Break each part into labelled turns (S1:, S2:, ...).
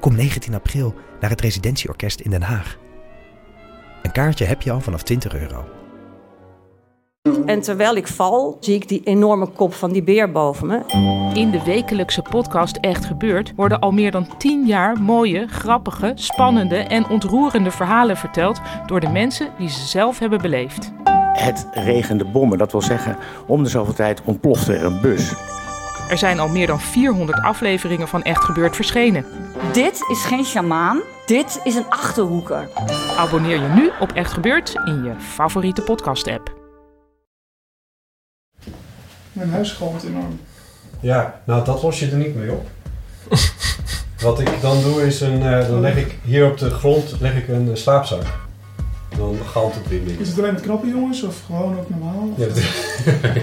S1: Kom 19 april naar het Residentieorkest in Den Haag. Een kaartje heb je al vanaf 20 euro.
S2: En terwijl ik val, zie ik die enorme kop van die beer boven me.
S3: In de wekelijkse podcast Echt Gebeurd worden al meer dan 10 jaar mooie, grappige, spannende en ontroerende verhalen verteld door de mensen die ze zelf hebben beleefd.
S4: Het regende bommen, dat wil zeggen, om de zoveel tijd ontplofte er een bus.
S3: Er zijn al meer dan 400 afleveringen van Echt Gebeurd verschenen.
S5: Dit is geen sjamaan, dit is een achterhoeker.
S3: Abonneer je nu op Echt Gebeurd in je favoriete podcast-app.
S6: Mijn huis galmt enorm.
S7: Ja, nou dat los je er niet mee op. Wat ik dan doe is, een, eh, dan leg ik hier op de grond leg ik een eh, slaapzak. Dan galmt het weer
S6: Is
S7: niet.
S6: het alleen met knappe jongens of gewoon ook normaal?
S7: Ja, dat-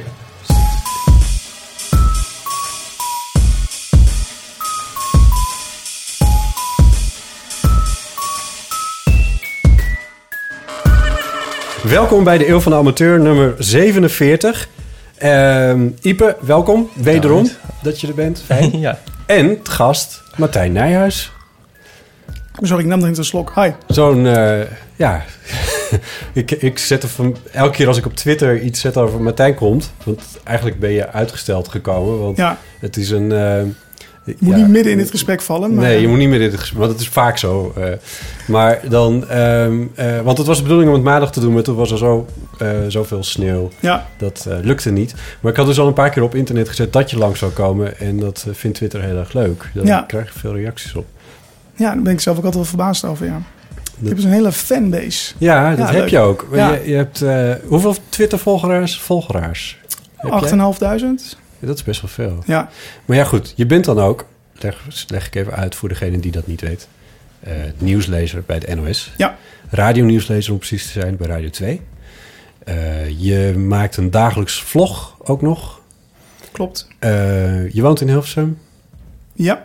S7: Welkom bij de Eeuw van de Amateur nummer 47. Ehm Ipe, welkom. Wederom dat je er bent. Fijn.
S8: Ja.
S7: En te gast Martijn Nijhuis.
S6: Sorry, ik nam er eens een slok. Hi.
S7: Zo'n, eh, ja. ik, ik zet er van. Elke keer als ik op Twitter iets zet over Martijn komt. Want eigenlijk ben je uitgesteld gekomen. Want
S6: Ja,
S7: het is een. eh,
S6: ik moet
S7: ja,
S6: niet midden in dit gesprek vallen. Maar
S7: Nee, je moet niet meer dit gesprek. Want het is vaak zo. eh. maar dan. ehm, eh, want het was de bedoeling om het maandag te doen. Maar toen was er zo, eh, zoveel sneeuw.
S6: Ja,
S7: Dat eh, lukte niet. Maar ik had dus al een paar keer op internet gezet dat je lang zou komen. En dat eh, vindt Twitter heel erg leuk. Daar
S6: Ja.
S7: krijg je veel reacties op.
S6: ja, daar ben ik zelf ook altijd wel verbaasd over, ja. Ik heb dus een hele fanbase.
S7: Ja, dat
S6: Ja,
S7: heb
S6: leuk.
S7: je ook. Maar
S6: Ja.
S7: Je, je hebt, eh, hoeveel Twitter-volgeraars? Volgeraars? Heb jij?
S6: 8.500?
S7: Ja, dat is best wel veel.
S6: Ja.
S7: Maar ja, goed. Je bent dan ook, leg, leg ik even uit voor degene die dat niet weet, eh, nieuwslezer bij het NOS.
S6: Ja.
S7: Radionieuwslezer om precies te zijn bij Radio 2. Eh, je maakt een dagelijks vlog ook nog.
S6: Klopt.
S7: Eh, je woont in Hilversum.
S6: Ja.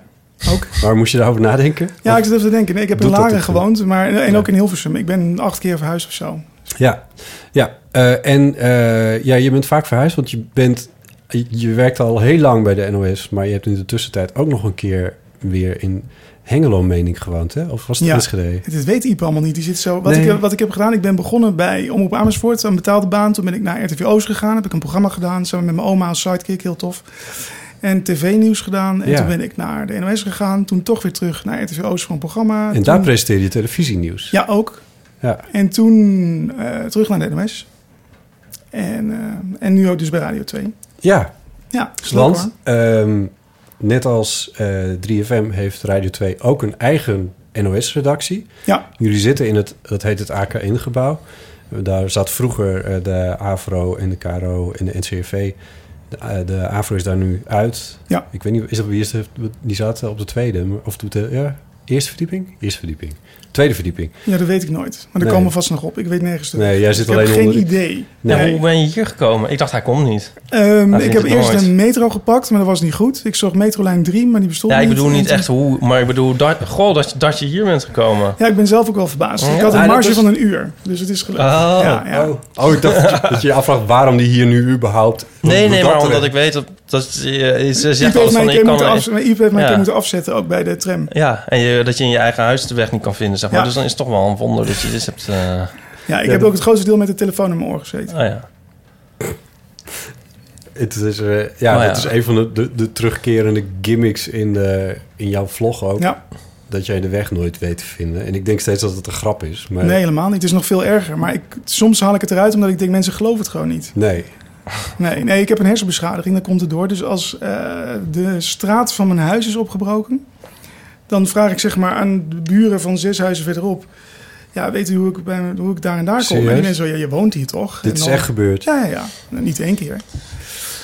S6: Ook.
S7: Waar moest je daarover nadenken?
S6: Ja, ik zit even te denken. Nee, ik heb in
S7: Doet dat
S6: Laren
S7: ertoe?
S6: gewoond, maar en
S7: Ja.
S6: ook in Hilversum. Ik ben acht keer verhuisd of zo.
S7: Ja, ja. eh, en eh, ja, je bent vaak verhuisd, want je bent... Je werkte al heel lang bij de NOS, maar je hebt in de tussentijd ook nog een keer weer in Hengelo, mening gewoond, hè? Of was het
S6: Ja.
S7: Enschede?
S6: Dit weet Iep allemaal niet. Die zit zo. Wat,
S7: Nee.
S6: ik, heb- wat ik heb gedaan, ik ben begonnen bij Omroep Amersfoort, een betaalde baan. Toen ben ik naar RTV Oost gegaan, heb ik een programma gedaan samen met mijn oma als sidekick, heel tof. En tv-nieuws gedaan. En
S7: Ja.
S6: toen ben ik naar de NOS gegaan. Toen toch weer terug naar RTV Oost voor een programma.
S7: En
S6: Toen-
S7: daar presenteerde je televisienieuws.
S6: Ja, ook.
S7: Ja.
S6: En toen eh, terug naar de NOS. En, eh, en nu ook dus bij Radio 2.
S7: Ja,
S6: Ja, is leuk,
S7: want
S6: hoor.
S7: ehm, net als eh, 3FM heeft Radio 2 ook een eigen NOS-redactie.
S6: Ja,
S7: Jullie zitten in het, dat heet het AK1-gebouw. Daar zat vroeger eh, de AVRO en de KRO en de NCRV. De, eh, de AVRO is daar nu uit.
S6: Ja.
S7: Ik weet niet, is dat, wie is de, die zaten op de tweede, maar- of de, ja, eerste verdieping? Eerste verdieping. Tweede verdieping.
S6: ja, dat weet ik nooit. Maar daar
S7: Nee.
S6: komen we vast nog op. Ik weet nergens. de-
S7: Nee, jij zit
S6: ik heb
S7: alleen
S6: geen
S7: onder...
S6: idee.
S7: Nee.
S8: En Hoe ben je hier gekomen? Ik dacht, hij komt niet.
S6: Ehm,
S8: Hij
S6: ik
S8: vindt
S6: heb
S8: het
S6: eerst
S8: nooit.
S6: een metro gepakt, maar dat was niet goed. Ik zocht metrolijn 3, maar die bestond
S8: Ja,
S6: niet.
S8: ik bedoel
S6: En
S8: niet
S6: toen-
S8: echt hoe, maar ik bedoel, dat, goh, dat, je- dat je hier bent gekomen.
S6: Ja, ik ben zelf ook wel verbaasd.
S8: Ja.
S6: Ik had
S7: Ah,
S6: een
S7: dat
S6: marge
S7: was-
S6: van een uur, dus het is gelukt.
S8: Oh.
S6: Ja, ja.
S7: Oh. oh, ik dacht dat je- dat je je afvraagt waarom die hier nu überhaupt...
S8: Nee,
S7: hoe
S8: nee,
S7: dat
S8: maar
S7: er-
S8: omdat ik weet dat, dat je, ze
S6: Iep
S8: zegt
S6: heeft
S8: altijd
S6: mij
S8: van,
S6: een
S8: ik
S6: keer moeten,
S8: kan...
S6: afz- Iep heeft mij een
S8: Ja.
S6: keer moeten afzetten, ook bij de tram.
S8: Ja, en je, dat je in je eigen huis de weg niet kan vinden, zeg maar.
S6: Ja.
S8: Dus dan is het toch wel een wonder dat je dit hebt... eh,
S6: Ja, ik
S7: Ja,
S6: heb
S7: dat-
S6: ook het grootste deel met de telefoon in mijn oor gezeten.
S8: oh ja.
S7: Het is, eh, ja,
S8: Oh, ja.
S7: dat is een van de, de, de terugkerende gimmicks in, de, in jouw vlog
S8: Ah,
S7: ook.
S6: Ja,
S7: Dat jij de weg nooit weet te vinden. En ik denk steeds dat het een grap is. Maar
S6: nee, helemaal niet. Het is nog veel erger. Maar ik, soms haal ik het eruit omdat ik denk, mensen geloven het gewoon niet.
S7: Nee.
S6: Nee, nee ik heb een hersenbeschadiging, dan komt het door. Dus als eh, de straat van mijn huis is opgebroken, dan vraag ik zeg maar aan de buren van zes huizen verderop... Ja, weet u hoe ik, bij, hoe ik daar en daar kom? En
S7: Serieus?
S6: die mensen zo, ja, je woont hier toch?
S7: Dit
S6: En
S7: is
S6: dan-
S7: echt gebeurd.
S6: Ja, ja, ja. Nou, niet één keer.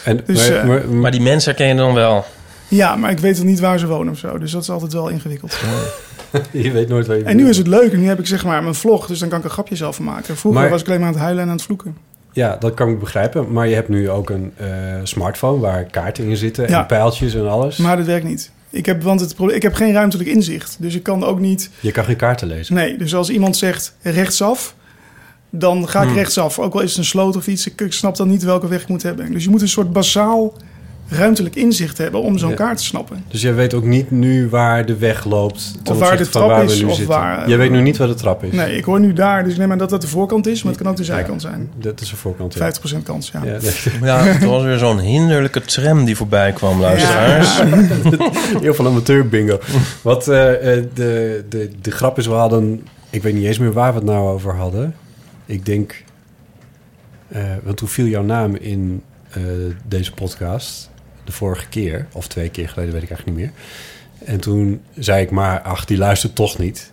S7: En,
S6: Dus,
S7: maar,
S6: eh,
S7: maar-
S8: Maar die mensen herken je dan wel.
S6: Ja, maar ik weet wel niet waar ze wonen of zo. Dus dat is altijd wel ingewikkeld.
S7: je weet nooit waar je
S6: En nu
S7: bent.
S6: is het leuk en nu heb ik zeg maar mijn vlog, dus dan kan ik een grapje zelf van maken. Vroeger
S7: Maar-
S6: was ik alleen maar aan het huilen en aan het vloeken.
S7: Ja, dat kan ik begrijpen. Maar je hebt nu ook een eh, smartphone waar kaarten in zitten
S6: Ja.
S7: en pijltjes en alles.
S6: Maar dat werkt niet. Ik heb, want het probleem, ik heb geen ruimtelijk inzicht, dus ik kan ook niet...
S7: Je kan geen kaarten lezen.
S6: Nee, dus als iemand zegt rechtsaf, dan ga ik
S7: Hmm.
S6: rechtsaf. Ook al is het een sloot of iets, ik, ik snap dan niet welke weg ik moet hebben. Dus je moet een soort basaal ruimtelijk inzicht hebben om zo'n
S7: Ja.
S6: kaart te snappen.
S7: Dus jij weet ook niet nu waar de weg loopt. ten
S6: Of waar
S7: opzichte
S6: de
S7: van
S6: trap
S7: waar we
S6: is,
S7: nu
S6: of
S7: zitten.
S6: waar- eh,
S7: Jij weet nu niet waar de trap is.
S6: Nee, ik hoor nu daar, dus ik neem aan dat dat de voorkant is, maar het kan ook de zijkant zijn.
S7: Dat is de voorkant. ja.
S6: 50% kans, ja.
S7: Ja, nee.
S8: Ja, er was weer zo'n hinderlijke tram die voorbij kwam, luisteraars.
S7: Heel veel amateur bingo. Wat eh, eh, de, de, de grap is, we hadden... Ik weet niet eens meer waar we het nou over hadden. Ik denk... eh, want toen viel jouw naam in eh, deze podcast de vorige keer. Of twee keer geleden, weet ik eigenlijk niet meer. En toen zei ik maar, ach, die luistert toch niet.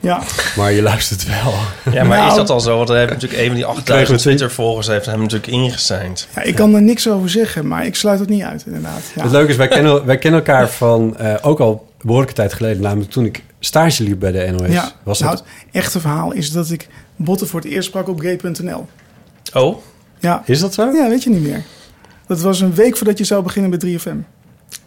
S6: ja.
S7: Maar je luistert wel.
S8: Ja, maar
S6: Nou.
S8: is dat al zo? Want hij heeft natuurlijk een van die 8000 Twitter-volgers heeft hem natuurlijk ingeseind.
S6: Ja, ik kan er niks over zeggen, maar ik sluit het niet uit, inderdaad. Ja.
S7: Het leuke is, wij kennen, wij kennen elkaar van... eh, ook al behoorlijke tijd geleden, namelijk toen ik stage liep bij de NOS.
S6: Ja,
S7: was
S6: nou,
S7: dat
S6: het echte verhaal is dat ik botten voor het eerst sprak op gay.nl.
S8: Oh,
S6: Ja.
S7: Is dat zo?
S6: ja, weet je niet meer. Dat was een week voordat je zou beginnen bij 3FM.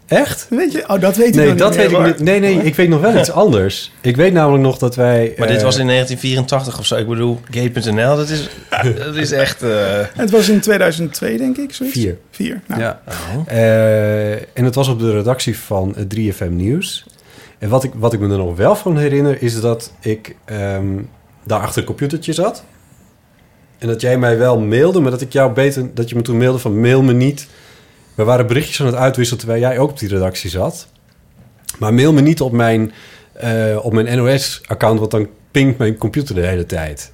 S7: Echt?
S6: Weet je? Oh, dat weet ik
S7: Nee,
S6: nog
S7: dat
S6: niet meer.
S7: weet ik niet. Nee, nee, ik weet nog wel iets anders. Ik weet namelijk nog dat wij...
S8: maar dit
S7: eh,
S8: was in 1984 of zo. Ik bedoel, gay.nl, dat is, dat is echt... eh,
S6: Het was in 2002, denk ik, zoiets.
S7: Vier.
S6: Vier, nou.
S7: Ja. Eh, en het was op de redactie van het 3FM Nieuws. En wat ik, wat ik me er nog wel van herinner... is dat ik ehm, daar achter een computertje zat. En dat jij mij wel mailde, maar dat ik jou beter... dat je me toen mailde van mail me niet. We waren berichtjes aan het uitwisselen... terwijl jij ook op die redactie zat. Maar mail me niet op mijn, eh, op mijn NOS-account... want dan pingt mijn computer de hele tijd.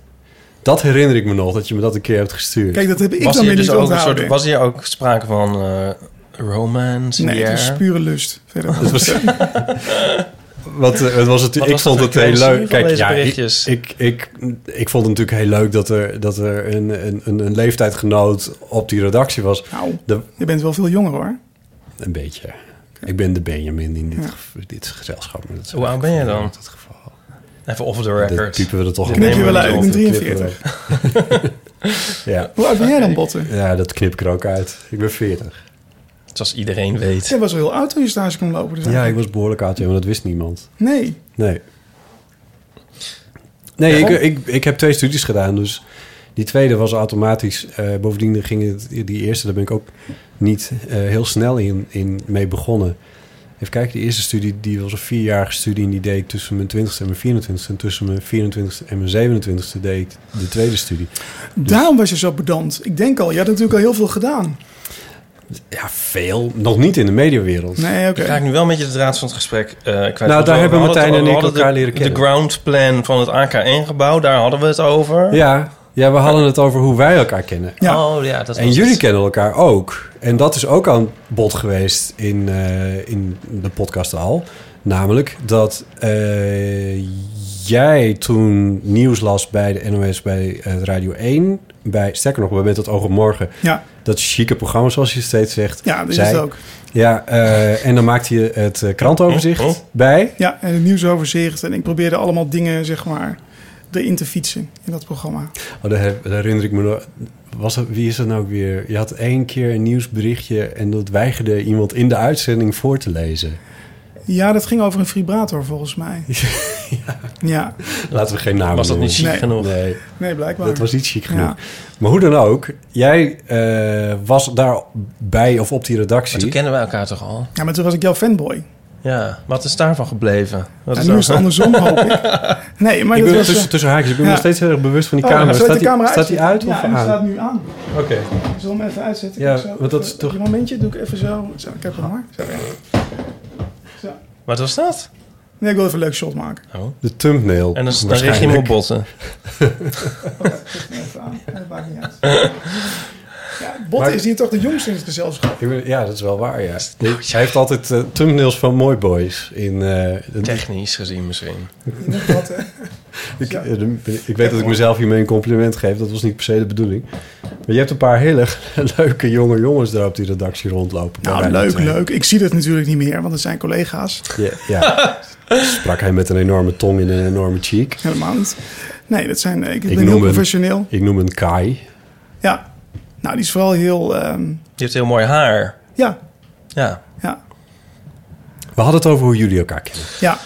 S7: Dat herinner ik me nog, dat je me dat een keer hebt gestuurd.
S6: Kijk, dat heb ik
S8: was
S6: dan
S8: hier
S6: weer
S8: dus
S6: niet
S8: ook een
S6: onthouden.
S8: soort, was hier ook sprake van eh, romance? in
S6: Nee,
S8: die
S6: het is
S8: air?
S6: pure lust. Verder.
S7: Het was, Dus wat, eh, het was het,
S8: Wat
S7: ik
S8: was de
S7: vond het heel
S8: frequentie van
S7: leuk. Kijk,
S8: deze
S7: ja, ik,
S8: berichtjes?
S7: ik, ik, ik vond het natuurlijk heel leuk dat er, dat er een, een, een, een leeftijdgenoot op die redactie was.
S6: Nou,
S7: De-
S6: je bent wel veel jonger, hoor.
S7: een beetje. Ik ben de Benjamin in dit, ge- dit gezelschap. maar dat is
S8: Hoe oud ben je dan?
S7: In dit geval.
S8: Even off the
S7: Dat
S8: record.
S7: typen we er toch
S8: Dit
S7: een
S8: knip je
S7: beetje
S8: wel
S7: op.
S8: uit,
S6: ik ben
S7: Knippen we eruit. ja.
S6: Hoe oud ben jij dan, Botten?
S7: ja, dat knip ik er ook uit. Ik ben 40.
S8: Zoals iedereen weet.
S6: Jij was wel heel oud toen je stage kwam lopen. Dus
S7: Ja, ik
S6: eigenlijk-
S7: was behoorlijk oud, ja, maar dat wist niemand.
S6: Nee.
S7: Nee. Nee, ik, ik, ik heb twee studies gedaan, dus die tweede was automatisch. eh, bovendien ging het, die eerste, daar ben ik ook niet eh, heel snel in, in mee begonnen. Even kijken, die eerste studie die was een vierjarige studie en die deed ik tussen mijn 20ste en mijn 24ste. En tussen mijn 24ste en mijn 27ste deed ik de tweede studie. Dus-
S6: Daarom was je zo pedant. Ik denk al, je had natuurlijk al heel veel gedaan.
S7: Ja, veel. Nog niet in de mediawereld.
S6: Nee, oké.
S8: Ik raak nu wel een beetje de draad van het gesprek eh, kwijt.
S7: Nou,
S8: Want
S7: daar
S8: we
S7: hebben
S8: hadden
S7: Martijn
S8: het-
S7: en
S8: we
S7: ik
S8: hadden
S7: elkaar
S8: de,
S7: leren kennen.
S8: De groundplan van het AKN-gebouw, daar hadden we het over.
S7: Ja, ja, we hadden het over hoe wij elkaar kennen.
S6: Ja.
S8: Oh ja, dat was
S7: En
S8: het.
S7: jullie kennen elkaar ook. En dat is ook aan bod geweest in, eh, in de podcast al. Namelijk dat eh, jij toen nieuws las bij de NOS, bij eh, Radio 1... Bij, sterker nog, bij Met het Oog op Morgen.
S6: Ja,
S7: Dat chique programma, zoals je steeds zegt.
S6: ja dat is
S7: zei.
S6: het ook.
S7: Ja, eh, en dan maakte je het eh, krantoverzicht
S8: Oh, oh.
S7: bij.
S6: Ja, en het nieuwsoverzicht. En ik probeerde allemaal dingen, zeg maar, erin te fietsen in dat programma.
S7: Oh, daar, heb- daar herinner ik me nog. Was er, wie is dat nou weer? Je had één keer een nieuwsberichtje... en dat weigerde iemand in de uitzending voor te lezen.
S6: Ja, dat ging over een vibrator volgens mij. ja.
S7: Laten we geen namen
S8: Was dat niet chic
S7: noemen.
S6: Nee.
S8: genoeg?
S7: Nee,
S6: nee, blijkbaar.
S7: dat was niet chic genoeg.
S6: Ja.
S7: Maar hoe dan ook, jij eh, was daar bij of op die
S8: Maar toen
S7: redactie.
S8: kennen we elkaar toch al?
S6: Ja, maar toen was ik jouw fanboy.
S8: Ja, wat is daarvan gebleven? Wat
S6: En nu is het andersom, hoop ik. Nee, maar
S7: Ik
S6: dat
S7: ben
S6: was... eh,
S7: tussen, tussen haakjes, ik ben
S6: Ja.
S7: nog steeds heel erg bewust van die
S6: Oh,
S7: camera.
S6: zal ik
S7: Staat,
S6: de camera
S7: die, staat die uit
S6: ja,
S7: of
S6: hij
S7: aan?
S6: staat nu aan.
S7: Oké.
S6: Ik zal hem even uitzetten.
S7: Ja,
S6: Kijk zo,
S7: want dat
S6: even-
S7: is toch- Ah.
S6: Een momentje, doe ik even zo. Zo, ik heb hem maar. Zo. Zo.
S8: Wat was dat?
S6: Nee, ik wil even een leuk shot maken.
S7: De thumbnail.
S8: En dan, dan richt je
S7: waarschijnlijk.
S8: hem op botten.
S6: Even aan. Dat maakt niet uit. Ja, Botte
S7: Maar-
S6: is hier toch de jongste in het gezelschap.
S7: Ik ben- Ja, dat is wel waar, ja. Hij heeft altijd eh, thumbnails van Mooi Boys. In, eh, de-
S8: Technisch gezien misschien.
S6: Botte.
S7: ik, eh, de- ik weet dat ik mezelf hiermee een compliment geef. Dat was niet per se de bedoeling. Maar je hebt een paar hele leuke jonge jongens daar op die redactie rondlopen.
S6: Nou,
S7: Waarbij
S6: leuk,
S7: dat, eh,
S6: leuk. Ik zie dat natuurlijk niet meer, want het zijn collega's.
S7: Ja, ja. Sprak hij met een enorme tong in een enorme cheek.
S6: Helemaal niet. Nee, dat zijn, eh, ik,
S7: Ik
S6: ben heel
S7: noem hem.
S6: professioneel.
S7: Ik noem een Kai.
S6: Ja. Nou, die is vooral heel... ehm,
S8: Je hebt heel mooi haar.
S6: ja,
S8: Ja.
S6: ja,
S7: We hadden het over hoe jullie elkaar kennen.
S6: ja.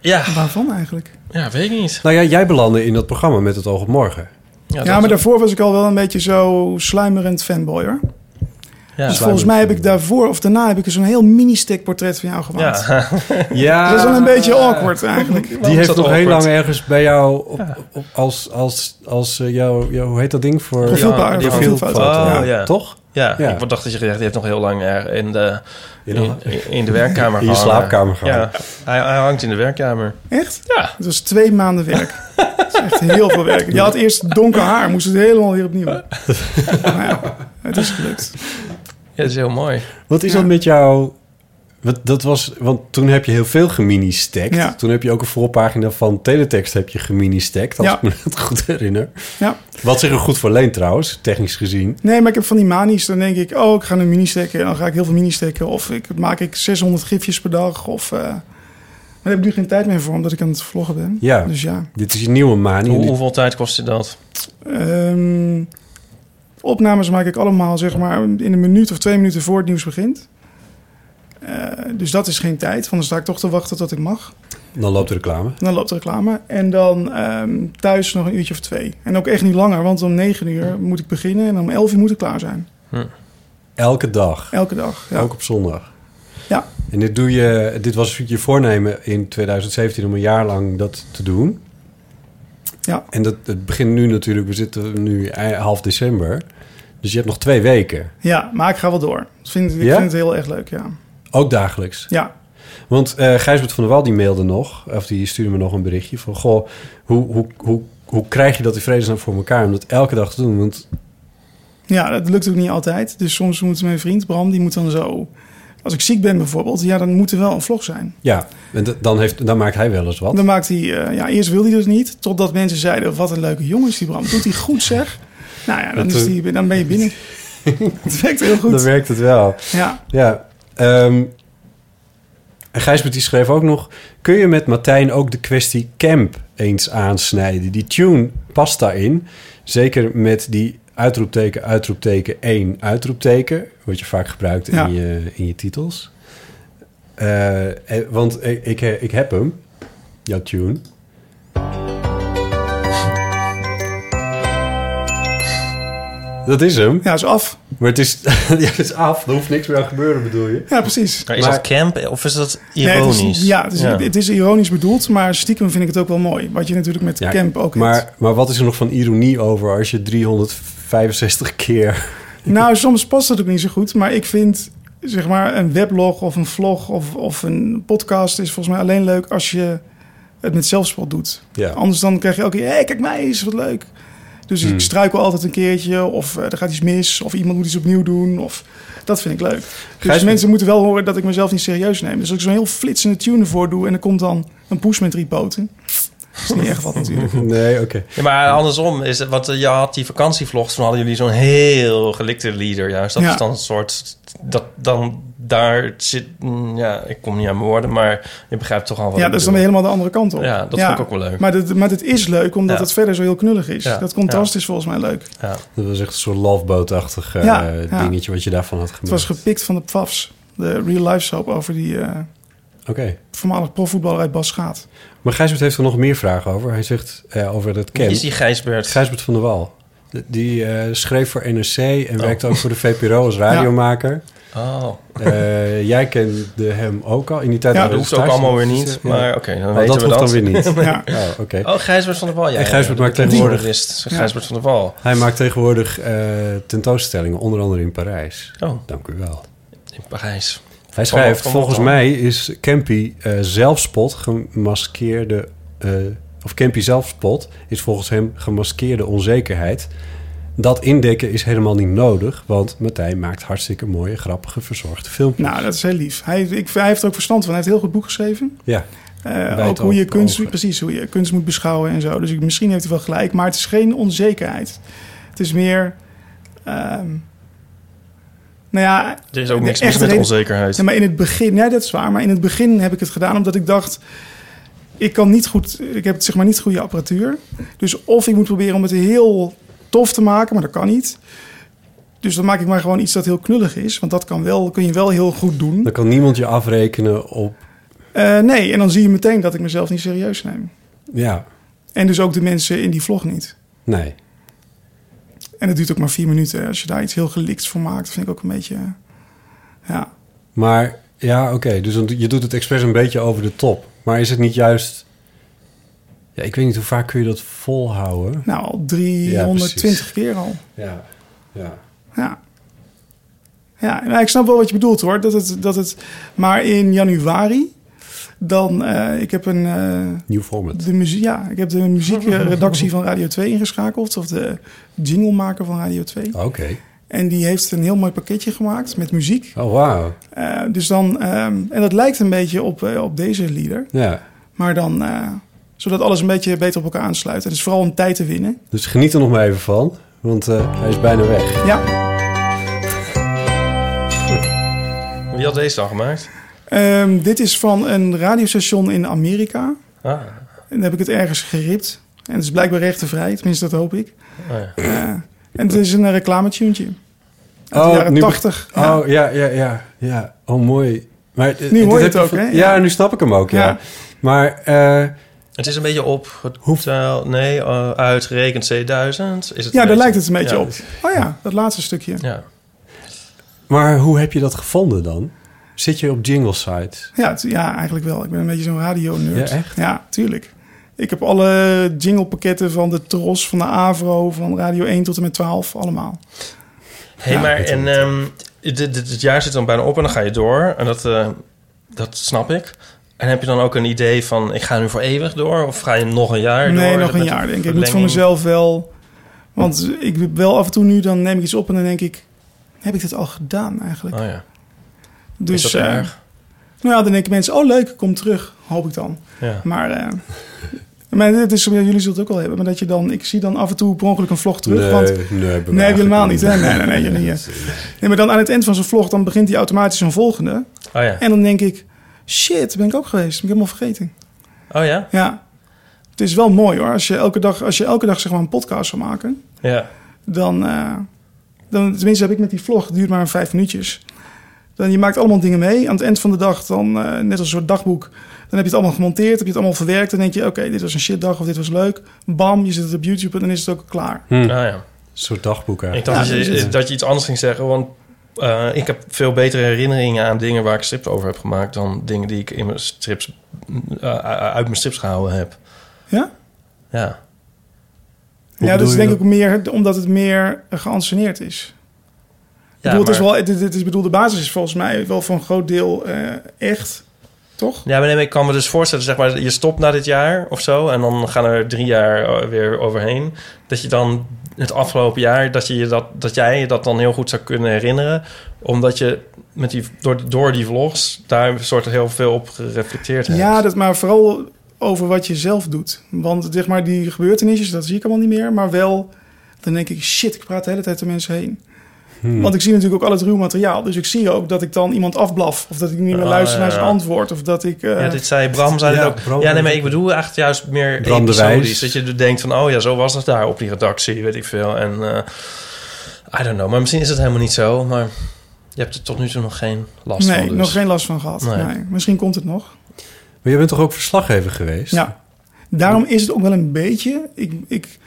S8: Ja,
S6: Waarvan eigenlijk?
S8: ja weet ik niet.
S7: Nou ja, jij belandde in dat programma met het oog op morgen.
S8: Ja,
S6: Ja, maar daarvoor was ik al wel een beetje zo sluimerend fanboy, hoor.
S8: Ja.
S6: dus volgens mij heb ik daarvoor of daarna heb ik zo'n heel mini-stick portret van jou gemaakt.
S8: Ja, Ah.
S7: Ja,
S6: Dat is wel een beetje awkward eigenlijk.
S7: die heeft
S8: dat
S7: nog heel
S8: awkward?
S7: lang ergens bij jou op, op- als, als, als eh, jou, jou, hoe heet dat ding voor
S6: Profiel-
S8: Ja, die
S6: profielfoto.
S8: Oh,
S7: ja.
S8: ja.
S7: toch?
S8: ja,
S7: Ja.
S8: ik dacht dat je gezegd, die heeft nog heel lang er in de,
S7: In de-
S8: in, in de werkkamer
S7: In je
S8: gehangen.
S7: slaapkamer gehangen.
S8: Ja, hij, hij hangt in de werkkamer.
S6: Echt?
S8: Ja,
S6: Het was twee maanden werk. Dat is echt heel veel werk. Je had eerst donker haar, moest het helemaal weer opnieuw. Maar ja, het is gelukt.
S8: ja dat is heel mooi.
S7: Wat is dat met jou? Wat, dat was, want toen heb je heel veel gemini-stackt.
S6: Ja.
S7: Toen heb je ook een voorpagina van Teletext heb je gemini-stackt, als
S6: Ja.
S7: ik me dat goed herinner.
S6: Ja.
S7: Wat zich er goed voor leent trouwens, technisch gezien.
S6: Nee, maar ik heb van die manies. Dan denk ik, oh, ik ga een mini steken. En dan ga ik heel veel mini steken. Of ik, maak ik 600 gifjes per dag. Of, eh, Maar daar heb ik nu geen tijd meer voor, omdat ik aan het vloggen ben.
S7: Ja.
S6: Dus ja.
S7: Dit is je nieuwe manie.
S8: Hoe, hoeveel tijd kostte dat?
S6: Ehm, opnames maak ik allemaal zeg maar in een minuut of twee minuten voor het nieuws begint. Eh, dus dat is geen tijd, want dan sta ik toch te wachten tot ik mag.
S7: Dan loopt de reclame.
S6: En dan loopt de reclame. En dan ehm, thuis nog een uurtje of twee. En ook echt niet langer, want om negen uur moet ik beginnen en om elf uur moet ik klaar zijn.
S7: Elke dag.
S6: Elke dag. Ja.
S7: Ook op zondag.
S6: Ja.
S7: En dit, doe je, dit was je voornemen in 2017 om een jaar lang dat te doen.
S6: Ja.
S7: En dat, het begint nu natuurlijk, we zitten nu ei- half december. Dus je hebt nog twee weken.
S6: ja, maar ik ga wel door. Ik vind, ik
S7: Ja?
S6: vind het heel erg leuk, ja.
S7: Ook dagelijks.
S6: Ja,
S7: Want eh Gijsbert van der Wal die mailde nog, of die stuurde me nog een berichtje van: Goh, hoe, hoe, hoe, hoe krijg je dat die vredesnaam voor elkaar om dat elke dag te doen? Want
S6: Ja, dat lukt ook niet altijd. Dus soms moet mijn vriend Bram, die moet dan zo... Als ik ziek ben bijvoorbeeld, ja, dan moet er wel een vlog zijn.
S7: ja, en d- dan, heeft, dan maakt hij wel eens wat.
S6: Dan maakt hij, eh, ja, eerst wilde hij dat niet. Totdat mensen zeiden, wat een leuke jongen is die Bram. Doet hij goed zeg. Nou ja, dan,
S7: Dat
S6: is
S7: we-
S6: die, dan ben je binnen. Het werkt heel
S7: Dan
S6: goed.
S7: werkt het wel.
S6: Ja,
S7: Ja. ehm, en Gijsbert die schreef ook nog... Kun je met Martijn ook de kwestie camp eens aansnijden? Die tune past daarin. Zeker met die uitroepteken, uitroepteken, één uitroepteken. Wat je vaak gebruikt
S6: Ja.
S7: in, je, in je titels. Eh, eh, want ik, ik, ik heb hem, jouw tune. Dat is hem.
S6: ja, is af.
S7: Maar het is, ja, het is af, er hoeft niks meer aan gebeuren, bedoel je?
S6: Ja, precies.
S8: Maar is
S7: Maar-
S8: dat camp of is dat
S6: Nee,
S8: ironisch?
S6: het is, ja, het is,
S8: Ja.
S6: het is ironisch bedoeld, maar stiekem vind ik het ook wel mooi. Wat je natuurlijk met camp ook hebt.
S7: maar, maar wat is er nog van ironie over als je 365 keer...
S6: Nou, soms past het ook niet zo goed, maar ik vind... Zeg maar, een weblog of een vlog of, of een podcast is volgens mij alleen leuk als je het met zelfspot doet.
S7: Ja,
S6: Anders dan krijg je elke keer, hé, kijk mij eens, wat leuk. Dus
S8: Hmm.
S6: ik struikel altijd een keertje, of eh, er gaat iets mis, of iemand moet iets opnieuw doen. Of, dat vind ik leuk. Dus
S7: Gijs-
S6: mensen moeten wel horen dat ik mezelf niet serieus neem. Dus als ik zo'n heel flitsende tune voor doe en er komt dan een poes met drie poten. Dat is niet echt wat natuurlijk.
S7: nee, oké.
S8: Ja, maar andersom is het, want eh, je had die vakantievlogs, toen hadden jullie zo'n heel gelikte leader juist. Dat
S6: Ja.
S8: is dan een soort, dat dan daar zit, mm, ja, ik kom niet aan mijn woorden, maar je begrijpt toch al wat
S6: Ja,
S8: ik
S6: dat is dan
S8: bedoel.
S6: helemaal de andere kant op.
S8: Ja, dat vond ik ook wel leuk.
S6: Maar dat, maar dat is leuk, omdat
S8: Ja.
S6: het verder zo heel knullig is.
S8: Ja,
S6: Dat contrast is volgens mij leuk.
S8: Ja.
S7: Dat was echt een soort loveboat-achtig eh,
S6: Ja, ja.
S7: dingetje wat je daarvan had
S6: Het
S7: gemaakt.
S6: was gepikt van de PFAFs, de real-life soap over die eh,
S7: Oké.
S6: voormalig profvoetballer uit Bas Schaat.
S7: Maar Gijsbert heeft er nog meer vragen over. Hij zegt eh, over dat camp.
S8: Is die Gijsbert?
S7: Gijsbert van der Wal. De- Die eh, schreef voor NRC en werkte ook voor de VPRO als radiomaker.
S8: Oh,
S7: Eh, jij kende hem ook al. In die tijd
S6: Ja,
S8: dat
S7: waren we
S8: hoeft ook allemaal weer niet,
S7: Ja.
S8: maar oké, dan
S7: Oh,
S8: weten
S7: dat
S8: we
S7: hoeft
S8: dat.
S7: dan weer niet.
S6: Ja.
S7: Oh, oké.
S8: Oh, Gijsbert van der Wal, ja.
S7: En Gijsbert maakt tegenwoordig-
S8: tegenwoordig... Gijsbert van der Wal.
S7: Hij maakt tegenwoordig eh, tentoonstellingen, onder andere in Parijs.
S8: Oh,
S7: Dank u wel.
S8: in Parijs.
S7: Hij schrijft,
S8: Van- van-
S7: volgens
S8: van-
S7: mij is Campy eh, zelfspot gemaskeerde... eh, of Campy zelfspot is volgens hem gemaskeerde onzekerheid. Dat indekken is helemaal niet nodig, want Martijn maakt hartstikke mooie, grappige, verzorgde filmpjes.
S6: Nou, dat is heel lief. Hij, ik, hij heeft er ook verstand van. Hij heeft een heel goed boek geschreven.
S7: Ja,
S6: Eh,
S7: Wijd
S6: ook hoe je,
S7: open
S6: kunst,
S7: ogen.
S6: precies, hoe je kunst moet beschouwen en zo. Dus ik, misschien heeft hij wel gelijk, maar het is geen onzekerheid. Het is meer. ehm, nou ja,
S8: Er is ook
S6: de
S8: niks mis
S6: echte
S8: met
S6: reden-
S8: onzekerheid.
S6: Nee, maar in het begin, nee, dat is waar. Maar in het begin heb ik het gedaan omdat ik dacht. Ik kan niet goed, ik heb zeg maar niet goede apparatuur. Dus of ik moet proberen om het heel tof te maken, maar dat kan niet. Dus dan maak ik maar gewoon iets dat heel knullig is. Want dat kan wel, kun je wel heel goed doen.
S7: Dan kan niemand je afrekenen op...
S6: Eh, nee, en dan zie je meteen dat ik mezelf niet serieus neem.
S7: Ja,
S6: En dus ook de mensen in die vlog niet.
S7: nee.
S6: En het duurt ook maar vier minuten. Als je daar iets heel gelikts voor maakt, vind ik ook een beetje. Ja.
S7: Maar ja, oké. Dus dan- je doet het expres een beetje over de top. Maar is het niet juist... Ja, ik weet niet hoe vaak kun je dat volhouden.
S6: Nou, al 320 keer al.
S7: Ja, ja.
S6: Ja. Ja, nou, ik snap wel wat je bedoelt hoor. Dat het, dat het, maar in januari, dan, eh, ik heb een, eh,
S7: Nieuw format.
S6: de muziek, ja, ik heb de muziekredactie van Radio 2 ingeschakeld. Of de jinglemaker van Radio 2.
S7: Oké.
S6: En die heeft een heel mooi pakketje gemaakt met muziek.
S7: Oh, wauw.
S6: Eh, dus dan, ehm, en dat lijkt een beetje op, eh, op deze lieder.
S7: Ja.
S6: Maar dan, eh, zodat alles een beetje beter op elkaar aansluit. En het is vooral om tijd te winnen.
S7: Dus geniet er nog maar even van. Want eh, hij is bijna weg.
S6: Ja,
S8: Wie had deze dan gemaakt?
S6: ehm, dit is van een radiostation in Amerika.
S8: Ah,
S6: En dan heb ik het ergens geript. En het is blijkbaar rechtenvrij, tenminste dat hoop ik.
S8: oh ja.
S6: En het is een reclametuntje. Uit
S8: Oh,
S6: de jaren
S7: Oh, nu be-
S6: 80. ja.
S7: Oh, ja, ja, ja, ja. Oh, mooi. Maar, eh,
S6: Nu
S7: dit
S6: hoor je
S7: heb
S6: het ook, hè?
S7: Ja, nu snap ik hem ook, ja.
S6: Ja.
S7: Maar, eh,
S8: Het is een beetje opgeteld. Nee, eh, uitgerekend C1000. Is het
S6: ja,
S8: een
S6: daar lijkt het een beetje
S8: Ja.
S6: op. Oh ja, dat laatste stukje.
S8: Ja.
S7: maar hoe heb je dat gevonden dan? Zit je op jingle sites?
S6: Ja, tu- ja eigenlijk wel. Ik ben een beetje zo'n radio-nerd.
S7: Ja, echt?
S6: tuurlijk. Ik heb alle jinglepakketten van de Tros, van de Avro, van Radio 1 tot en met 12, allemaal.
S8: Hé, hey, maar en, ehm, dit, dit- het jaar zit dan bijna op en dan ga je door. En dat, eh, dat snap ik. En heb je dan ook een idee van... ik ga nu voor eeuwig door? Of ga je nog een jaar door?
S6: Nee, nog
S8: Met
S6: een jaar denk ik. Ik moet voor
S8: verlenging?
S6: mezelf wel... Want ik wel af en toe nu, dan neem ik iets op en dan denk ik... Heb ik dat al gedaan eigenlijk?
S8: Oh ja.
S6: Dus,
S8: dat
S6: eh,
S8: erg?
S6: Nou ja, dan denken mensen, oh leuk, kom terug, hoop ik dan.
S8: ja.
S6: Maar, eh, maar dit is, jullie zullen het ook wel hebben, maar dat je dan, ik zie dan af en toe per ongeluk een vlog terug. want, nee,
S7: nee,
S6: heb je helemaal niet. Hè? Nee, nee, nee, jullie, eh. nee, maar dan aan het eind van zo'n vlog, dan begint hij automatisch een volgende.
S8: Oh ja.
S6: En dan denk ik, shit, daar ben ik ook geweest, ben ik helemaal vergeten.
S8: Oh ja?
S6: Ja, het is wel mooi hoor, als je elke dag, als je elke dag zeg maar een podcast zou maken,
S8: Ja.
S6: dan, eh, dan tenminste heb ik met die vlog, het duurt maar vijf minuutjes. Dan, je maakt allemaal dingen mee. Aan het eind van de dag, dan, eh, net als een soort dagboek, dan heb je het allemaal gemonteerd, heb je het allemaal verwerkt. Dan denk je, oké, dit was een shitdag of dit was leuk. Bam, je zet het op YouTube en dan is het ook klaar.
S7: Hm.
S8: Oh ja.
S7: Een soort dagboek
S8: Ik
S7: eigenlijk.
S8: dacht
S6: Ja,
S8: dat,
S6: dat is
S8: je,
S6: het.
S8: dat je iets anders ging zeggen, want... eh, ik heb veel betere herinneringen aan dingen waar ik strips over heb gemaakt... dan dingen die ik in mijn strips, eh, uit mijn strips gehouden heb.
S6: Ja?
S8: Ja.
S7: Hoe
S6: ja, dat
S7: bedoel
S6: is
S7: je
S6: denk ik
S7: dat?
S6: ook meer omdat het meer eh, geanceneerd is.
S8: Ja,
S6: ik bedoel, het is
S8: maar-
S6: wel, dit, dit is, bedoel, de basis is volgens mij wel voor een groot deel eh, echt, toch?
S8: Ja, maar nee, maar ik kan me dus voorstellen, zeg maar, je stopt na dit jaar of zo... en dan gaan er drie jaar eh, weer overheen. Dat je dan het afgelopen jaar, dat, je je dat, dat jij je dat dan heel goed zou kunnen herinneren... omdat je met die, door, door die vlogs daar een soort heel veel op gereflecteerd hebt.
S6: Ja, dat, maar vooral over wat je zelf doet. Want zeg maar, die gebeurtenisjes, dat zie ik allemaal niet meer. Maar wel, dan denk ik, shit, ik praat de hele tijd door mensen heen.
S8: Hmm.
S6: Want ik zie natuurlijk ook al het ruw materiaal. Dus ik zie ook dat ik dan iemand afblaf. Of dat ik niet meer
S8: Ah,
S6: luister naar
S8: ja.
S6: zijn antwoord. Of dat ik... eh,
S8: Ja, dit zei Bram, zei
S7: Ja,
S8: dat ook.
S7: Bram-
S8: ja, nee, maar ik bedoel echt juist meer
S7: Bram de Wijs.
S8: episodisch. Dat je denkt van, oh ja, zo was het daar op die redactie, weet ik veel. En eh, I don't know, maar misschien is het helemaal niet zo. Maar je hebt er tot nu toe nog geen last
S6: nee,
S8: van. dus.
S6: nog geen last van gehad.
S8: Nee.
S6: Nee. Misschien komt het nog.
S7: Maar jij bent toch ook verslaggever geweest?
S6: Ja. Daarom is het ook wel een beetje... Ik, ik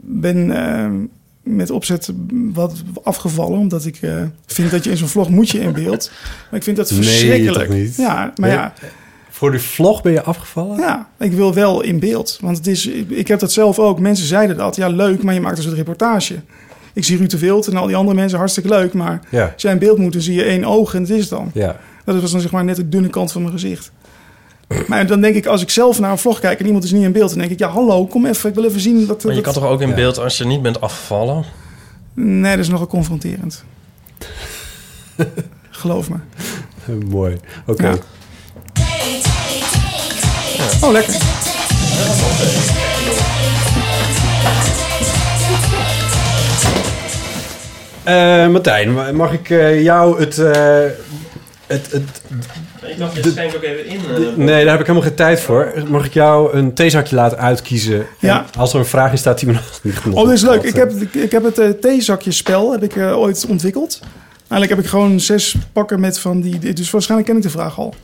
S6: ben eh, met opzet wat afgevallen. Omdat ik eh, vind dat je in zo'n vlog moet je in beeld. Maar ik vind dat
S7: Nee,
S6: verschrikkelijk.
S7: toch niet?
S6: Ja, maar
S7: Nee.
S6: ja...
S7: Voor de vlog ben je afgevallen?
S6: Ja, ik wil wel in beeld. Want het is, ik ik heb dat zelf ook. Mensen zeiden dat. Ja, leuk, maar je maakt dus een reportage. Ik zie Ruud de Wild en al die andere mensen hartstikke leuk. Maar
S7: Ja.
S6: als jij in beeld moet, dan zie je één oog en dat is het dan.
S7: Ja.
S6: Dat was dan zeg maar net de dunne kant van mijn gezicht. Maar dan denk ik, als ik zelf naar een vlog kijk en iemand is niet in beeld... dan denk ik, ja, hallo, kom even, ik wil even zien. Dat,
S8: Maar je kan
S6: dat-
S8: toch ook in
S7: Ja.
S8: beeld als je niet bent afgevallen?
S6: Nee, dat is nogal confronterend. Geloof me.
S7: Mooi. Oké.
S6: Ja.
S9: Take, take, take, take
S6: Oh, lekker.
S7: Eh, Martijn, mag ik eh, jou het, eh, het, het...
S8: Ik dacht, je
S7: De-
S8: schijnt ook even in. eh,
S7: Nee, daar heb ik helemaal geen tijd voor. Mag ik jou een theezakje laten uitkiezen?
S6: Ja.
S7: En als er een vraag in staat die me nog niet genoeg
S6: Oh, dit is leuk.
S7: opvalt,
S6: Ik
S7: eh.
S6: heb, ik heb het theezakje theezakjespel heb ik, eh, ooit ontwikkeld. Eigenlijk heb ik gewoon zes pakken met van die... Dus waarschijnlijk ken ik de vraag al.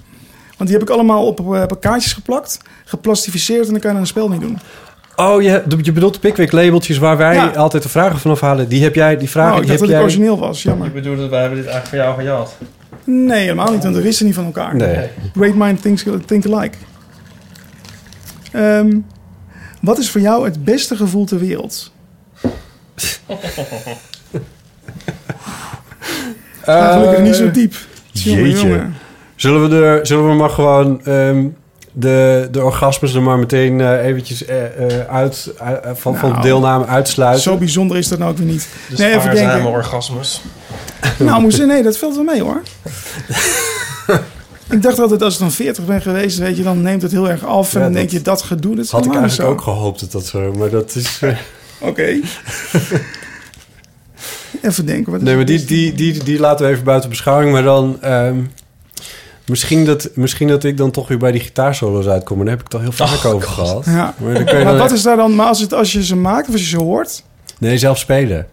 S6: Want die heb ik allemaal op, eh, op kaartjes geplakt, geplastificeerd... en dan kan je er een spel mee doen.
S7: Oh, je, je bedoelt de pickwick labeltjes waar wij
S6: Ja.
S7: altijd de vragen vanaf halen. Die heb jij, die vragen
S6: oh, ik
S7: die
S6: dacht dat
S7: heb jij.
S6: ik origineel was, jammer.
S8: Ik bedoel, dat wij hebben dit eigenlijk voor jou gejat.
S6: Nee, helemaal niet, want we wisten niet van elkaar.
S7: Nee.
S6: Great mind thinks, think alike. Ehm, wat is voor jou het beste gevoel ter wereld? Maar Nou, gelukkig niet zo
S7: Eh,
S6: diep. Jongen,
S7: jeetje.
S6: jongen.
S7: Zullen we, er, zullen we maar gewoon ehm, de, de orgasmes er maar meteen eh, eventjes eh, eh, uit, eh, eh, van, van
S6: Nou.
S7: deelname uitsluiten?
S6: Zo bijzonder is dat nou ook weer niet.
S8: De
S6: Nee, even
S8: spaarzame
S6: denken.
S8: orgasmes.
S6: Nou, moest, nee, dat valt wel mee hoor. ik dacht altijd, als ik dan 40 ben geweest, weet je, dan neemt het heel erg af. En
S7: Ja,
S6: dan
S7: dat
S6: denk je, dat gedoe, dat is
S7: Had ik
S6: helemaal niet
S7: eigenlijk ook
S6: zo.
S7: gehoopt dat dat zo, maar dat is... eh,
S6: Oké. even denken. Wat is
S7: nee, maar
S6: het
S7: die,
S6: beste?
S7: die, die, die laten we even buiten beschouwing. Maar dan... ehm, misschien, dat, misschien dat ik dan toch weer bij die gitaarsolo's uitkom. Maar daar heb ik het al heel vaak over gehad.
S6: Oh, Ja.
S7: Maar dan kun je
S6: Maar
S7: dan-
S6: wat is daar dan, maar als, het, als je ze maakt of als je ze hoort?
S7: Nee, zelf spelen.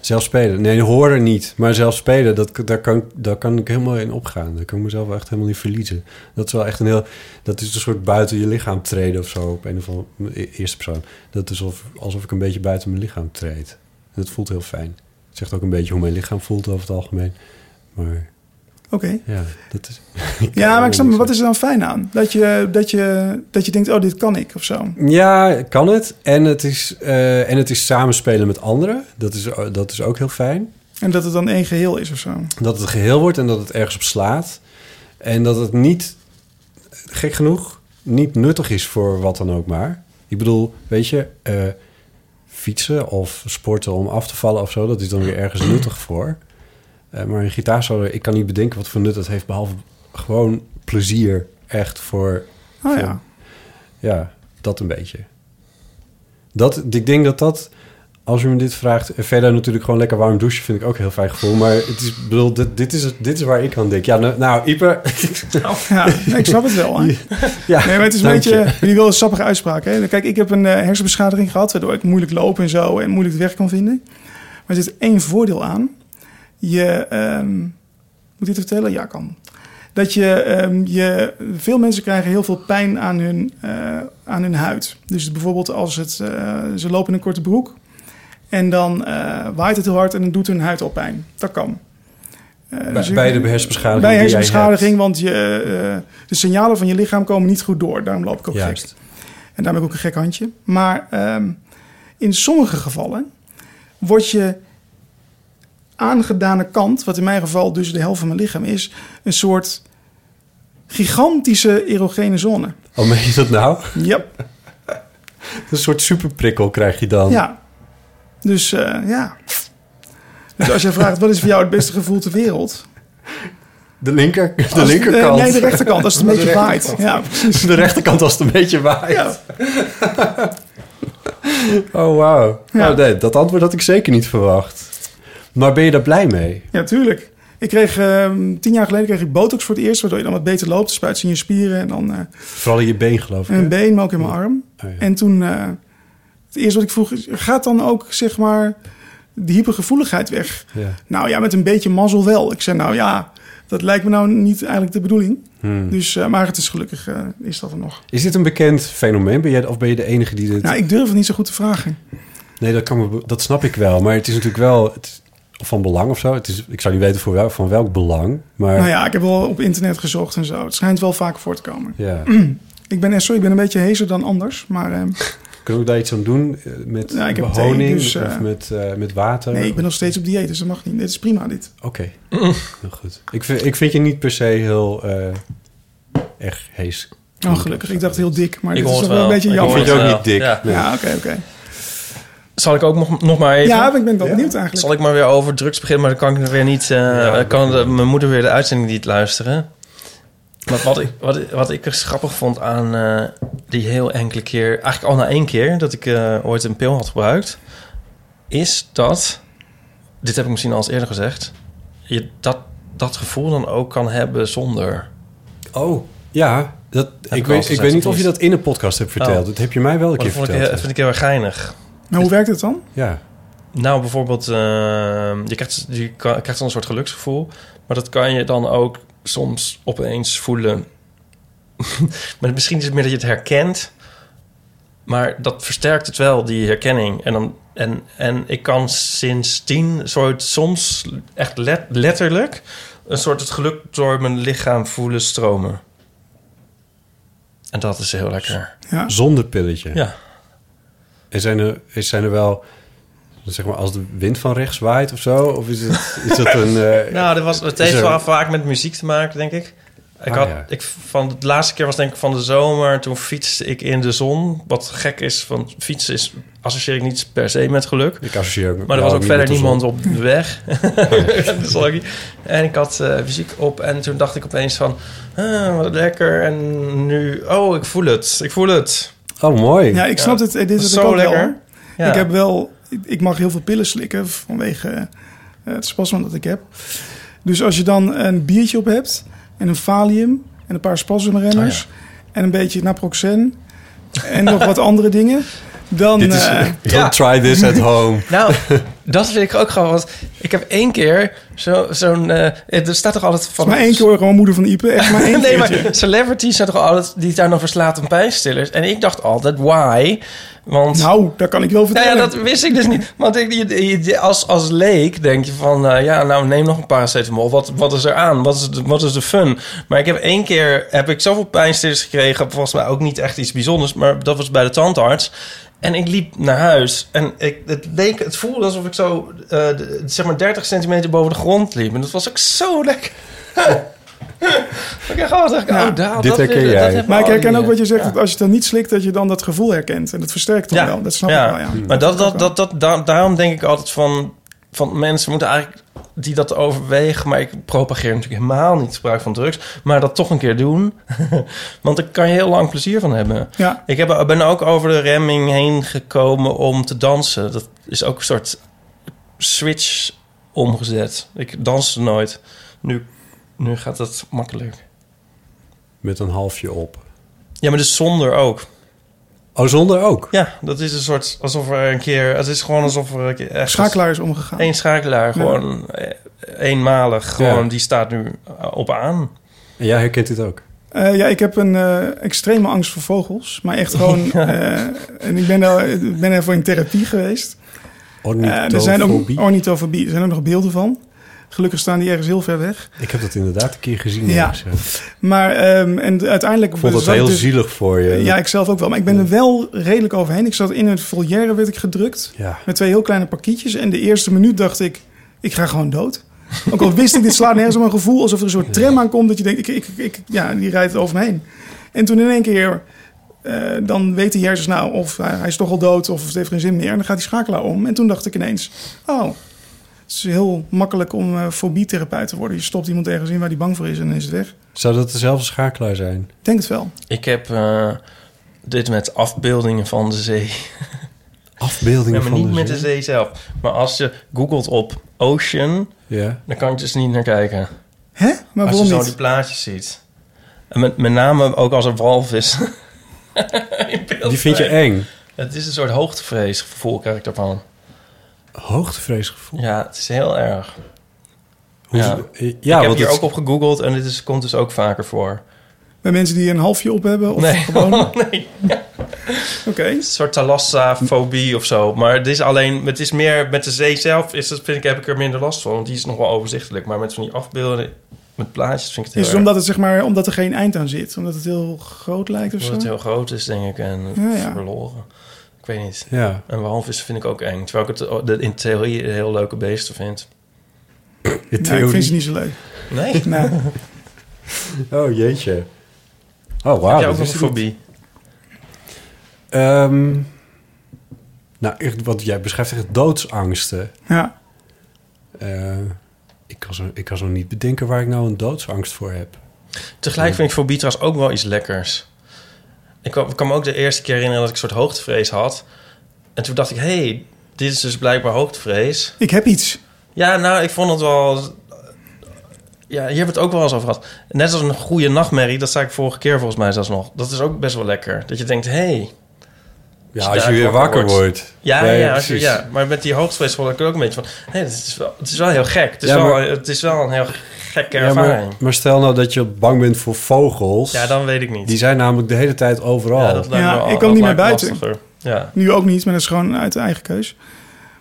S7: Zelf spelen. Nee, hoor er niet. Maar zelf spelen, dat, daar, kan, daar kan ik helemaal in opgaan. Daar kan ik mezelf echt helemaal niet verliezen. Dat is wel echt een heel... Dat is een soort buiten je lichaam treden of zo. Op een of andere e- eerste persoon. Dat is alsof, alsof ik een beetje buiten mijn lichaam treed. En dat voelt heel fijn. Het zegt ook een beetje hoe mijn lichaam voelt over het algemeen. Maar
S6: Oké.
S7: ja, dat is...
S6: Ja, maar ik snap,
S7: me
S6: maar wat is er dan fijn aan? Dat je, dat, je, dat je denkt, oh, dit kan ik of zo.
S7: Ja, kan het. En het is, eh, en het is samenspelen met anderen. Dat is, eh, dat is ook heel fijn.
S6: En dat het dan één geheel is of zo.
S7: dat het geheel wordt en dat het ergens op slaat. En dat het niet, gek genoeg, niet nuttig is voor wat dan ook maar. Ik bedoel, weet je, eh, fietsen of sporten om af te vallen of zo, dat is dan weer ergens nuttig voor. Eh, maar een gitaarsolo, ik kan niet bedenken wat voor nut dat heeft, behalve gewoon plezier echt voor,
S6: Oh
S7: Voor-
S6: ja.
S7: ja, dat een beetje. Dat, ik denk dat dat, als u me dit vraagt... en Verder natuurlijk gewoon lekker warm douchen vind ik ook een heel fijn gevoel. Maar het is, ik bedoel, dit, dit, is, het- dit is waar ik aan denk. Ja, nou, nou Ieper...
S6: ja. nee, ik snap het wel. Hè?
S7: ja,
S6: Nee, maar het is een
S7: dank je.
S6: beetje... Jullie willen een sappige uitspraak, hè? Kijk, ik heb een eh, hersenbeschadiging gehad... waardoor ik moeilijk loop en zo en moeilijk de weg kan vinden. Maar er zit één voordeel aan. Je... ehm, moet ik dit vertellen? Ja, kan. Dat je, ehm, je... Veel mensen krijgen heel veel pijn aan hun, eh, aan hun huid. Dus bijvoorbeeld als het, eh, ze lopen in een korte broek... en dan eh, waait het heel hard en dan doet hun huid al pijn. Dat kan. Eh, dus
S7: Bij,
S6: ik-
S7: bij de hersenbeschadiging
S6: bij
S7: die jij
S6: hersenbeschadiging,
S7: hebt.
S6: want je, eh, de signalen van je lichaam komen niet goed door. Daarom loop ik ook
S7: Juist.
S6: gek. En daarom heb ik ook een gek handje. Maar ehm, in sommige gevallen wordt je aangedane kant, wat in mijn geval dus de helft van mijn lichaam is, een soort gigantische erogene zone.
S7: Oh, meen je dat nou?
S6: Ja,
S7: Een soort superprikkel krijg je dan.
S6: ja. Dus eh, ja. Dus als je vraagt, wat is voor jou het beste gevoel ter wereld?
S7: De, linker, de
S6: Als-
S7: linkerkant.
S6: eh, nee, de rechterkant, als het een beetje waait. Ja, precies.
S7: de rechterkant als het een beetje waait.
S6: Ja.
S7: Oh, wauw.
S6: Ja.
S7: Oh, nee, dat antwoord had ik zeker niet verwacht. Maar ben je daar blij mee?
S6: Ja, tuurlijk. Ik kreeg, ehm, tien jaar geleden kreeg ik botox voor het eerst, waardoor je dan wat beter loopt. Spuit ze in je spieren en dan eh,
S7: Vooral in je been, geloof ik.
S6: in mijn
S7: hè?
S6: been, maar ook in mijn arm.
S7: Oh, ja.
S6: En toen, eh, het eerste wat ik vroeg is, gaat dan ook, zeg maar, die hypergevoeligheid weg?
S7: Ja.
S6: Nou ja, met een beetje mazzel wel. Ik zei, nou ja, dat lijkt me nou niet eigenlijk de bedoeling.
S7: Hmm.
S6: Dus, eh, maar het is gelukkig, eh, is dat er nog.
S7: Is dit een bekend fenomeen? Ben jij, of ben je de enige die dit...
S6: Nou, ik durf het niet zo goed te vragen.
S7: Nee, dat, kan me, be- dat snap ik wel. Maar het is natuurlijk wel het is van belang of zo. Het is, ik zou niet weten voor wel, van welk belang. Maar
S6: Nou ja, ik heb wel op internet gezocht en zo. Het schijnt wel vaak voor te komen.
S7: ja.
S6: Ik ben, eh, sorry, ik ben een beetje hezer dan anders, maar... ehm,
S7: Kunnen we daar iets aan doen? Eh, Met
S6: Ja, ik heb thee,
S7: honing
S6: dus, eh,
S7: of met, eh, met water?
S6: Nee, ik ben nog steeds op dieet, dus dat mag niet. Dit is prima, dit.
S7: Oké, heel goed. Ik vind, ik vind je niet per se heel eh erg hees.
S6: Oh, gelukkig. Ik dacht heel dik, maar
S8: Ik
S6: dit
S8: hoor
S6: is
S8: het
S6: toch wel een
S8: wel.
S6: beetje
S8: Ik
S7: Ik
S8: hoor
S6: jammer.
S7: vind je
S8: het
S7: ook
S8: wel.
S7: niet dik.
S8: Ja.
S7: Nee.
S6: Ja, oké, oké.
S8: Zal ik ook nog, nog maar even...
S6: Ja, ik ben wel benieuwd eigenlijk.
S8: Zal ik maar weer over drugs beginnen, maar dan kan ik weer niet... eh, kan de- mijn moeder weer de uitzending niet luisteren. Wat, wat, ik, wat, ik- wat ik er grappig vond aan eh, die heel enkele keer... Eigenlijk al na één keer dat ik eh, ooit een pil had gebruikt... is dat... Dit heb ik misschien al eens eerder gezegd. Je dat, dat gevoel dan ook kan hebben zonder...
S7: Oh, ja. Dat,
S8: ik
S7: ik
S8: al
S7: weet, ik
S8: gezegd,
S7: weet niet
S8: of
S7: of je
S8: niet?
S7: dat in een podcast hebt verteld.
S8: Oh.
S7: Dat heb je mij wel een keer
S8: Maar dat vond ik,
S7: verteld.
S8: heel- vind ik heel erg geinig.
S6: Maar hoe werkt het dan?
S7: Ja.
S8: Nou, bijvoorbeeld, ehm, je, krijgt, je ka- krijgt dan een soort geluksgevoel. Maar dat kan je dan ook soms opeens voelen. maar misschien is het meer dat je het herkent. Maar dat versterkt het wel, die herkenning. En, dan, en, en ik kan sindsdien soort, soms echt let- letterlijk... een soort het geluk door mijn lichaam voelen stromen. En dat is heel lekker.
S7: Zonder pilletje.
S8: Ja.
S7: En zijn er, is- zijn er wel, zeg maar, als de wind van rechts waait of zo? Of is, het, is dat een... eh,
S8: Nou, dat was, het
S7: is
S8: heeft
S7: er-
S8: wel vaak met muziek te maken, denk ik. Ik
S7: Ah,
S8: had,
S7: ja.
S8: ik, van de laatste keer was denk ik van de zomer. Toen fietste ik in de zon. Wat gek is, van fietsen is, associeer ik niet per se met geluk.
S7: Ik associeer ook
S8: Maar er was ook verder niemand
S7: op.
S8: op de weg. Dat is wel leuk. en ik had eh, muziek op en toen dacht ik opeens van... ah, wat lekker. En nu... Oh, ik voel het. Ik voel het.
S7: Oh, mooi.
S6: Ja, ik snap het. eh, Dit
S8: Dat
S6: is
S8: is
S6: het
S8: zo
S6: ook wel,
S8: lekker.
S6: hoor.
S8: Ja.
S6: Ik heb wel, ik- ik mag heel veel pillen slikken vanwege eh, het spasma dat ik heb. Dus als je dan een biertje op hebt en een valium en een paar spasmremmers
S8: Oh,
S6: en een beetje naproxen en nog wat andere dingen, dan
S7: Dit is,
S6: eh,
S7: don't
S8: ja.
S7: try this at home.
S8: Nou, dat vind ik ook gewoon. Want ik heb één keer zo- zo'n... eh, er staat toch altijd van...
S6: maar één keer hoor, gewoon moeder van Ipe, echt maar één
S8: nee,
S6: keertje.
S8: maar celebrities zijn toch altijd die daar nog verslaat aan pijnstillers. En ik dacht altijd, why? Want.
S6: Nou, daar kan ik wel
S8: nou
S6: vertellen.
S8: ja, dat wist ik dus niet. Want ik, je- je- als, als leek denk je van... eh, ja, nou, neem nog een paracetamol. Wat, wat is er aan? Wat is, de, wat is de fun? Maar ik heb één keer... heb ik zoveel pijnstillers gekregen. Volgens mij ook niet echt iets bijzonders. Maar dat was bij de tandarts. En ik liep naar huis. En ik, het, leek, het voelde alsof ik zo... eh, de- zeg maar 30 centimeter boven de grond liep. En dat was ook zo lekker. ik dacht, oh, dacht ik,
S6: Ja,
S8: oh, daar,
S7: dit
S8: dat,
S7: herken
S8: dat Oh,
S7: jij.
S8: hebben we
S6: Maar ik
S8: al
S6: herken
S8: hier.
S6: ook wat je zegt, dat als je het dan niet slikt, dat je dan dat gevoel herkent. En dat versterkt dan wel, dat snap ik wel, ja.
S8: Maar dat, dat, dat, dat, da- daarom denk ik altijd van, van mensen moeten eigenlijk die dat overwegen, maar ik propageer natuurlijk helemaal niet het gebruik van drugs, maar dat toch een keer doen, want daar kan je heel lang plezier van hebben.
S6: Ja,
S8: Ik heb, ben ook over de remming heen gekomen om te dansen. Dat is ook een soort switch omgezet. Ik danste nooit. Nu, nu gaat dat makkelijk.
S7: Met een halfje op.
S8: Ja, maar dus zonder ook.
S7: Oh, zonder ook?
S8: Ja, dat is een soort alsof er een keer. Het is gewoon alsof er een keer echt
S6: schakelaar is omgegaan.
S8: één schakelaar, gewoon eh, eenmalig,
S7: Ja.
S8: gewoon die staat nu eh, op aan.
S7: En jij herkent dit ook?
S6: Eh, ja, ik heb een eh, extreme angst voor vogels. Maar echt gewoon... eh, en ik ben, daar, ik ben daarvoor in therapie geweest. Eh, er zijn ook
S7: Ornithofobie.
S6: ornithofobie. Er zijn ook nog beelden van. Gelukkig staan die ergens heel ver weg.
S7: Ik heb dat inderdaad een keer gezien.
S6: Ja.
S7: ergens, Ik
S6: Maar ehm, en uiteindelijk...
S7: vond dat
S6: zat ik
S7: heel
S6: dus-
S7: zielig voor je.
S6: Ja, ik zelf ook wel. Maar ik ben er wel redelijk overheen. Ik zat in een volière, werd ik gedrukt.
S7: Ja.
S6: Met twee heel kleine parkietjes. En de eerste minuut dacht ik, ik ga gewoon dood. Ook al wist ik, dit slaat nergens op een gevoel alsof er een soort tram aankomt. Dat je denkt, ik, ik, ik, ja, die rijdt over me heen. En toen in één keer, eh, dan weet die hersens nou of hij, hij is toch al dood of het heeft geen zin meer. En dan gaat die schakelaar om. En toen dacht ik ineens, oh, het is heel makkelijk om eh fobietherapeut te worden. Je stopt iemand ergens in waar die bang voor is en dan is het weg. Ik
S7: Zou dat dezelfde schakelaar zijn?
S6: denk het wel.
S8: Ik heb eh, dit met afbeeldingen van de zee.
S7: Afbeeldingen
S8: Ja, maar
S7: van
S8: niet
S7: de
S8: met
S7: zee.
S8: de zee zelf. Maar als je googelt op ocean,
S7: Ja.
S8: dan kan je dus niet naar kijken.
S6: Hè? Maar
S8: als je
S6: waarom
S8: zo
S6: niet?
S8: die plaatjes ziet. En met, met name ook als er walvis. in beeld
S7: Die vind je
S8: zijn.
S7: eng.
S8: Het is een soort hoogtevreesgevoel, krijg ik daarvan.
S7: Hoogtevreesgevoel.
S8: Ja, het is heel erg.
S7: Hoe-
S8: Ja.
S7: eh,
S8: Ja, ik heb
S7: want
S8: hier
S7: het-
S8: ook op gegoogeld en dit is, komt dus ook vaker voor.
S6: Bij mensen die een halfje op hebben? Of
S8: Nee.
S6: gewoon? Oké.
S8: nee. Een soort thalassafobie of zo. Maar het is alleen, het is meer met de zee zelf, is, dat vind ik, heb ik er minder last van. Want die is nog wel overzichtelijk. Maar met van die afbeelden, met plaatjes, vind ik het
S6: Is
S8: heel
S6: het Dus omdat, het, zeg maar, omdat er geen eind aan zit? Omdat het heel groot lijkt of
S8: erg,
S6: zo?
S8: omdat het heel groot is, denk ik. En
S6: Ja, ja.
S8: verloren. Ik weet niet.
S7: Ja.
S8: En walvissen vind ik ook eng. Terwijl ik het oh, de- in theorie heel leuke beesten vind.
S7: In
S6: Nee, ik
S7: theorie.
S6: vind ze niet zo leuk.
S8: Nee, heb
S6: Nou,
S7: Oh, jeetje. Oh, wauw.
S8: jij
S7: dat
S8: ook nog
S7: wist
S8: een
S7: ik niet.
S8: fobie?
S7: Ehm, nou, echt, want jij beschrijft echt doodsangsten.
S6: ja.
S7: Eh, ik, kan zo, ik kan zo niet bedenken waar ik nou een doodsangst voor heb.
S8: Tegelijk vind ik fobie trouwens ook wel iets lekkers. Ik kan, ik kan me ook de eerste keer herinneren dat ik een soort hoogtevrees had. En toen dacht ik, hé, hey, dit is dus blijkbaar hoogtevrees.
S6: Ik heb iets.
S8: Ja, nou, ik vond het wel... Ja, hier hebben we het ook wel eens over gehad. Net als een goede nachtmerrie, dat zei ik vorige keer volgens mij zelfs nog. Dat is ook best wel lekker. Dat je denkt, hé... Hey,
S7: Ja, als je weer wakker wordt.
S8: Ja,
S7: Nee,
S8: ja, als je,
S7: precies.
S8: ja, maar met die hoogtevrees vond ik het ook een beetje van... Nee, het is wel, het is wel heel gek. Het is,
S7: Ja,
S8: wel,
S7: maar-
S8: het is wel een heel gekke
S7: Ja, maar,
S8: ervaring.
S7: maar stel nou dat je bang bent voor vogels.
S8: Ja, dan weet ik niet.
S7: Die zijn namelijk de hele tijd overal.
S8: Ja, dat lijkt
S6: Ja,
S8: me wel-
S6: ik kan
S8: dat
S6: niet meer
S8: lijkt
S6: buiten.
S8: me lastiger. Ja.
S6: Nu ook niet, maar dat is gewoon uit de eigen keus.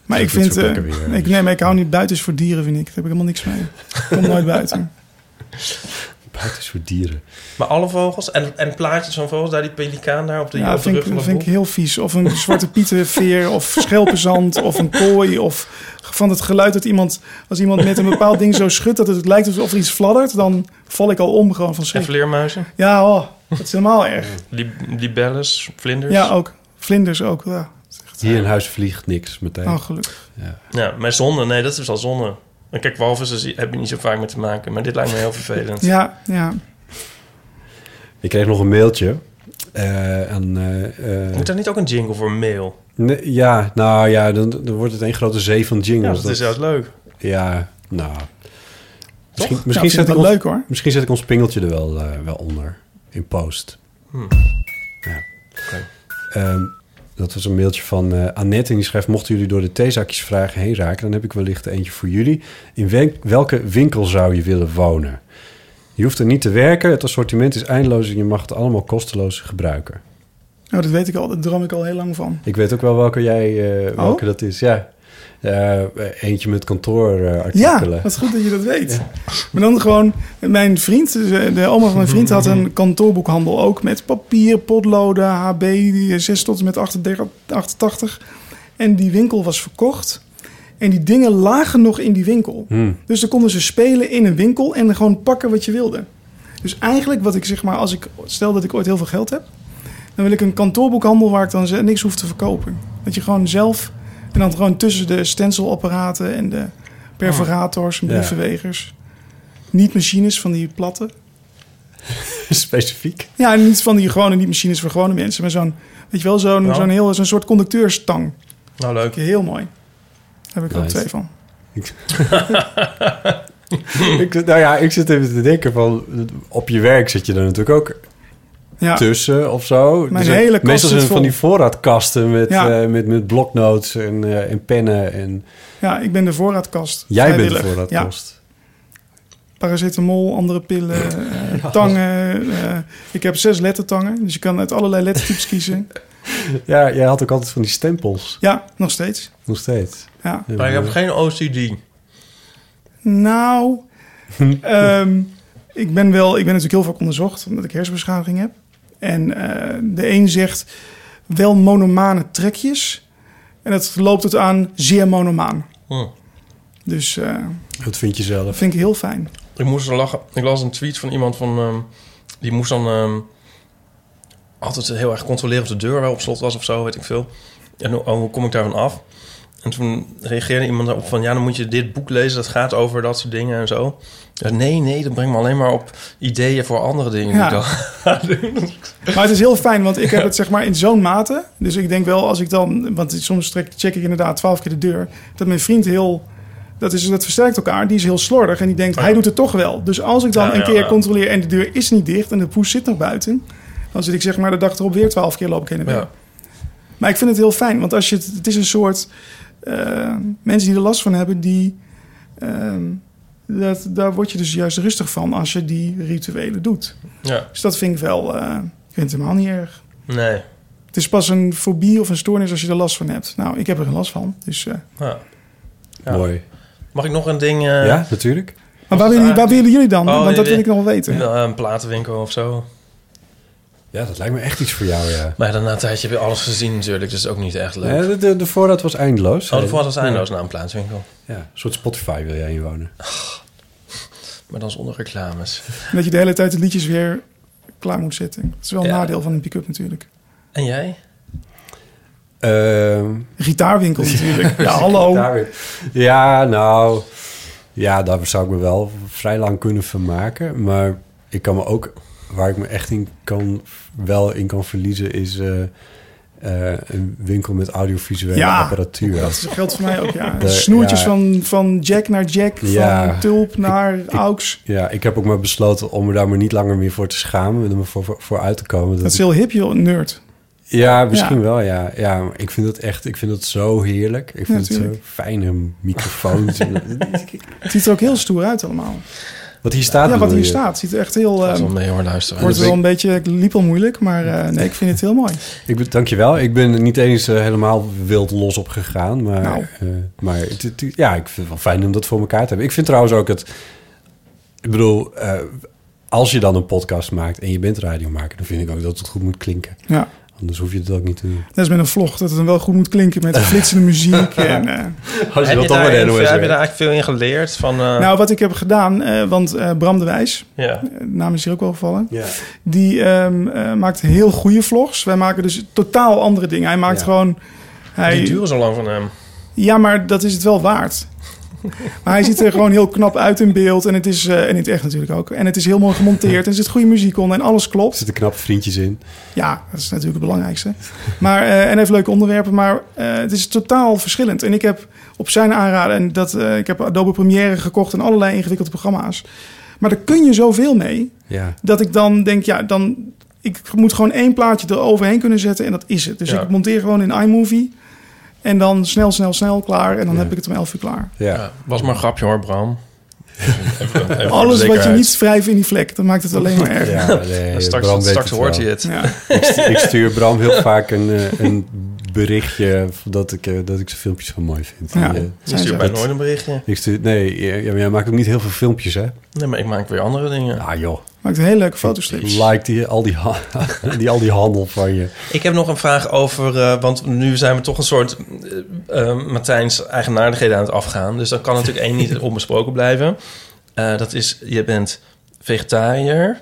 S6: Maar
S7: Het
S6: ik
S7: is ook niet
S6: vind...
S7: zo
S6: eh,
S7: lekker weer. dus-
S6: ik, nee, maar ik hou niet buiten is voor dieren, vind ik. Daar heb ik helemaal niks mee. Ik kom nooit buiten.
S7: Buiten is voor dieren.
S8: Maar alle vogels en, en plaatjes van vogels, daar die pelikaan daar op de,
S6: Ja,
S8: op de
S6: vind
S8: rug
S6: ik,
S8: van dat
S6: vind ik
S8: boek.
S6: heel vies. Of een zwarte pietenveer, of schelpenzand, of een kooi. Of van het geluid dat iemand, als iemand met een bepaald ding zo schudt... dat het lijkt alsof er iets fladdert, dan val ik al om gewoon van
S8: En
S6: schrik.
S8: vleermuizen,
S6: Ja, oh, dat is helemaal erg.
S8: lib- libelles, vlinders.
S6: Ja, ook. Vlinders ook, ja.
S7: Hier in huis vliegt niks meteen.
S6: Oh, gelukkig.
S8: Ja, maar zonne, nee, dat is al zonne. En kijk, walvissen zie- heb je niet zo vaak mee te maken, maar dit lijkt me heel vervelend.
S6: Ja, ja.
S7: Ik kreeg nog een mailtje. eh, aan, eh, eh,
S8: Moet daar niet ook een jingle voor mail?
S7: nee, ja, nou ja, dan, dan wordt het een grote zee van
S8: Ja,
S7: jingles.
S8: dat is juist leuk.
S7: Ja, nou. Misschien,
S6: Misschien
S7: misschien,
S6: ja,
S7: zet
S6: dat
S7: ik ons,
S6: leuk hoor.
S7: misschien zet ik ons pingeltje er wel, eh, wel onder. In post.
S8: Hm.
S7: Ja.
S8: Oké.
S7: Ehm, dat was een mailtje van eh Annette. En die schrijft... mochten jullie door de theezakjesvragen heen raken... dan heb ik wellicht eentje voor jullie. In wen- welke winkel zou je willen wonen? Je hoeft er niet te werken. Het assortiment is eindeloos... en je mag het allemaal kosteloos gebruiken.
S6: Nou, dat weet ik al. Daar droom ik al heel lang van.
S7: Ik weet ook wel welke jij...
S6: Oh?
S7: eh, welke dat is, ja. Eh, eentje met
S6: Ja,
S7: kantoorartikelen.
S6: dat is goed dat je dat weet. Maar dan gewoon, mijn vriend, dus, eh, de oma van mijn vriend had een kantoorboekhandel ook met papier, potloden, HB, die 6 tot en met 38, 88. En die winkel was verkocht. En die dingen lagen nog in die winkel. Dus dan konden ze spelen in een winkel en gewoon pakken wat je wilde. Dus eigenlijk wat ik zeg maar, als ik stel dat ik ooit heel veel geld heb, dan wil ik een kantoorboekhandel waar ik dan ze- niks hoef te verkopen. Dat je gewoon zelf en dan gewoon tussen de stencilapparaten en de perforators en
S7: Ah, Ja.
S6: brievenwegers. Niet machines van die platte.
S7: Specifiek.
S6: Ja, en niet van die gewone niet machines voor gewone mensen, maar zo'n weet je wel zo'n
S8: Ja.
S6: zo'n heel zo'n soort conducteurstang.
S8: Nou, leuk.
S6: Heel mooi. Daar heb ik ook
S7: Nice.
S6: twee van.
S7: ik, nou ja, ik zit even te denken van... op je werk zit je er natuurlijk ook
S6: Ja.
S7: tussen of zo.
S6: Mijn
S7: zijn-
S6: hele kast
S7: meestal
S6: zit
S7: zijn het van
S6: vol.
S7: die voorraadkasten met,
S6: Ja.
S7: eh, met, met bloknotes en, eh, en pennen. En
S6: ja, ik ben de voorraadkast.
S7: jij bent de
S6: Vrijwillig. Ja.
S7: voorraadkast.
S6: paracetamol, andere pillen, eh, tangen. eh, ik heb zes lettertangen, dus je kan uit allerlei lettertypes kiezen.
S7: Ja. jij had ook altijd van die stempels.
S6: Ja, nog steeds.
S7: Nog steeds.
S6: Ja.
S8: Maar ik heb geen OCD.
S6: Nou, ehm, ik, ben wel, ik ben natuurlijk heel vaak onderzocht, omdat ik hersenbeschadiging heb. En eh, de een zegt wel monomane trekjes. En dat loopt het aan zeer monomaan.
S8: Hm.
S6: Dus eh,
S7: Dat vind je
S6: dat
S7: zelf.
S6: vind ik heel fijn.
S8: Ik moest er lachen. Ik las een tweet van iemand van... ehm, die moest dan ehm, altijd heel erg controleren of de deur wel op slot was of zo, weet ik veel. En hoe, hoe kom ik daarvan af? En toen reageerde iemand daarop van... ja, dan moet je dit boek lezen, dat gaat over dat soort dingen en zo. Ja, nee, nee, dat brengt me alleen maar op ideeën voor andere dingen.
S6: Ja.
S8: Die ik dan ga doen.
S6: Maar het is heel fijn, want ik heb het zeg maar in zo'n mate. Dus ik denk wel als ik dan, want soms trek- check ik inderdaad twaalf keer de deur. Dat mijn vriend heel, dat, is, dat versterkt elkaar. Die is heel slordig en die denkt,
S8: Oh ja.
S6: hij doet het toch wel. Dus als ik dan
S8: Ja,
S6: een
S8: ja,
S6: keer
S8: ja.
S6: controleer en de deur is niet dicht en de poes zit nog buiten. Dan zit ik zeg maar de dag erop weer twaalf keer loop ik heen en weer.
S8: ja.
S6: Maar ik vind het heel fijn, want als je het, het is een soort eh, mensen die er last van hebben, die ehm, dat, daar word je dus juist rustig van als je die rituelen doet.
S8: ja,
S6: Dus dat vind ik wel, eh, ik vind het helemaal niet erg.
S8: nee.
S6: Het is pas een fobie of een stoornis als je er last van hebt. Nou, ik heb er geen last van. Dus, eh.
S8: Ja. Ja.
S7: Mooi.
S8: Mag ik nog een ding... eh,
S7: ja, natuurlijk.
S6: Maar waar willen, waar willen jullie dan?
S8: Oh,
S6: Want dat
S8: jullie-
S6: wil ik nog wel weten.
S8: ja, Een eh, platenwinkel of zo.
S7: Ja, dat lijkt me echt iets voor jou, ja.
S8: Maar daarna een tijdje heb je alles gezien natuurlijk. Dus dat is ook niet echt leuk.
S7: Nee, de, de, de voorraad was eindeloos.
S8: Oh, dat was eindeloos na een plaatswinkel.
S7: Ja, een soort Spotify wil jij inwonen.
S8: Maar dan zonder reclames.
S6: En Dat je de hele tijd de liedjes weer klaar moet zetten. Dat is wel een
S8: Ja.
S6: nadeel van een pick-up natuurlijk.
S8: En jij?
S7: Ehm
S6: Gitaarwinkel natuurlijk. Ja, hallo.
S7: Daar weer. Ja, nou. Ja, daar zou ik me wel vrij lang kunnen vermaken. Maar ik kan me ook, waar ik me echt in kan, wel in kan verliezen, is eh, eh, een winkel met audiovisuele
S6: Ja.
S7: apparatuur.
S6: Dat geldt voor mij ook, ja.
S7: De-
S6: Snoertjes
S7: ja.
S6: Van, van Jack naar Jack, van
S7: Ja.
S6: Tulp naar Aux.
S7: Ja, ik heb ook maar besloten om me daar maar niet langer meer voor te schamen en er maar voor, voor, voor uit te komen. Dat
S6: Dat is
S7: ik-
S6: heel hip, joh, een nerd.
S7: ja, misschien
S6: Ja.
S7: wel, ja. ja maar ik vind dat echt, ik vind dat zo heerlijk. Ik vind het zo
S6: tuurlijk.
S7: fijne microfoons. en-
S6: Het ziet er ook heel stoer uit allemaal.
S7: wat hier staat.
S6: ja, wat
S7: bedoel
S6: hier
S7: je?
S6: staat, ziet er echt heel...
S8: Pas
S6: ehm,
S8: om nee hoor, luisteren.
S6: wordt wel een beetje, ik liep al moeilijk, maar eh, nee, ik vind het heel mooi.
S7: Ik ben, dankjewel. Ik ben er niet eens eh, helemaal wild los op gegaan. Maar,
S6: Nou.
S7: eh, maar het- het- ja, ik vind het wel fijn om dat voor elkaar te hebben. Ik vind trouwens ook het... Ik bedoel, eh, als je dan een podcast maakt en je bent radiomaker... dan vind ik ook dat het goed moet klinken.
S6: Ja.
S7: Anders hoef je het ook niet te doen.
S6: Net als met een vlog, dat het dan wel goed moet klinken met flitsende muziek. En, eh,
S7: Als
S8: Heb je,
S7: dan
S8: daar, heb je daar eigenlijk veel in geleerd? Van, eh,
S6: nou, wat ik heb gedaan, eh, want eh, Bram de Wijs,
S8: ja.
S6: eh, naam is hier ook wel gevallen,
S7: Ja.
S6: die ehm, eh, maakt heel goede vlogs. Wij maken dus totaal andere dingen. Hij maakt
S7: Ja.
S6: gewoon... Hij,
S8: Die duren zo lang van hem.
S6: Ja, maar dat is het wel waard. Maar hij ziet er gewoon heel knap uit in beeld. En het is, eh, en in het echt natuurlijk ook. En het is heel mooi gemonteerd. En er zit goede muziek onder. En alles
S7: Er
S6: klopt.
S7: zitten knappe vriendjes in.
S6: Ja, dat is natuurlijk het belangrijkste. Maar, eh, en hij heeft leuke onderwerpen. Maar eh, het is totaal verschillend. En ik heb op zijn aanraden. En dat, eh, ik heb Adobe Premiere gekocht. En allerlei ingewikkelde programma's. Maar daar kun je zoveel mee.
S7: Ja.
S6: Dat ik dan denk, ja, dan. Ik moet gewoon één plaatje eroverheen kunnen zetten. En dat is het. Dus
S8: Ja.
S6: ik monteer gewoon in iMovie. En dan snel, snel, snel klaar. En dan
S7: Ja.
S6: heb ik het om 11 uur klaar.
S7: Ja.
S8: Ja, was maar een grapje hoor, Bram. Even- even voor de
S6: Alles wat je
S8: zekerheid.
S6: niet wrijft in die vlek, dat maakt het alleen maar erger. Ja.
S7: Ja, nee,
S8: Ja, straks
S7: Bram weet
S8: straks
S7: het
S8: hoort
S7: wel.
S8: hij het.
S7: Ik, stu- ik stuur Bram heel vaak een, eh, een berichtje dat ik, eh, dat ik zijn filmpjes van mooi vind.
S6: Ja.
S7: Die, eh,
S8: Je
S6: Zijn ze.
S8: stuurt mij nooit een berichtje.
S7: Ik stuur, nee, ja, maar jij maakt ook niet heel veel filmpjes, hè?
S8: Nee, maar ik maak weer andere dingen.
S7: Ah joh,
S6: Maakt een hele leuke
S7: ik
S6: fotostrips.
S7: like die, al, die, ha- die, al die handel van je.
S8: Ik heb nog een vraag over, eh, want nu zijn we toch een soort eh eh, Martijns eigenaardigheden aan het afgaan. Dus dan kan natuurlijk één niet onbesproken blijven. Eh, dat is, je bent vegetariër.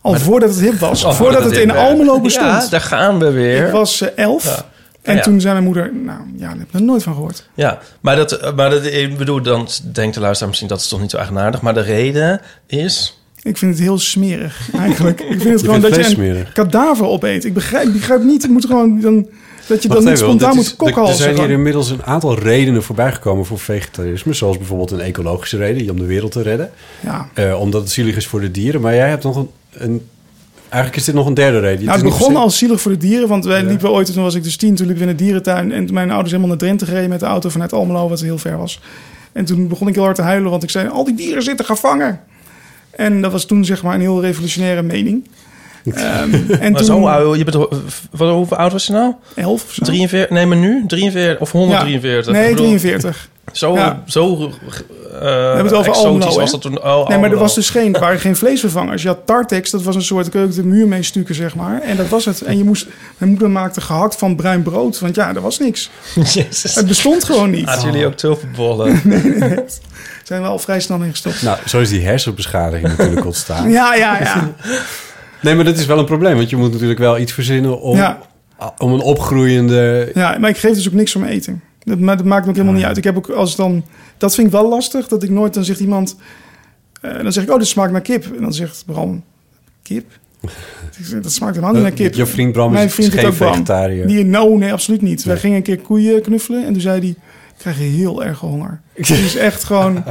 S6: Al voordat het hip was.
S8: Al
S6: voordat het in
S8: werd.
S6: Almelo
S8: Ja,
S6: Oh, bestond.
S8: daar gaan we weer.
S6: ik was eh, elf.
S8: Ja.
S6: En
S8: Ja.
S6: toen zei mijn moeder, nou ja, daar heb ik nog nooit van gehoord.
S8: Ja, maar dat, maar dat, ik bedoel, dan denkt de luisteraar misschien dat is toch niet zo eigenaardig. Maar de reden is,
S6: Ik vind het heel smerig eigenlijk. Ik vind het
S7: Je
S6: gewoon
S7: vindt
S6: dat
S7: vlees
S6: je een
S7: smerig.
S6: kadaver opeet. Ik begrijp, ik begrijp niet, ik moet gewoon dan, dat je dan niet
S7: want dit
S6: spontaan
S7: is-
S6: moet
S7: er- Er
S6: kokhalzen.
S7: zijn hier
S6: gewoon.
S7: inmiddels een aantal redenen voorbijgekomen voor vegetarisme. Zoals bijvoorbeeld een ecologische reden, om de wereld te redden.
S6: Ja. Nou,
S7: Eh, omdat het zielig is voor de dieren. Maar jij hebt nog een... een- eigenlijk is dit nog een derde reden.
S6: Nou,
S7: is
S6: het
S7: niet
S6: begon
S7: per se-
S6: als zielig voor de dieren, want wij
S7: Ja.
S6: liepen ooit, toen was ik dus tien, toen liepen we in de dierentuin en toen mijn ouders helemaal naar Drenthe gereden met de auto vanuit Almelo, wat heel ver was. En toen begon ik heel hard te huilen, want ik zei, al die dieren zitten gevangen. En dat was toen zeg maar een heel revolutionaire mening. Ehm, en
S8: maar
S6: toen,
S8: zo oud, je bent, wat, hoe oud was je nou?
S6: elf of zo.
S8: 43, nee, maar nu? 43 of
S6: Ja.
S8: 143?
S6: Nee,
S8: Ik bedoel,
S6: 43.
S8: Zo,
S6: Ja.
S8: zo eh,
S6: het over
S8: exotisch
S6: Almelo, hè?
S8: was dat toen. Oh,
S6: Nee, maar er
S8: Almelo.
S6: was dus geen, er waren geen vleesvervangers. Je had Tartex, dat was een soort, daar kun je ook de muur mee stukken, zeg maar. En dat was het. En je moest, mijn moeder maakte gehakt van bruin brood, want ja, er was niks.
S8: Jezus.
S6: Het bestond gewoon niet.
S8: Hadden jullie ook tulpenbollen?
S6: Zijn we al vrij snel in gestopt.
S7: Nou, zo is die hersenbeschadiging natuurlijk ontstaan.
S6: Ja, ja, ja.
S7: Nee, maar dat is wel een probleem. Want je moet natuurlijk wel iets verzinnen om,
S6: Ja.
S7: om een opgroeiende...
S6: Ja, maar ik geef dus ook niks om eten. Dat, ma- dat maakt me ook helemaal niet
S7: Ah.
S6: uit. Ik heb ook als dan. Dat vind ik wel lastig. Dat ik nooit. Dan zegt iemand. eh, dan zeg ik, oh, dit smaakt naar kip. En dan zegt Bram, kip? Ik zeg, dat smaakt helemaal niet naar kip.
S7: Eh, Je vriend Bram is-
S6: Mijn
S7: is
S6: vriend
S7: geen
S6: ook Bram.
S7: vegetariër.
S6: Die, nou, nee, absoluut niet. Wij
S7: Nee.
S6: gingen een keer koeien knuffelen. En toen zei hij, ik krijg heel erg honger. Die is echt gewoon...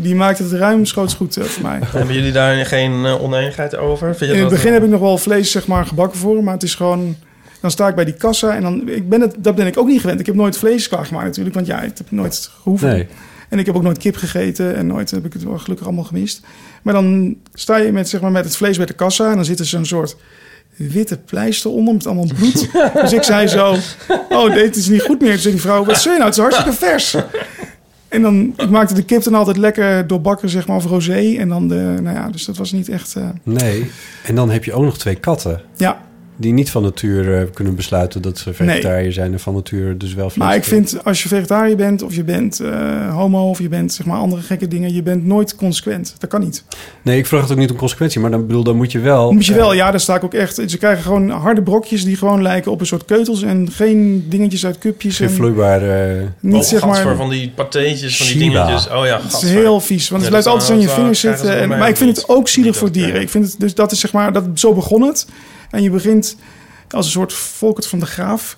S6: Die maakt het ruimschoots goed eh, voor mij.
S8: Hebben jullie daar geen eh, oneenigheid over? Vind je
S6: In het
S8: dat- eh,
S6: begin heb ik nog wel vlees zeg maar, gebakken voor, maar het is gewoon. Dan sta ik bij die kassa en dan. Ik ben het, dat ben ik ook niet gewend. Ik heb nooit vlees klaargemaakt natuurlijk, want ja, ik heb nooit gehoeven.
S7: Nee.
S6: En ik heb ook nooit kip gegeten en nooit heb ik het wel gelukkig allemaal gemist. Maar dan sta je met, zeg maar, met het vlees bij de kassa en dan zit er zo'n soort witte pleister onder met allemaal bloed. dus ik zei zo, oh, dit is niet goed meer. Toen zei die vrouw, wat zei je nou? Het is hartstikke vers. En dan, ik maakte de kip dan altijd lekker doorbakken, zeg maar, of rosé. En dan de, nou ja, dus dat was niet echt, eh,
S7: Nee. En dan heb je ook nog twee katten.
S6: ja.
S7: die niet van nature eh, kunnen besluiten dat ze vegetariër zijn en van nature dus wel vlees
S6: Maar ik
S7: eten.
S6: vind, als je vegetariër bent, of je bent eh, homo, of je bent zeg maar andere gekke dingen, je bent nooit consequent. Dat kan niet.
S7: Nee, ik vraag het ook niet om consequentie, maar dan bedoel, dan moet je wel.
S6: Dan moet je
S7: eh,
S6: wel, ja, daar sta ik ook echt. Ze krijgen gewoon harde brokjes die gewoon lijken op een soort keutels en geen dingetjes uit cupjes.
S7: geen
S6: En
S7: vloeibaar. eh,
S6: niet zeg maar.
S8: Voor van die patéetjes, van die
S7: Shiba.
S8: dingetjes. Oh ja,
S6: Het is heel vies, want het
S8: Ja,
S6: blijft
S8: dat-
S6: altijd aan je
S8: dat-
S6: vingers
S8: krijgen ze
S6: zitten. En,
S8: bij
S6: maar
S8: mij
S6: ik vind
S8: niet.
S6: het ook zielig
S8: Niet
S6: voor
S8: dat,
S6: dieren.
S8: ja.
S6: Ik vind het, dus dat is zeg maar, dat, zo begon het. En je begint als een soort Volkert van de Graaf.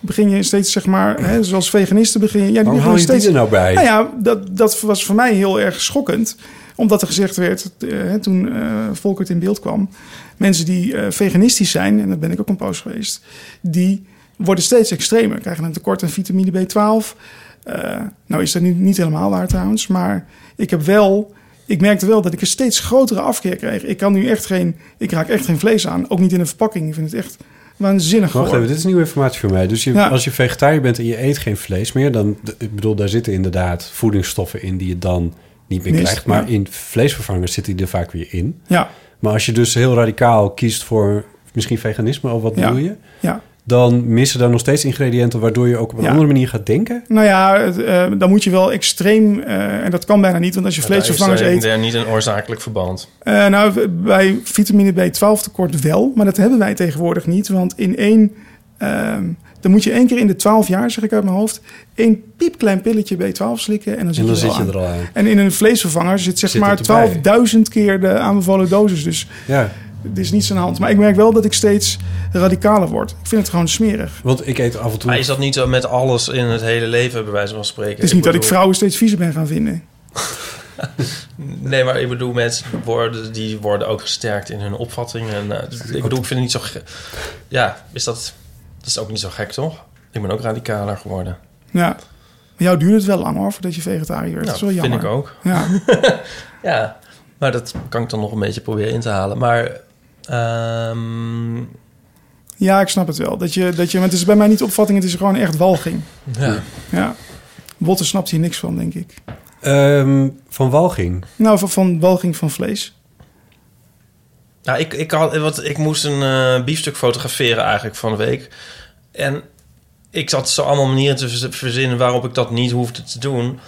S6: Begin je steeds, zeg maar, hè, zoals veganisten begin je. Ja, die
S7: waarom
S6: beginnen
S7: hou je
S6: steeds.
S7: die er nou bij?
S6: Nou ja, dat, dat was voor mij heel erg schokkend. Omdat er gezegd werd, eh, hè, toen eh, Volkert in beeld kwam... mensen die eh, veganistisch zijn, en daar ben ik ook een poos geweest... die worden steeds extremer. Krijgen een tekort aan vitamine B12. Eh, nou is dat nu niet helemaal waar trouwens. Maar ik heb wel... Ik merkte wel dat ik een steeds grotere afkeer kreeg. Ik kan nu echt geen... Ik raak echt geen vlees aan. Ook niet in een verpakking. Ik vind het echt waanzinnig
S7: Wacht even,
S6: geworden.
S7: dit is nieuwe informatie voor mij. Dus je,
S6: Ja.
S7: als je vegetariër bent en je eet geen vlees meer, dan, d- ik bedoel, daar zitten inderdaad voedingsstoffen in die je dan niet meer
S6: Mist,
S7: krijgt. Maar
S6: ja.
S7: in vleesvervangers zitten die er vaak weer in.
S6: Ja,
S7: Maar als je dus heel radicaal kiest voor misschien veganisme of wat
S6: Ja.
S7: bedoel je,
S6: ja.
S7: dan missen daar nog steeds ingrediënten waardoor je ook op een
S6: Ja.
S7: andere manier gaat denken.
S6: Nou ja, het, eh, dan moet je wel extreem, eh, en dat kan bijna niet, want als je vleesvervangers
S7: eh,
S6: eet.
S8: Er niet een oorzakelijk verband.
S6: eh, nou, bij vitamine B12 tekort wel, maar dat hebben wij tegenwoordig niet. Want in één, ehm, dan moet je één keer in de 12 jaar, zeg ik uit mijn hoofd, één piepklein pilletje B12 slikken en dan zit,
S7: En dan
S6: je, er
S7: zit je
S6: al
S7: er
S6: aan.
S7: al aan.
S6: En in een vleesvervanger zit zeg
S7: Zit
S6: maar
S7: het erbij.
S6: 12.000 keer de aanbevolen dosis. Dus
S7: Ja,
S6: het is niets aan de hand. Maar ik merk wel dat ik steeds radicaler word. Ik vind het gewoon smerig.
S7: want ik eet af en toe...
S8: Maar is dat niet zo met alles in het hele leven, bij wijze van spreken?
S6: Het is niet dat ik
S8: bedoel-
S6: vrouwen steeds viezer ben gaan vinden.
S8: Nee, maar ik bedoel, mensen worden, die worden ook gesterkt in hun opvattingen. En, eh, ik bedoel, ik vind het niet zo... ge- Ja, is dat... Dat is ook niet zo gek, toch? Ik ben ook radicaler geworden.
S6: Ja. Maar jou duurde het wel lang hoor, voordat je vegetariër werd.
S8: Nou,
S6: dat is wel jammer.
S8: vind ik ook.
S6: Ja.
S8: Ja, maar dat kan ik dan nog een beetje proberen in te halen. Maar... ehm,
S6: ja, ik snap het wel. Dat je, dat je, maar het is bij mij niet opvatting, het is gewoon echt walging.
S8: ja.
S6: Ja. Botten snapt hier niks van, denk ik.
S7: Ehm, van walging.
S6: Nou, van, van walging van vlees.
S8: Nou, ik, ik, had, wat, ik moest een eh, biefstuk fotograferen eigenlijk van de week. En ik zat zo allemaal manieren te verz- verzinnen waarop ik dat niet hoefde te doen.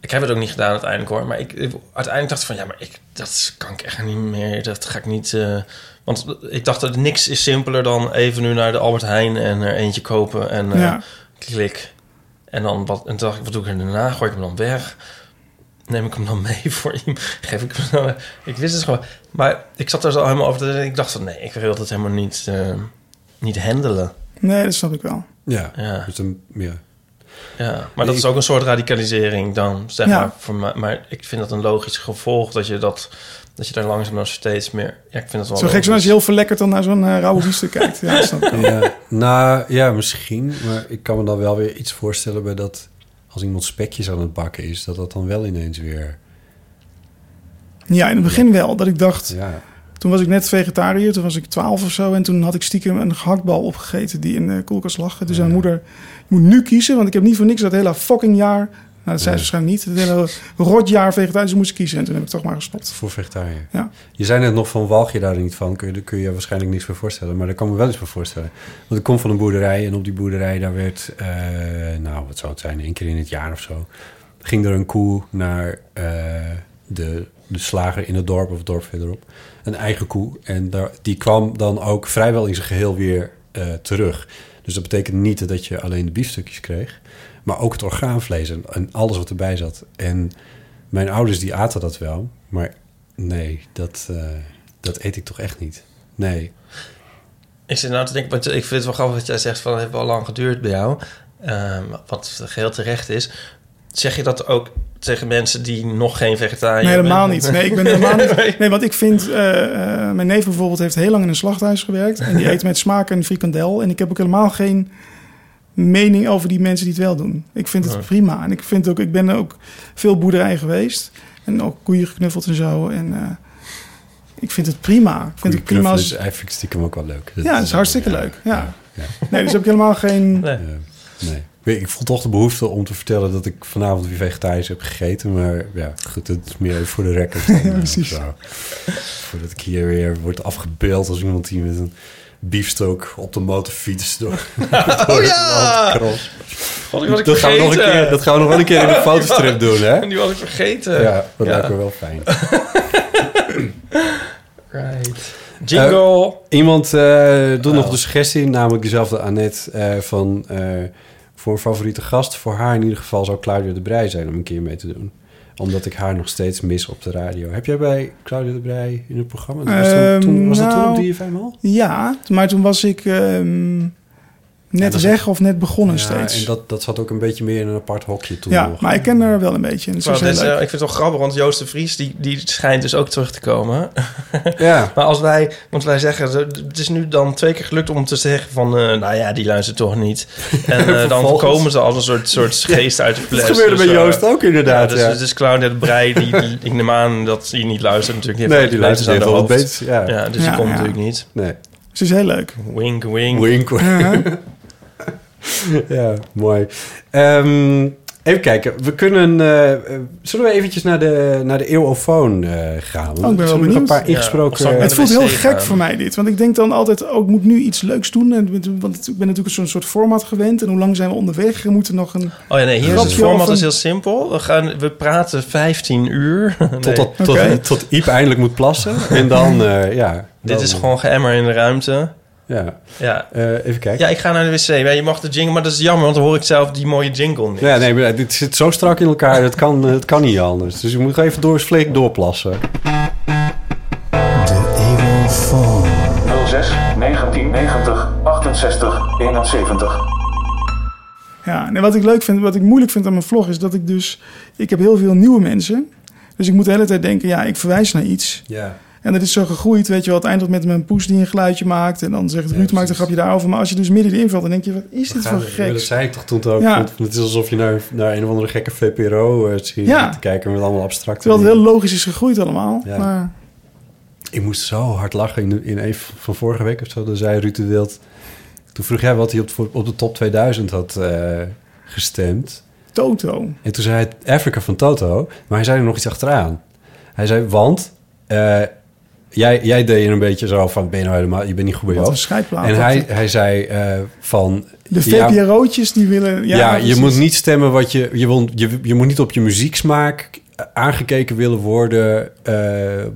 S8: Ik heb het ook niet gedaan uiteindelijk hoor. Maar ik, ik- uiteindelijk dacht ik van ja, maar ik, dat kan ik echt niet meer. Dat ga ik niet. eh, want ik dacht dat niks is simpeler dan even nu naar de Albert Heijn en er eentje kopen en eh,
S6: Ja.
S8: klik. En dan wat, en toen dacht ik, wat doe ik er daarna? Gooi ik hem dan weg? Neem ik hem dan mee voor iemand? Geef ik hem dan weg? Ik wist het gewoon. Maar ik zat er zo helemaal over te denken. Ik dacht van nee, ik wil dat helemaal niet, eh, niet handelen.
S6: Nee, dat snap ik wel.
S7: Ja.
S8: Ja.
S7: Dus dan, ja.
S8: Ja, maar dat
S7: Ik-
S8: is ook een soort radicalisering dan, zeg
S6: Ja.
S8: maar. Voor mij, maar ik vind dat een logisch gevolg dat je dat, dat je daar langzaam dan steeds meer. Ja, ik vind dat wel.
S6: Zo gek zo als je heel verlekkerd dan naar zo'n eh, rauwe biefstuk kijkt. Ja, dat snap ik wel.
S7: Ja, nou ja, misschien. Maar ik kan me dan wel weer iets voorstellen bij dat als iemand spekjes aan het bakken is, dat dat dan wel ineens weer.
S6: Ja, in het begin wel. Dat ik dacht,
S7: Ja,
S6: toen was ik net vegetariër, toen was ik 12 of zo. En toen had ik stiekem een gehaktbal opgegeten die in de koelkast lag. Toen zei mijn moeder, je moet nu kiezen, want ik heb niet voor niks dat hele fucking jaar... Nou, dat zei ze waarschijnlijk niet. Het hele rotjaar vegetarisch, moest ik kiezen. En toen heb ik toch maar gestopt.
S7: voor vegetariër.
S6: Ja.
S7: Je zei net nog van walg je daar niet van. Kun je, daar kun je je waarschijnlijk niks voor voorstellen. Maar daar kan ik me wel iets voor voorstellen. Want ik kom van een boerderij en op die boerderij daar werd, eh, nou wat zou het zijn, één keer in het jaar of zo, ging er een koe naar eh, de, de slager in het dorp of het dorp verderop. Een eigen koe. En daar, die kwam dan ook vrijwel in zijn geheel weer eh, terug. Dus dat betekent niet dat je alleen de biefstukjes kreeg, maar ook het orgaanvlees en, en alles wat erbij zat. En mijn ouders die aten dat wel, maar nee, dat, eh, dat eet ik toch echt niet. Nee.
S8: Ik zit nou te denken, want ik vind het wel grappig dat jij zegt van het heeft wel lang geduurd bij jou. Ehm, wat geheel terecht is. Zeg je dat ook tegen mensen die nog geen
S7: Ah,
S8: vegetariër
S6: Nee, helemaal
S8: zijn?
S6: niet. Nee, ik ben helemaal niet. Nee, want ik vind... eh, eh, mijn neef bijvoorbeeld heeft heel lang in een slachthuis gewerkt. En die eet met smaak een frikandel. En ik heb ook helemaal geen mening over die mensen die het wel doen. Ik vind het
S8: Nee.
S6: prima. En ik, vind ook, ik ben ook veel boerderijen geweest. En ook koeien geknuffeld en zo. En eh, ik vind het prima. Ik vind het prima
S7: Knuffelen is
S6: als...
S7: eigenlijk stiekem ook wel leuk.
S6: Ja, dat is hartstikke leuk. Ja.
S7: ja,
S6: Nee, dus heb ik helemaal geen...
S8: Nee.
S7: eh, nee. weet- ik voel toch de behoefte om te vertellen dat ik vanavond weer vegetarisch heb gegeten. Maar ja, goed, dat is meer even voor de record. dan, eh,
S6: precies.
S7: zo. Voordat ik hier weer word afgebeeld als iemand die met een biefstok op de motorfiets door, door
S8: ja!
S7: het land cross.
S8: God, die was ik
S7: Dat gaan, we nog een
S8: vergeten.
S7: keer, dat gaan we nog wel een keer in de fotostrip doen, hè?
S8: En die was ik vergeten.
S7: Ja, dat lijkt me wel fijn.
S8: Right. Jingle.
S7: Iemand eh, doet
S6: Nou.
S7: nog de suggestie, namelijk dezelfde Annette, eh, van eh, voor een favoriete gast. Voor haar in ieder geval zou Claudia de Brij zijn om een keer mee te doen. Omdat ik haar nog steeds mis op de radio. Heb jij bij Claudia de Brij in het programma? Was, dat,
S6: Ehm,
S7: toen, was dat
S6: nou,
S7: toen op DFM al?
S6: Ja, maar toen was ik ehm, net
S7: dat is-
S6: weg of net begonnen
S7: Ja,
S6: steeds.
S7: en dat, dat zat ook een beetje meer in een apart hokje toen
S6: ja,
S7: nog.
S6: maar ik ken haar wel een beetje. En het is
S8: Terwijl
S6: heel
S8: dit,
S6: leuk.
S8: eh, ik vind het wel grappig, want Joost de Vries die, die schijnt dus ook terug te komen.
S7: Ja,
S8: Maar als wij, want wij zeggen, zo, het is nu dan twee keer gelukt om te zeggen van, eh, nou ja, die luistert toch niet. En eh, dan
S7: Vervolgens.
S8: komen ze als een soort, soort geest uit de fles.
S7: dat gebeurde
S8: Dus,
S7: bij
S8: eh,
S7: Joost ook
S8: Ja,
S7: inderdaad.
S8: dus,
S7: ja.
S8: dus, dus Claudia de Brij, die, die, ik neem aan dat hij niet luistert natuurlijk. heeft
S7: nee,
S8: wat
S7: die
S8: beters
S7: luistert wel
S8: aan
S7: wat
S8: de hoofd.
S7: beter. Ja.
S8: Ja, dus
S6: Ja,
S8: die komt
S6: ja.
S8: natuurlijk niet.
S7: Nee.
S6: Ze is heel leuk.
S8: Wink, wink.
S7: Wink, wink. ja, mooi. Ehm, even kijken. We kunnen... eh, eh, zullen we eventjes naar de, naar de eeuwofoon eh, gaan?
S6: Oh, ben wel
S7: Zullen we nog
S6: benieuwd.
S7: een paar
S8: Ja, of zal
S7: ingesproken...
S8: ik
S6: Het
S8: met-
S7: Ja, ehm,
S8: de
S6: voelt
S8: wc
S6: heel gek
S8: gaan.
S6: voor mij dit. Want ik denk dan altijd, oh, ik moet nu iets leuks doen. En, want ik ben natuurlijk zo'n soort format gewend. En hoe lang zijn we onderweg? We moeten nog een...
S8: Oh ja, nee, hier is het
S6: Grapje of
S8: format
S6: een-
S8: is heel simpel. We, gaan, we praten 15 uur. Nee,
S7: tot, tot, tot,
S6: Oké.
S7: tot Iep eindelijk moet plassen. En dan, eh, ja...
S8: Dit
S7: dan-
S8: is gewoon geëmmer in de ruimte.
S7: Ja.
S8: Ja.
S7: Eh, even kijken.
S8: ja, ik ga naar de wc. Ja, je mag de jingle, maar dat is jammer, want dan hoor ik zelf die mooie jingle niet.
S7: Ja, nee, maar dit zit zo strak in elkaar, het kan, het kan niet anders. Dus ik moet gewoon even door flink doorplassen.
S9: 06 1990 68 71.
S6: Ja, en wat ik leuk vind, wat ik moeilijk vind aan mijn vlog... is dat ik dus... Ik heb heel veel nieuwe mensen. Dus ik moet de hele tijd denken, ja, ik verwijs naar iets.
S7: Ja.
S6: En dat is zo gegroeid, weet je wel. Uiteindelijk met mijn poes die een geluidje maakt. En dan zegt Ruud, maakt een
S7: precies.
S6: grapje daarover. Maar als je dus midden in invalt, dan denk je, wat is dit voor
S7: Ja, dat
S6: geks?
S7: zei ik toch toen ook.
S6: Ja.
S7: want Het is alsof je naar, naar een of andere gekke VPRO eh ziet
S6: Ja.
S7: te kijken met allemaal abstracte
S6: Terwijl het
S7: dingen.
S6: heel logisch is gegroeid allemaal.
S7: Ja.
S6: Maar
S7: Ik moest zo hard lachen in, in een van vorige week of zo. Dan zei Ruud de Wild... Toen vroeg hij wat hij op, op de top 2000 had eh, gestemd.
S6: Toto.
S7: En toen zei hij Afrika van Toto. Maar hij zei er nog iets achteraan. Hij zei, want... eh, jij, jij deed er een beetje zo van... Ben je nou helemaal... Je bent niet goed bij
S6: Wat een
S7: jou.
S6: scheidplaat.
S7: En
S6: Dat-
S7: hij, hij zei eh, van...
S6: De
S7: ja,
S6: VPRO'tjes die willen... Ja,
S7: Ja, je
S6: precies.
S7: moet niet stemmen wat je, je wil. Je, je moet niet op je muzieksmaak aangekeken willen worden eh,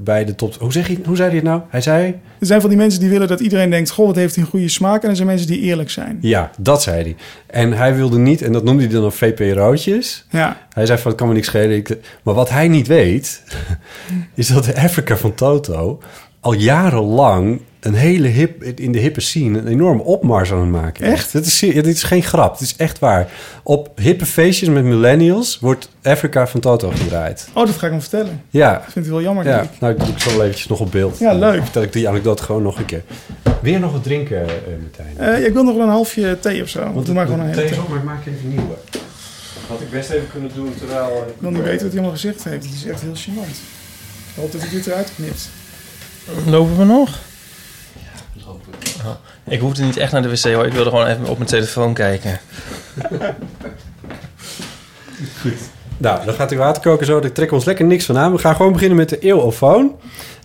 S7: bij de top. Hoe, zeg je, hoe zei hij het nou? Hij zei.
S6: Er zijn van die mensen die willen dat iedereen denkt... Goh, wat heeft hij een goede smaak. En er zijn mensen die eerlijk zijn.
S7: Ja, dat zei hij. En hij wilde niet, en dat noemde hij dan nog VPRO'tjes.
S6: Ja,
S7: Hij zei van, het kan me niks schelen. ik- maar wat hij niet weet, is dat de Afrika van Toto al jarenlang een hele hip, in de hippe scene een enorme opmars aan het maken. is.
S6: Echt?
S7: Dit is, serie- dit is geen grap, dit is echt waar. Op hippe feestjes met millennials wordt Afrika van Toto gedraaid.
S6: oh, dat ga ik hem vertellen.
S7: Ja,
S6: Dat vind ik wel jammer.
S7: ja.
S6: denk ik.
S7: nou, ik doe ik zo wel eventjes nog op beeld.
S6: Ja, leuk.
S7: Dan vertel ik die anekdote gewoon nog een keer. Weer nog wat drinken, eh, Martijn.
S6: Eh, ja, ik wil nog wel een halfje thee of zo. Want we maken gewoon een hele thee.
S7: maar ik maak even nieuwe. Had ik best even kunnen doen terwijl...
S6: Ik wil niet weten wat hij allemaal gezegd heeft. Het is echt heel gênant. Ik hoop dat hij dit eruit knipt.
S8: Lopen we nog? Oh, ik hoefde niet echt naar de wc hoor. Ik wilde gewoon even op mijn telefoon kijken.
S7: Nou, dan gaat die waterkoker zo. Daar trekken we ons lekker niks van aan. We gaan gewoon beginnen met de eeuwofoon.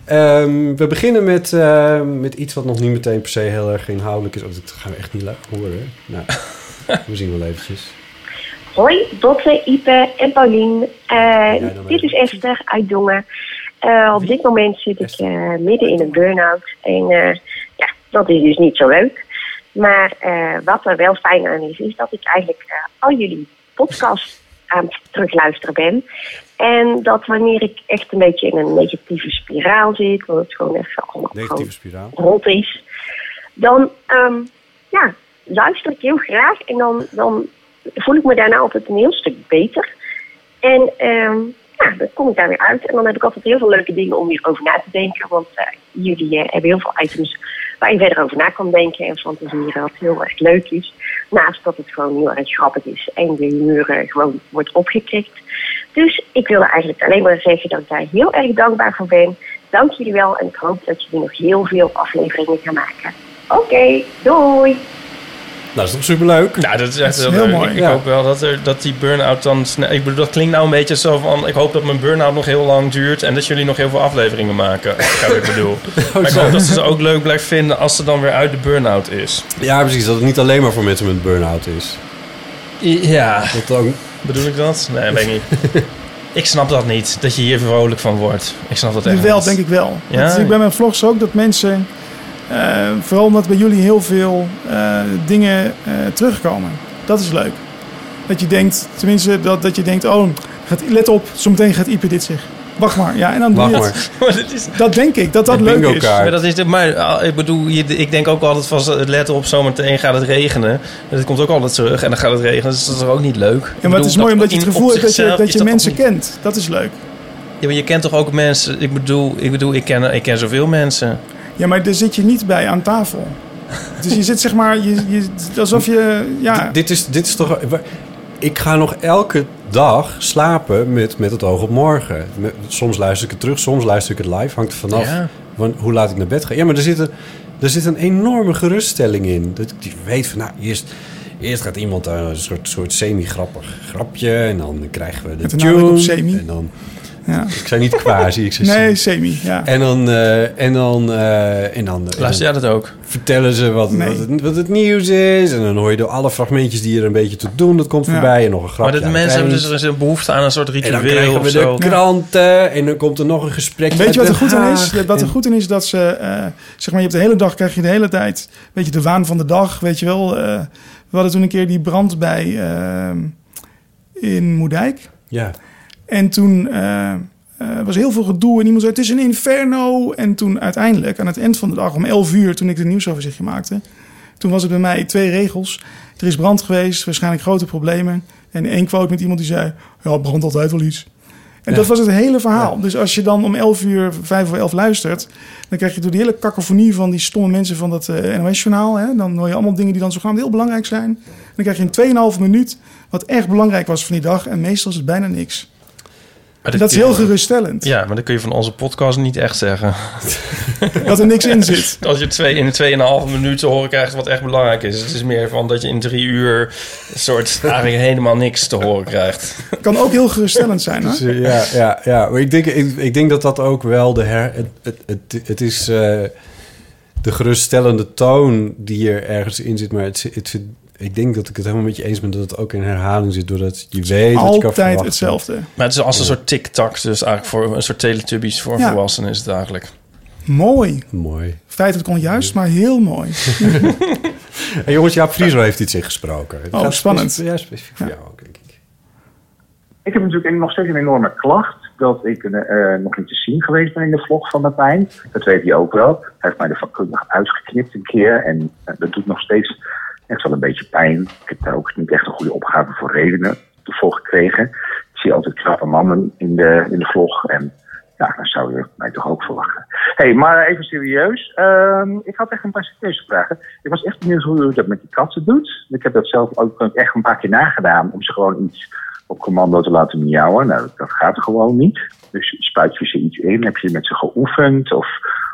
S7: Ehm we beginnen met, ehm, met iets wat nog niet meteen per se heel erg inhoudelijk is. Oh, dat gaan we echt niet laten horen. Nou, we zien wel eventjes.
S10: Hoi, Botte, Ipe en Paulien. Eh,
S7: dan
S10: dit is Esther uit Dongen. Eh, op dit moment zit ik eh, midden in een burn-out. En eh, ja, dat is dus niet zo leuk. Maar eh, wat er wel fijn aan is, is dat ik eigenlijk eh, al jullie podcasts aan het terugluisteren ben. En dat wanneer ik echt een beetje in een negatieve spiraal zit, want het gewoon even allemaal gewoon
S7: Negatieve spiraal.
S10: rot is, dan ehm, ja, luister ik heel graag en dan, dan voel ik me daarna altijd een heel stuk beter. En ehm, ja, dan kom ik daar weer uit en dan heb ik altijd heel veel leuke dingen om hierover na te denken, want eh, jullie eh, hebben heel veel items waar je verder over na kan denken en fantaseren wat heel erg leuk is. Naast dat het gewoon heel erg grappig is en de humeur eh, gewoon wordt opgekrikt. Dus ik wilde eigenlijk alleen maar zeggen dat ik daar heel erg dankbaar voor ben. Dank jullie wel en ik hoop dat jullie nog heel veel afleveringen gaan maken. Oké, doei!
S7: dat Nou, is toch superleuk?
S8: Ja, Nou, dat is echt heel, leuk. Ik, ik hoop wel dat, er, dat die burn-out dan snel... Ik bedoel, dat klinkt nou een beetje zo van... Ik hoop dat mijn burn-out nog heel lang duurt... en dat jullie nog heel veel afleveringen maken. Dat is wat ik bedoel. Maar ik hoop dat ze ze ook leuk blijft vinden... als ze dan weer uit de burn-out is.
S7: Ja, precies. Dat het niet alleen maar voor mensen met burn-out is.
S8: Ja.
S7: Dat dan...
S8: Bedoel ik dat? Nee, weet ik niet. Ik snap dat niet, dat je hier vrolijk van wordt. Ik snap dat echt
S6: Jawel,
S8: niet.
S6: denk ik wel.
S8: Ja?
S6: Dat zie ik bij mijn vlogs ook dat mensen, eh, vooral omdat bij jullie heel veel eh, dingen eh, terugkomen. Dat is leuk. Dat je denkt, tenminste, dat, dat je denkt, oh, gaat, let op, zometeen gaat Ipe dit zeggen. Wacht maar, ja, en dan doe
S7: Wacht
S6: je
S7: maar.
S6: het. Dat denk ik, dat dat
S7: Een
S6: leuk is.
S7: bingo-kaart.
S8: Maar dat is het, maar ah, ik bedoel, je- ik denk ook altijd van het letten op zometeen gaat het regenen. Dat komt ook altijd terug en dan gaat het regenen. Dus dat is toch ook niet leuk. Ik
S6: En
S8: bedoel,
S6: wat is
S8: dat
S6: mooi, omdat je
S8: in-
S6: het
S8: op
S6: gevoel hebt dat je,
S8: zichzelf
S6: dat
S8: is
S6: je
S8: ook
S6: mensen
S8: niet-
S6: kent. Dat is leuk.
S8: Ja, maar je kent toch ook mensen. Ik bedoel, ik, bedoel, ik, ken, ik ken zoveel mensen.
S6: Ja, maar daar zit je niet bij aan tafel. Dus je zit zeg maar, je, je, alsof je, ja,
S7: D- dit, is, dit is toch... wa- Ik ga nog elke dag slapen met, met het oog op morgen. Met- soms luister ik het terug, soms luister ik het live. Hangt er vanaf
S8: Ja.
S7: van hoe laat ik naar bed ga. Ja, maar er zit een, er zit een enorme geruststelling in. Dat ik weet van, nou, eerst... Eerst gaat iemand daar een soort, soort semi-grappig grapje. En dan krijgen we de
S6: Met een nadruk
S7: tune.
S6: op semi.
S7: En dan,
S6: ja.
S7: ik zei niet quasi, ik zei
S6: Nee,
S7: semi.
S6: semi, ja.
S7: En dan... eh, en dan, eh, en dan en dan-
S8: Luister jij dat ook?
S7: vertellen ze wat,
S6: Nee.
S7: wat, het, wat het nieuws is. En dan hoor je door alle fragmentjes die er een beetje toe doen. Dat komt
S6: Ja.
S7: voorbij. En nog een grapje.
S8: maar de
S7: aan het
S8: mensen hebben
S7: eind.
S8: dus er is een behoefte aan een soort
S7: En dan
S8: ritueel
S7: krijgen
S8: of
S7: we de
S8: zo.
S7: kranten. En dan komt er nog een gesprek.
S6: Weet je wat er goed
S7: eh,
S6: aan is? Wat er goed aan is dat ze, eh, zeg maar, je hebt de hele dag, krijg je de hele tijd, weet je, de waan van de dag, weet je wel. eh, we hadden toen een keer die brand bij ehm, in Moerdijk.
S7: Ja.
S6: En toen eh, eh, was heel veel gedoe en iemand zei, het is een inferno. En toen uiteindelijk, aan het eind van de dag, om 11 uur, toen ik de nieuwsoverzichtje maakte, toen was het bij mij twee regels. Er is brand geweest, waarschijnlijk grote problemen. En één quote met iemand die zei, ja, brand altijd wel iets. En dat was het hele verhaal. Dus als je dan om 11 uur, 5 voor 11 luistert, dan krijg je door die hele kakofonie van die stomme mensen van dat eh, NOS-journaal. hè, Dan hoor je allemaal dingen die dan zogenaamd heel belangrijk zijn. En dan krijg je in 2,5 minuut wat echt belangrijk was van die dag. En meestal is het bijna niks.
S8: Maar
S6: En dat is heel
S8: kun je-
S6: geruststellend.
S8: Ja, maar dat kun je van onze podcast niet echt zeggen.
S6: Dat er niks in zit.
S8: Als je twee, in 2,5 minuten horen krijgt wat echt belangrijk is. Het is meer van dat je in drie uur een soort eigenlijk helemaal niks te horen krijgt.
S6: Kan ook heel geruststellend zijn. Hè?
S7: Dus, eh, ja, ja, ja. Maar ik denk, ik, ik denk dat dat ook wel de her... Het, het, het, het is eh, de geruststellende toon die er ergens in zit. Maar het, zit- het, zit- ik denk dat ik het helemaal met je eens ben dat het ook in herhaling zit. Doordat je weet wat je kan
S6: Altijd
S7: verwachten.
S6: hetzelfde.
S8: Maar het is als een soort tic-tac, dus eigenlijk voor een soort teletubbies voor
S6: Ja.
S8: volwassenen is het eigenlijk.
S6: Mooi.
S7: Mooi.
S6: Feit dat kon juist, maar heel mooi.
S7: Hey, jongens, Jaap Vriezer heeft iets ingesproken. Het
S6: Oh,
S7: gaat
S6: spannend.
S7: specif- ja, specifiek voor jou ook, denk ik.
S11: Ik heb natuurlijk een- nog steeds een enorme klacht dat ik eh, eh, nog niet te zien geweest ben in de vlog van Martijn. Dat weet hij ook wel. Hij heeft mij er vakkundig uitgeknipt een keer en eh, dat doet nog steeds echt wel een beetje pijn. Ik heb daar ook niet echt een goede opgave voor redenen voor gekregen. Ik zie altijd knappe mannen in de, in de vlog en ja, daar zou je mij toch ook voor lachen. hey, maar even serieus. Ehm, ik had echt een paar serieuze vragen. Ik was echt benieuwd hoe u dat met die katten doet. Ik heb dat zelf ook echt een paar keer nagedaan om ze gewoon iets op commando te laten miauwen. Nou, dat- dat gaat gewoon niet. Dus spuit je ze iets in? Heb je met ze geoefend? Of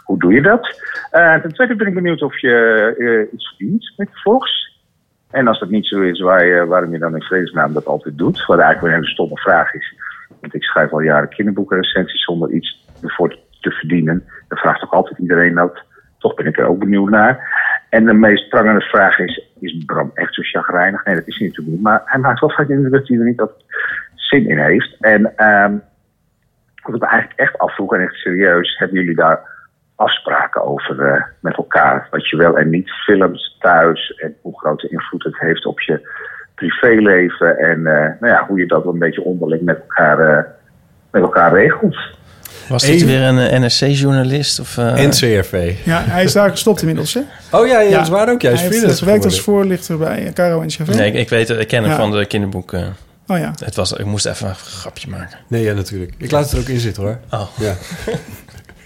S11: hoe doe je dat? Eh, ten tweede ben ik benieuwd of je eh, iets verdient met de vlogs. En als dat niet zo is, waar je- waarom je dan in vredesnaam dat altijd doet. Wat eigenlijk een hele stomme vraag is. Want ik schrijf al jaren kinderboekenrecensies zonder iets ervoor te verdienen. Dan vraagt toch altijd iedereen dat. Toch ben ik er ook benieuwd naar. En de meest prangende vraag is, is Bram echt zo chagrijnig? Nee, dat is hij natuurlijk niet. Maar hij maakt wel vaak de indruk dat hij er niet dat zin in heeft. En ehm wat ik me eigenlijk echt afvroeg, en echt serieus, hebben jullie daar afspraken over eh, met elkaar? Wat je wel en niet filmt thuis en hoe grote invloed het heeft op je privéleven. En eh, nou ja, hoe je dat wel een beetje onderling met elkaar, eh, met elkaar regelt.
S8: Was
S7: dit Even- weer
S8: een eh, NRC-journalist? Of, eh?
S7: NCRV.
S6: Ja, hij is daar gestopt inmiddels. Hè?
S7: Oh ja, ja, dat is waar ook. Ja, hij is
S6: hij heeft
S7: freelancer
S6: gewerkt als
S7: geworden.
S6: voorlichter bij eh, Caro en Chavez.
S8: Nee, ik, ik weet het, ik ken hem
S6: Ja.
S8: van de kinderboeken.
S6: Oh ja.
S8: Het was, ik moest even een grapje maken.
S7: Nee, ja, natuurlijk. Ik laat het er ook in zitten, hoor.
S8: Oh.
S7: Ja.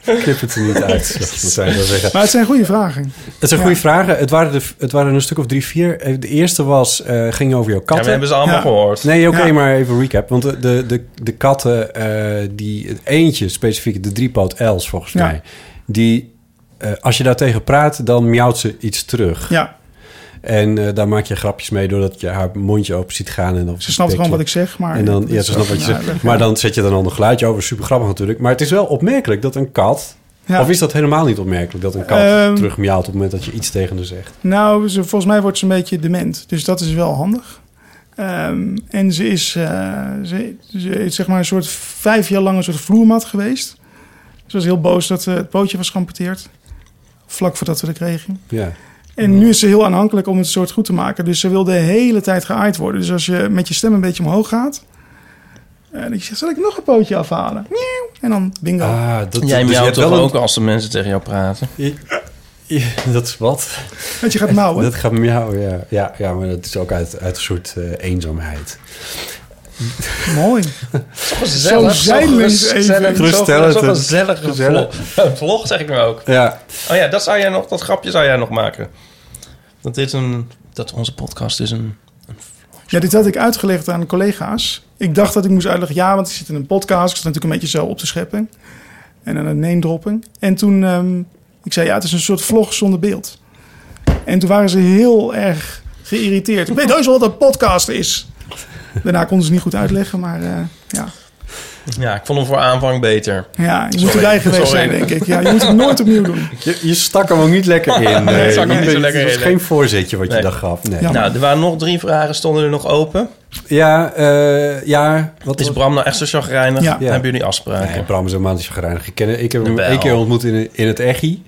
S7: Knip het er niet uit. Dat moet zijn, dat zeggen.
S6: Maar het zijn goede vragen.
S7: Het zijn goede vragen. Het waren, de, het waren een stuk of drie, vier. Eh, De eerste was, eh, ging over jouw
S8: Ja, we
S7: katten.
S8: hebben ze allemaal
S6: Ja.
S8: gehoord.
S7: Nee, oké,
S6: Ja.
S7: maar even recap. Want de, de, de, de katten, eh, die het eentje specifiek, de driepoot Els volgens
S6: Ja.
S7: mij, die, eh, als je daar tegen praat, dan miauwt ze iets terug.
S6: Ja,
S7: En eh, daar maak je grapjes mee doordat je haar mondje open ziet gaan. En dan
S6: Ze snapt gewoon wat ik zeg, maar-
S7: En dan,
S6: dat
S7: ja,
S6: is
S7: ze snapt
S6: wel-
S7: wat je
S6: ja,
S7: zegt.
S6: dat-
S7: Maar dan zet je dan een ander geluidje over. Super grappig natuurlijk. Maar het is wel opmerkelijk dat een kat...
S6: Ja.
S7: Of is dat helemaal niet opmerkelijk dat een kat
S6: Ehm.
S7: terugmiauwt... op het moment dat je iets tegen haar zegt?
S6: Nou, ze, volgens mij wordt ze een beetje dement. Dus dat is wel handig. Ehm, en ze is, eh, ze, ze is zeg maar een soort vijf jaar lang een soort vloermat geweest. Ze was heel boos dat eh, het pootje was geamputeerd. Vlak voordat we er kregen.
S7: Ja.
S6: En nu is ze heel aanhankelijk om het soort goed te maken. Dus ze wil de hele tijd geaaid worden. Dus als je met je stem een beetje omhoog gaat... eh, dat je zegt, zal ik nog een pootje afhalen? Miauw. En dan bingo.
S7: Ah. dus
S8: Jij
S6: dus
S8: miauwt toch ook als de mensen tegen jou praten?
S7: dat is wat.
S6: Dat je gaat mouwen.
S7: Dat gaat miauwen, ja. ja. Ja, maar dat is ook uit, uit een soort eh, eenzaamheid.
S6: Mooi.
S8: Gezellig,
S6: Zo zijn mensen even.
S8: Geruststellend. Zo'n
S7: Geruststellend.
S8: gezellige vlog. vlog, zeg ik maar ook.
S7: Ja.
S8: Oh ja, dat, zou jij nog, dat grapje zou jij nog maken. Dat, dit een, dat onze podcast is een...
S6: Ja, dit had ik uitgelegd aan collega's. Ik dacht dat ik moest uitleggen, ja, want ik zit in een podcast. Ik zat natuurlijk een beetje zo op te scheppen. En aan het neemdroppen. En toen, ehm, ik zei, ja, het is een soort vlog zonder beeld. En toen waren ze heel erg geïrriteerd. Ik weet heus wel wat een podcast is. Daarna konden ze het niet goed uitleggen, maar eh, ja.
S8: Ja, ik vond hem voor aanvang beter.
S6: Ja, je moet
S8: Sorry.
S6: erbij geweest
S8: Sorry.
S6: zijn, denk ik. Ja, je moet het nooit opnieuw doen.
S7: Je, je stak hem ook niet lekker in.
S8: Nee,
S7: nee.
S8: ik zag hem niet zo lekker
S7: Het was
S8: in,
S7: geen
S8: nee.
S7: voorzetje wat je
S8: Nee.
S7: daar gaf. Nee.
S8: Nou, er waren nog drie vragen, stonden er nog open.
S7: Ja, eh, ja. Wat
S8: is Bram nou echt zo chagrijnig?
S7: Ja. Ja.
S8: Hebben jullie afspraken?
S7: Nee, Bram is helemaal niet chagrijnig. Ik, ken, ik heb hem
S8: Wel.
S7: één keer ontmoet in, in het Echi.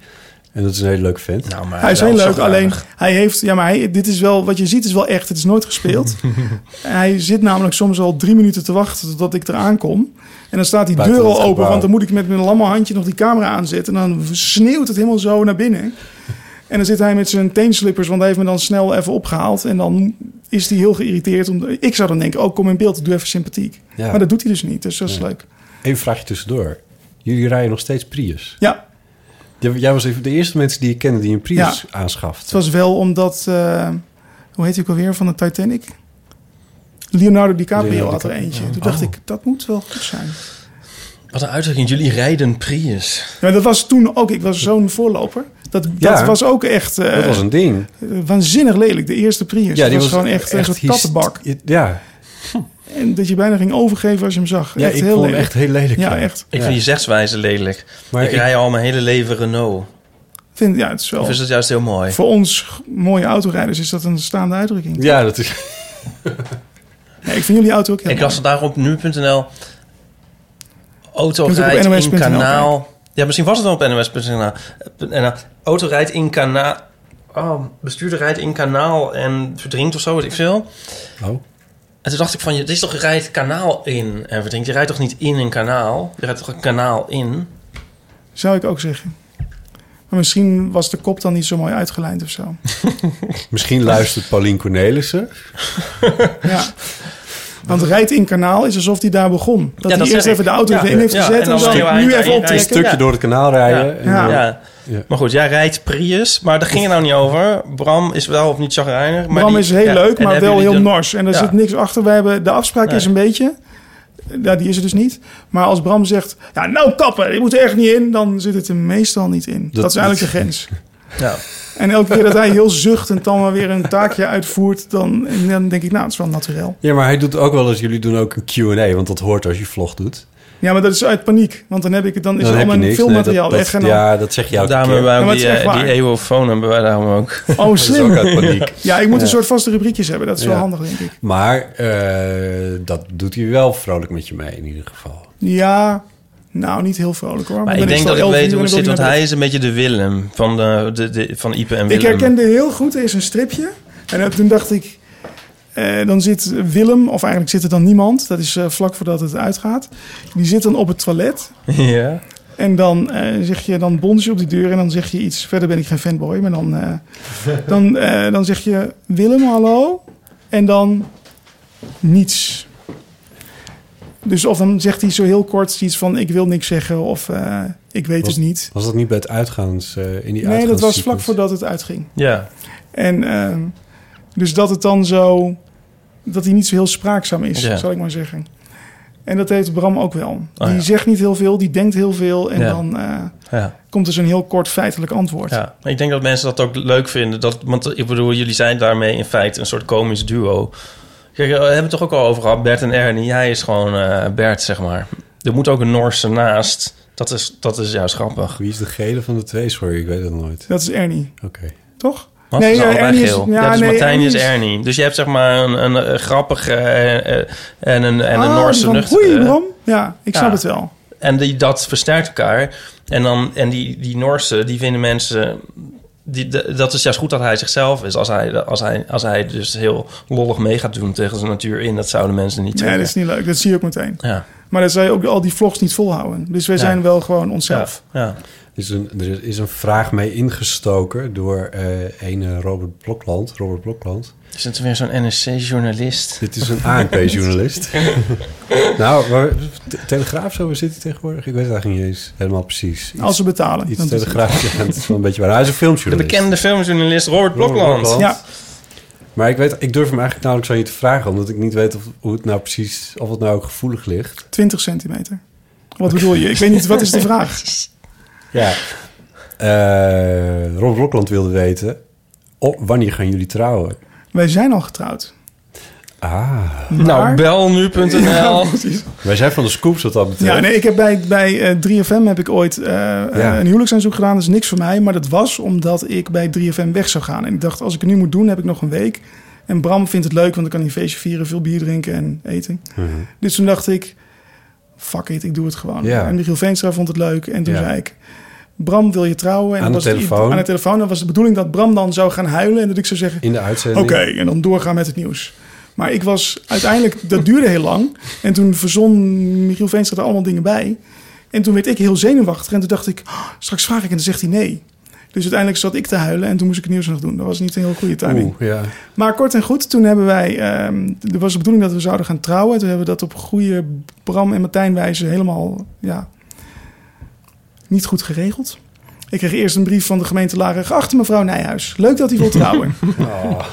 S7: En dat is een hele leuke vent.
S8: Nou, maar
S6: Hij is heel leuk, alleen hij heeft... Ja, maar hij, dit is wel... Wat je ziet is wel echt. Het is nooit gespeeld. En hij zit namelijk soms al drie minuten te wachten totdat ik eraan kom. En dan staat die
S7: Buiten
S6: deur al
S7: het
S6: open,
S7: gebouw.
S6: want dan moet ik met mijn lamme handje nog die camera aanzetten. En dan sneeuwt het helemaal zo naar binnen. En dan zit hij met zijn teenslippers, want hij heeft me dan snel even opgehaald. En dan is hij heel geïrriteerd. Om, ik zou dan denken, oh, kom in beeld, doe even sympathiek.
S7: Ja.
S6: Maar dat doet hij dus niet, dus dat is leuk.
S7: Eén vraagje tussendoor. Jullie rijden nog steeds Prius.
S6: Ja.
S7: Jij- Jij was een van de eerste mensen die ik kende die een Prius
S6: Ja.
S7: aanschaft.
S6: Het was wel omdat, eh, hoe heet hij ook alweer, van de Titanic? Leonardo DiCaprio
S8: Leonardo
S6: had er
S8: DiCaprio.
S6: eentje. Toen
S8: Oh.
S6: dacht ik, dat moet wel goed zijn.
S8: Wat een uitdrukking. Jullie rijden Prius.
S6: Ja, dat was toen ook, ik was zo'n voorloper. Dat, dat
S8: Ja.
S6: was ook echt... eh,
S7: dat was een ding.
S6: eh, Waanzinnig lelijk, de eerste Prius.
S7: Ja,
S6: Ja,
S7: die
S6: die was,
S7: was
S6: gewoon echt,
S7: echt
S6: een soort
S7: hyst-
S6: kattenbak.
S7: Ja.
S6: En dat je bijna ging overgeven als je hem zag.
S7: Ja,
S6: echt
S7: ik
S6: heel
S7: vond hem
S6: lelijk.
S7: echt heel lelijk,
S6: Ja,
S7: ja.
S6: echt.
S8: Ik vind die zegswijze lelijk.
S7: Maar
S8: ik,
S7: ik-
S8: rij al mijn hele leven Renault.
S6: Vind, ja, het is wel...
S8: Of is dat juist heel mooi?
S6: Oh. Voor ons g- mooie autorijders is dat een staande uitdrukking.
S7: Ja, dat is...
S6: Nee, ik vind jullie auto ook heel
S8: ik las vandaag op nu.nl. Auto
S6: Kunt u op
S8: rijdt
S6: NOS
S8: in
S6: punt N L
S8: kanaal... Ja, misschien was het wel op nws.nl. NL. Auto rijdt in kanaal... Oh, bestuurder rijdt in kanaal en verdrinkt of zo, weet ik veel.
S7: Oh.
S8: En toen dacht ik van, je- dit is toch, je rijdt kanaal in en verdrinkt. Je rijdt toch niet in een kanaal? Je rijdt toch een kanaal in?
S6: Zou ik ook zeggen. Maar misschien was de kop dan niet zo mooi uitgelijnd of zo.
S7: Misschien luistert Paulien Cornelissen.
S6: Ja. Want rijdt in kanaal is alsof hij daar begon. Dat
S8: Ja,
S6: hij
S8: dat
S6: eerst
S8: zeg
S6: even
S8: ik.
S6: de auto
S8: Ja.
S6: erin heeft
S8: Ja,
S6: gezet
S8: en
S6: en
S8: dan heel
S6: dan
S8: eind
S6: nu even
S8: rijden.
S6: optrekken.
S7: Een stukje door het kanaal rijden.
S8: Ja.
S7: en eh,
S8: Ja.
S7: dan-
S8: Ja. Maar goed, jij rijdt Prius, maar daar ging het nou niet over. Bram is wel of niet chagrijnig. Maar
S6: Bram
S8: die-
S6: is heel
S8: ja,
S6: leuk,
S8: en
S6: maar
S8: hebben
S6: wel
S8: jullie
S6: heel
S8: de-
S6: nors. En daar
S8: Ja.
S6: zit niks achter. We hebben, de afspraak
S8: Nee.
S6: is een beetje... Ja, die is er dus niet. Maar als Bram zegt, ja, nou kappen, die moet er echt niet in. Dan zit het er meestal niet in. Dat, is eigenlijk de grens.
S8: Ja.
S6: En elke keer dat hij heel zuchtend dan maar weer een taakje uitvoert... dan, en dan denk ik, nou, het is wel naturel.
S7: Ja, maar hij doet ook wel eens... Jullie doen ook een Q&A, want dat hoort als je vlog doet.
S6: Ja, maar dat is uit paniek. Want dan, heb ik, het- dan is
S7: Dan
S6: al
S7: heb je
S6: mijn
S7: niks.
S6: filmmateriaal
S7: Nee, dat-
S6: weg. En
S7: dat-
S6: dan-
S7: ja, dat zeg je elke
S8: Daarom
S7: keer.
S8: hebben wij
S6: Ja,
S8: ook
S6: maar
S8: die,
S6: het is
S8: eh,
S6: echt
S8: die eeuwofoon hebben wij daarom ook.
S6: Oh, slim.
S7: ook uit paniek.
S6: Ja, ik moet
S7: Ja.
S6: een soort vaste rubriekjes hebben. Dat is wel
S7: Ja.
S6: handig, denk ik.
S7: Maar eh, dat doet hij wel vrolijk met je mee in ieder geval.
S6: Ja, nou, niet heel vrolijk hoor.
S8: Maar
S6: Dan
S8: ik
S6: ben
S8: denk
S6: wel
S8: dat ik
S6: elf
S8: weet
S6: uur
S8: hoe het
S6: en dan
S8: zit,
S6: wil
S8: want
S6: ik naar
S8: hij
S6: bed.
S8: is een beetje de Willem van, de, de, de- van Ipe en
S6: Ik
S8: Willem.
S6: herkende heel goed, er is een stripje. En toen dacht ik, eh, dan zit Willem, of eigenlijk zit er dan niemand. Dat is eh, vlak voordat het uitgaat. Die zit dan op het toilet.
S8: Ja.
S6: En dan eh, zeg je, dan bons je op die deur en dan zeg je iets. Verder ben ik geen fanboy, maar dan, eh, dan, eh, dan zeg je Willem, hallo. En dan niets. Dus of dan zegt hij zo heel kort iets van ik wil niks zeggen of eh, ik weet
S7: was,
S6: het niet.
S7: Was dat niet bij het uitgaans, eh, in
S6: Nee,
S7: die
S6: dat was
S7: uitgaanscyclus?
S6: vlak voordat het uitging.
S8: Ja.
S6: En ehm, dus dat het dan zo, dat hij niet zo heel spraakzaam is,
S8: Ja.
S6: zal ik maar zeggen. En dat heeft Bram ook wel.
S8: Oh,
S6: die
S8: ja.
S6: zegt niet heel veel, die denkt heel veel. En
S8: Ja.
S6: dan eh,
S8: Ja.
S6: komt er zo'n heel kort feitelijk antwoord.
S8: Ja, maar ik denk dat mensen dat ook leuk vinden. Dat, want ik bedoel, jullie zijn daarmee in feite een soort komisch duo. Kijk, eh, we hebben het toch ook al over gehad, Bert en Ernie. Hij is gewoon eh, Bert, zeg maar. Er moet ook een Noorse naast. Dat is, dat is juist grappig.
S7: Wie is de gele van de twee? Sorry, ik weet het nooit.
S6: Dat is Ernie.
S7: Oké.
S6: Toch?
S8: Wat?
S6: Nee,
S8: Nee, is
S6: ja,
S8: allebei
S6: Ernie is-
S8: geel.
S6: ja,
S8: Ja, dus
S6: nee,
S8: Martijn
S6: Ernie
S8: is
S6: is-
S8: Ernie. Dus je hebt zeg maar een, een, eh, grappige eh, eh, en een, en een
S6: Ah,
S8: Noorse
S6: van,
S8: nuchter.
S6: "Oei,
S8: eh,
S6: Bram." Ja, ik snap het wel.
S8: En die, dat versterkt elkaar. En, dan, en die, die Noorse, die vinden mensen... Die, de- dat is juist goed dat hij zichzelf is. Als hij, als hij, als hij dus heel lollig mee gaat doen tegen zijn natuur in... dat zouden mensen niet
S6: Nee, dat is niet leuk. Dat zie je ook meteen.
S8: Ja.
S6: Maar dat zou je ook al die vlogs niet volhouden. Dus wij
S8: Ja.
S6: zijn wel gewoon onszelf.
S8: Ja.
S7: Is een, er is een vraag mee ingestoken door eh ene Robert Blokland. Robert Blokland.
S8: Is het weer zo'n NSC-journalist?
S7: Dit is een ANP-journalist. nou, waar, Te- Telegraaf, zo waar zit hij tegenwoordig? Ik weet het eigenlijk niet eens helemaal precies. Iets-
S6: Als ze betalen.
S7: Iets
S6: dan doet
S7: Telegraaf,
S6: het.
S7: ja, dat is wel een beetje waar. Hij is een
S8: De
S7: filmjournalist.
S8: bekende filmjournalist Robert Blokland.
S7: Ja. Maar ik, weet, ik durf hem eigenlijk nauwelijks aan je te vragen... omdat ik niet weet of, hoe het nou precies, of het nou ook gevoelig ligt.
S6: 20 centimeter. Wat bedoel je? Ik weet niet, wat is de vraag?
S7: Ja. Eh Rob Blokland wilde weten... oh, wanneer gaan jullie trouwen?
S6: Wij zijn al getrouwd.
S7: Ah.
S8: Nou, bel nu.nl.
S6: Ja, precies.
S7: Wij zijn van de scoops wat dat betreft.
S6: Ja, nee, ik heb bij, bij eh, 3FM heb ik ooit eh, eh, een huwelijksaanzoek gedaan. Dat is niks voor mij, maar dat was omdat ik bij 3FM weg zou gaan. En ik dacht, als ik het nu moet doen, heb ik nog een week. En Bram vindt het leuk, want dan kan hij een feestje vieren, veel bier drinken en eten.
S7: Mhm.
S6: Dus toen dacht ik, fuck it, ik doe het gewoon.
S7: Ja.
S6: En Michiel Veenstra vond het leuk. En toen
S7: Ja.
S6: zei ik, Bram, wil je trouwen? En dan
S7: Aan de
S6: was het-
S7: telefoon.
S6: aan de telefoon. Dan was de bedoeling dat Bram dan zou gaan huilen en dat ik zou zeggen...
S7: In de
S6: Oké,
S7: uitzending.
S6: en dan doorgaan met het nieuws. Maar ik was uiteindelijk, dat duurde heel lang. En toen verzon Michiel Veenstra er allemaal dingen bij. En toen werd ik heel zenuwachtig. En toen dacht ik, "Oh, straks vraag ik en dan zegt hij nee. Dus uiteindelijk zat ik te huilen en toen moest ik het nieuws nog doen. Dat was niet een heel goede timing.
S7: Oeh, ja.
S6: Maar kort en goed, toen hebben wij... ehm, er was de bedoeling dat we zouden gaan trouwen. Toen hebben we dat op goede Bram en Martijn wijze helemaal ja, niet goed geregeld. Ik kreeg eerst een brief van de gemeente Laren. Geachte mevrouw Nijhuis, leuk dat u wilt trouwen.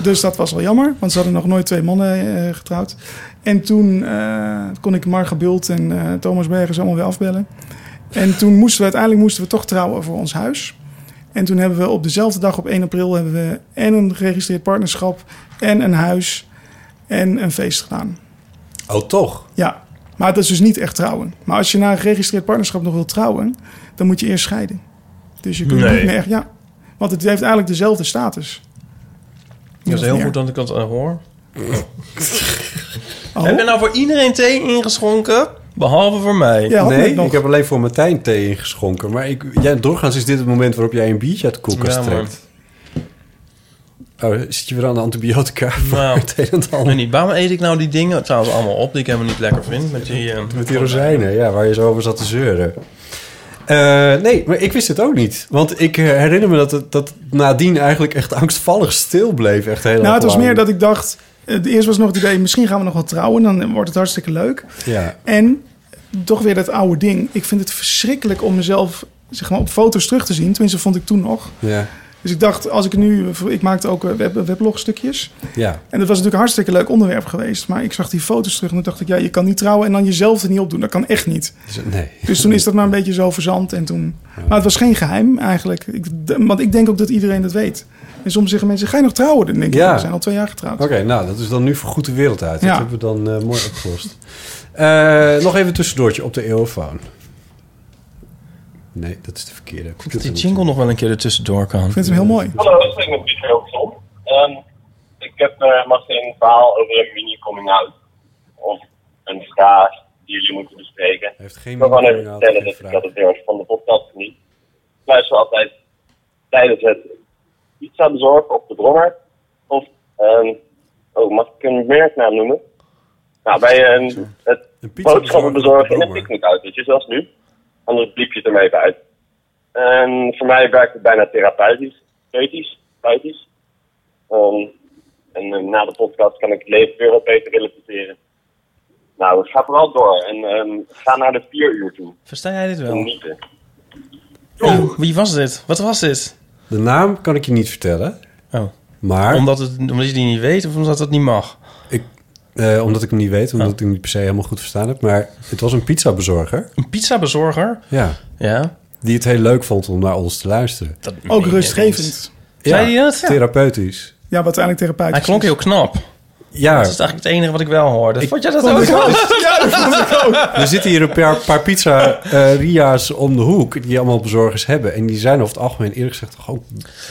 S6: Dus dat was wel jammer, want ze hadden nog nooit twee mannen eh, getrouwd. En toen eh, kon ik Marga Bult en eh, Thomas Bergers allemaal weer afbellen. En toen moesten we uiteindelijk moesten we toch trouwen voor ons huis. En toen hebben we op dezelfde dag, op 1 april, hebben we en een geregistreerd partnerschap en een huis en een feest gedaan.
S7: Oh, toch?
S6: Ja, maar dat is dus niet echt trouwen. Maar als je na een geregistreerd partnerschap nog wilt trouwen, dan moet je eerst scheiden. Dus je kunt
S8: Nee.
S6: niet meer echt, ja. Want het heeft eigenlijk dezelfde status.
S8: Dat is
S6: Of
S8: heel
S6: meer.
S8: goed dat ik dat eh, hoor.
S6: Oh.
S8: Heb je nou voor iedereen thee ingeschonken? Behalve voor mij.
S7: nee, ik heb alleen voor Martijn thee ingeschonken. Maar ik, ja, doorgaans is dit het moment waarop jij een biertje uit de koelkast
S8: Ja, man.
S7: trekt. Oh, zit je weer aan de antibiotica?
S8: Nou,
S7: ik
S8: weet niet. Waarom eet ik nou die dingen trouwens allemaal op die ik helemaal niet lekker vind? Met die, eh,
S7: Met die rozijnen, ja, waar je zo over zat te zeuren. Eh, nee, maar ik wist het ook niet. Want ik eh, herinner me dat, het, dat het nadien eigenlijk echt angstvallig stil bleef. Echt heel erg
S6: Nou, het was
S7: lang.
S6: meer dat ik dacht... eh, Eerst was nog het idee, misschien gaan we nog wel trouwen. Dan wordt het hartstikke leuk.
S7: Ja.
S6: En toch weer dat oude ding. Ik vind het verschrikkelijk om mezelf zeg maar, op foto's terug te zien. Tenminste, vond ik toen nog.
S7: Ja.
S6: Dus ik dacht, als ik nu... Ik maakte ook eh, web, weblogstukjes.
S7: Ja.
S6: En dat was natuurlijk een hartstikke leuk onderwerp geweest. Maar ik zag die foto's terug en toen dacht ik... Ja, je kan niet trouwen en dan jezelf er niet op doen. Dat kan echt niet.
S7: Dus, nee.
S6: Dus toen is dat maar een beetje zo verzand. En toen... Maar het was geen geheim eigenlijk. Ik, d- want ik denk ook dat iedereen dat weet. En soms zeggen mensen, ga je nog trouwen? Dan denk ik,
S7: Ja.
S6: we zijn al twee jaar getrouwd.
S7: Oké, nou, dat is dan nu voorgoed de wereld uit.
S6: Ja.
S7: Dat hebben we dan eh, mooi opgelost. Eh, nog even een tussendoortje op de eeuwfoon. Nee, dat is de verkeerde.
S8: dat die jingle nog wel een keer ertussendoor kan. Ik
S6: vind hem heel mooi.
S12: Hallo, ik ben Pieter Hilton. Ehm ik heb eh Martin een verhaal over een mini-coming-out. Of een vraag die jullie moeten bespreken.
S7: Heeft
S12: ik wil gewoon even
S13: mini-coming-out,
S12: vertellen dat ik dat het heel erg van de podcast niet. Ik luister altijd tijdens het pizza bezorgen op de brommer. Of, ehm oh, mag ik een merknaam noemen? Nou, bij een, het boodschappen bezorgen in een picknickautootje, zoals nu. Anders bliep je het er maar even uit. En voor mij werkt het bijna therapeutisch. Therapeutisch. therapeutisch. Ehm, en eh, na de podcast kan ik het leven weer wat beter relativeren. Nou, ga vooral door. En ehm, ga naar de vier uur toe.
S8: Versta jij dit wel? Oh,
S12: Genieten.
S8: Wie was dit? Wat was dit?
S7: De naam kan ik je niet vertellen.
S8: Oh.
S7: Maar...
S8: Omdat, het, omdat je die niet weet of omdat dat niet mag?
S7: Ik, Eh, omdat ik hem niet weet,
S8: Oh.
S7: omdat ik hem niet per se helemaal goed verstaan heb. Maar het was een pizzabezorger.
S8: Een pizzabezorger?
S7: Ja.
S8: ja.
S7: Die het heel leuk vond om naar ons te luisteren.
S6: Ook rustgevend.
S7: Ja,
S8: Zei hij dat?
S7: Therapeutisch.
S6: Ja, wat uiteindelijk therapeutisch
S8: Hij klonk
S6: is.
S8: heel knap.
S7: Ja.
S8: Dat is eigenlijk het enige wat ik wel hoorde. Vond jij dat
S6: vond
S8: ook?
S6: ik
S8: wel?
S6: ook. Ja, dat vond ik ook.
S7: Er zitten hier een paar, paar pizza-ria's om de hoek... die allemaal bezorgers hebben. En die zijn over het algemeen eerlijk gezegd toch ook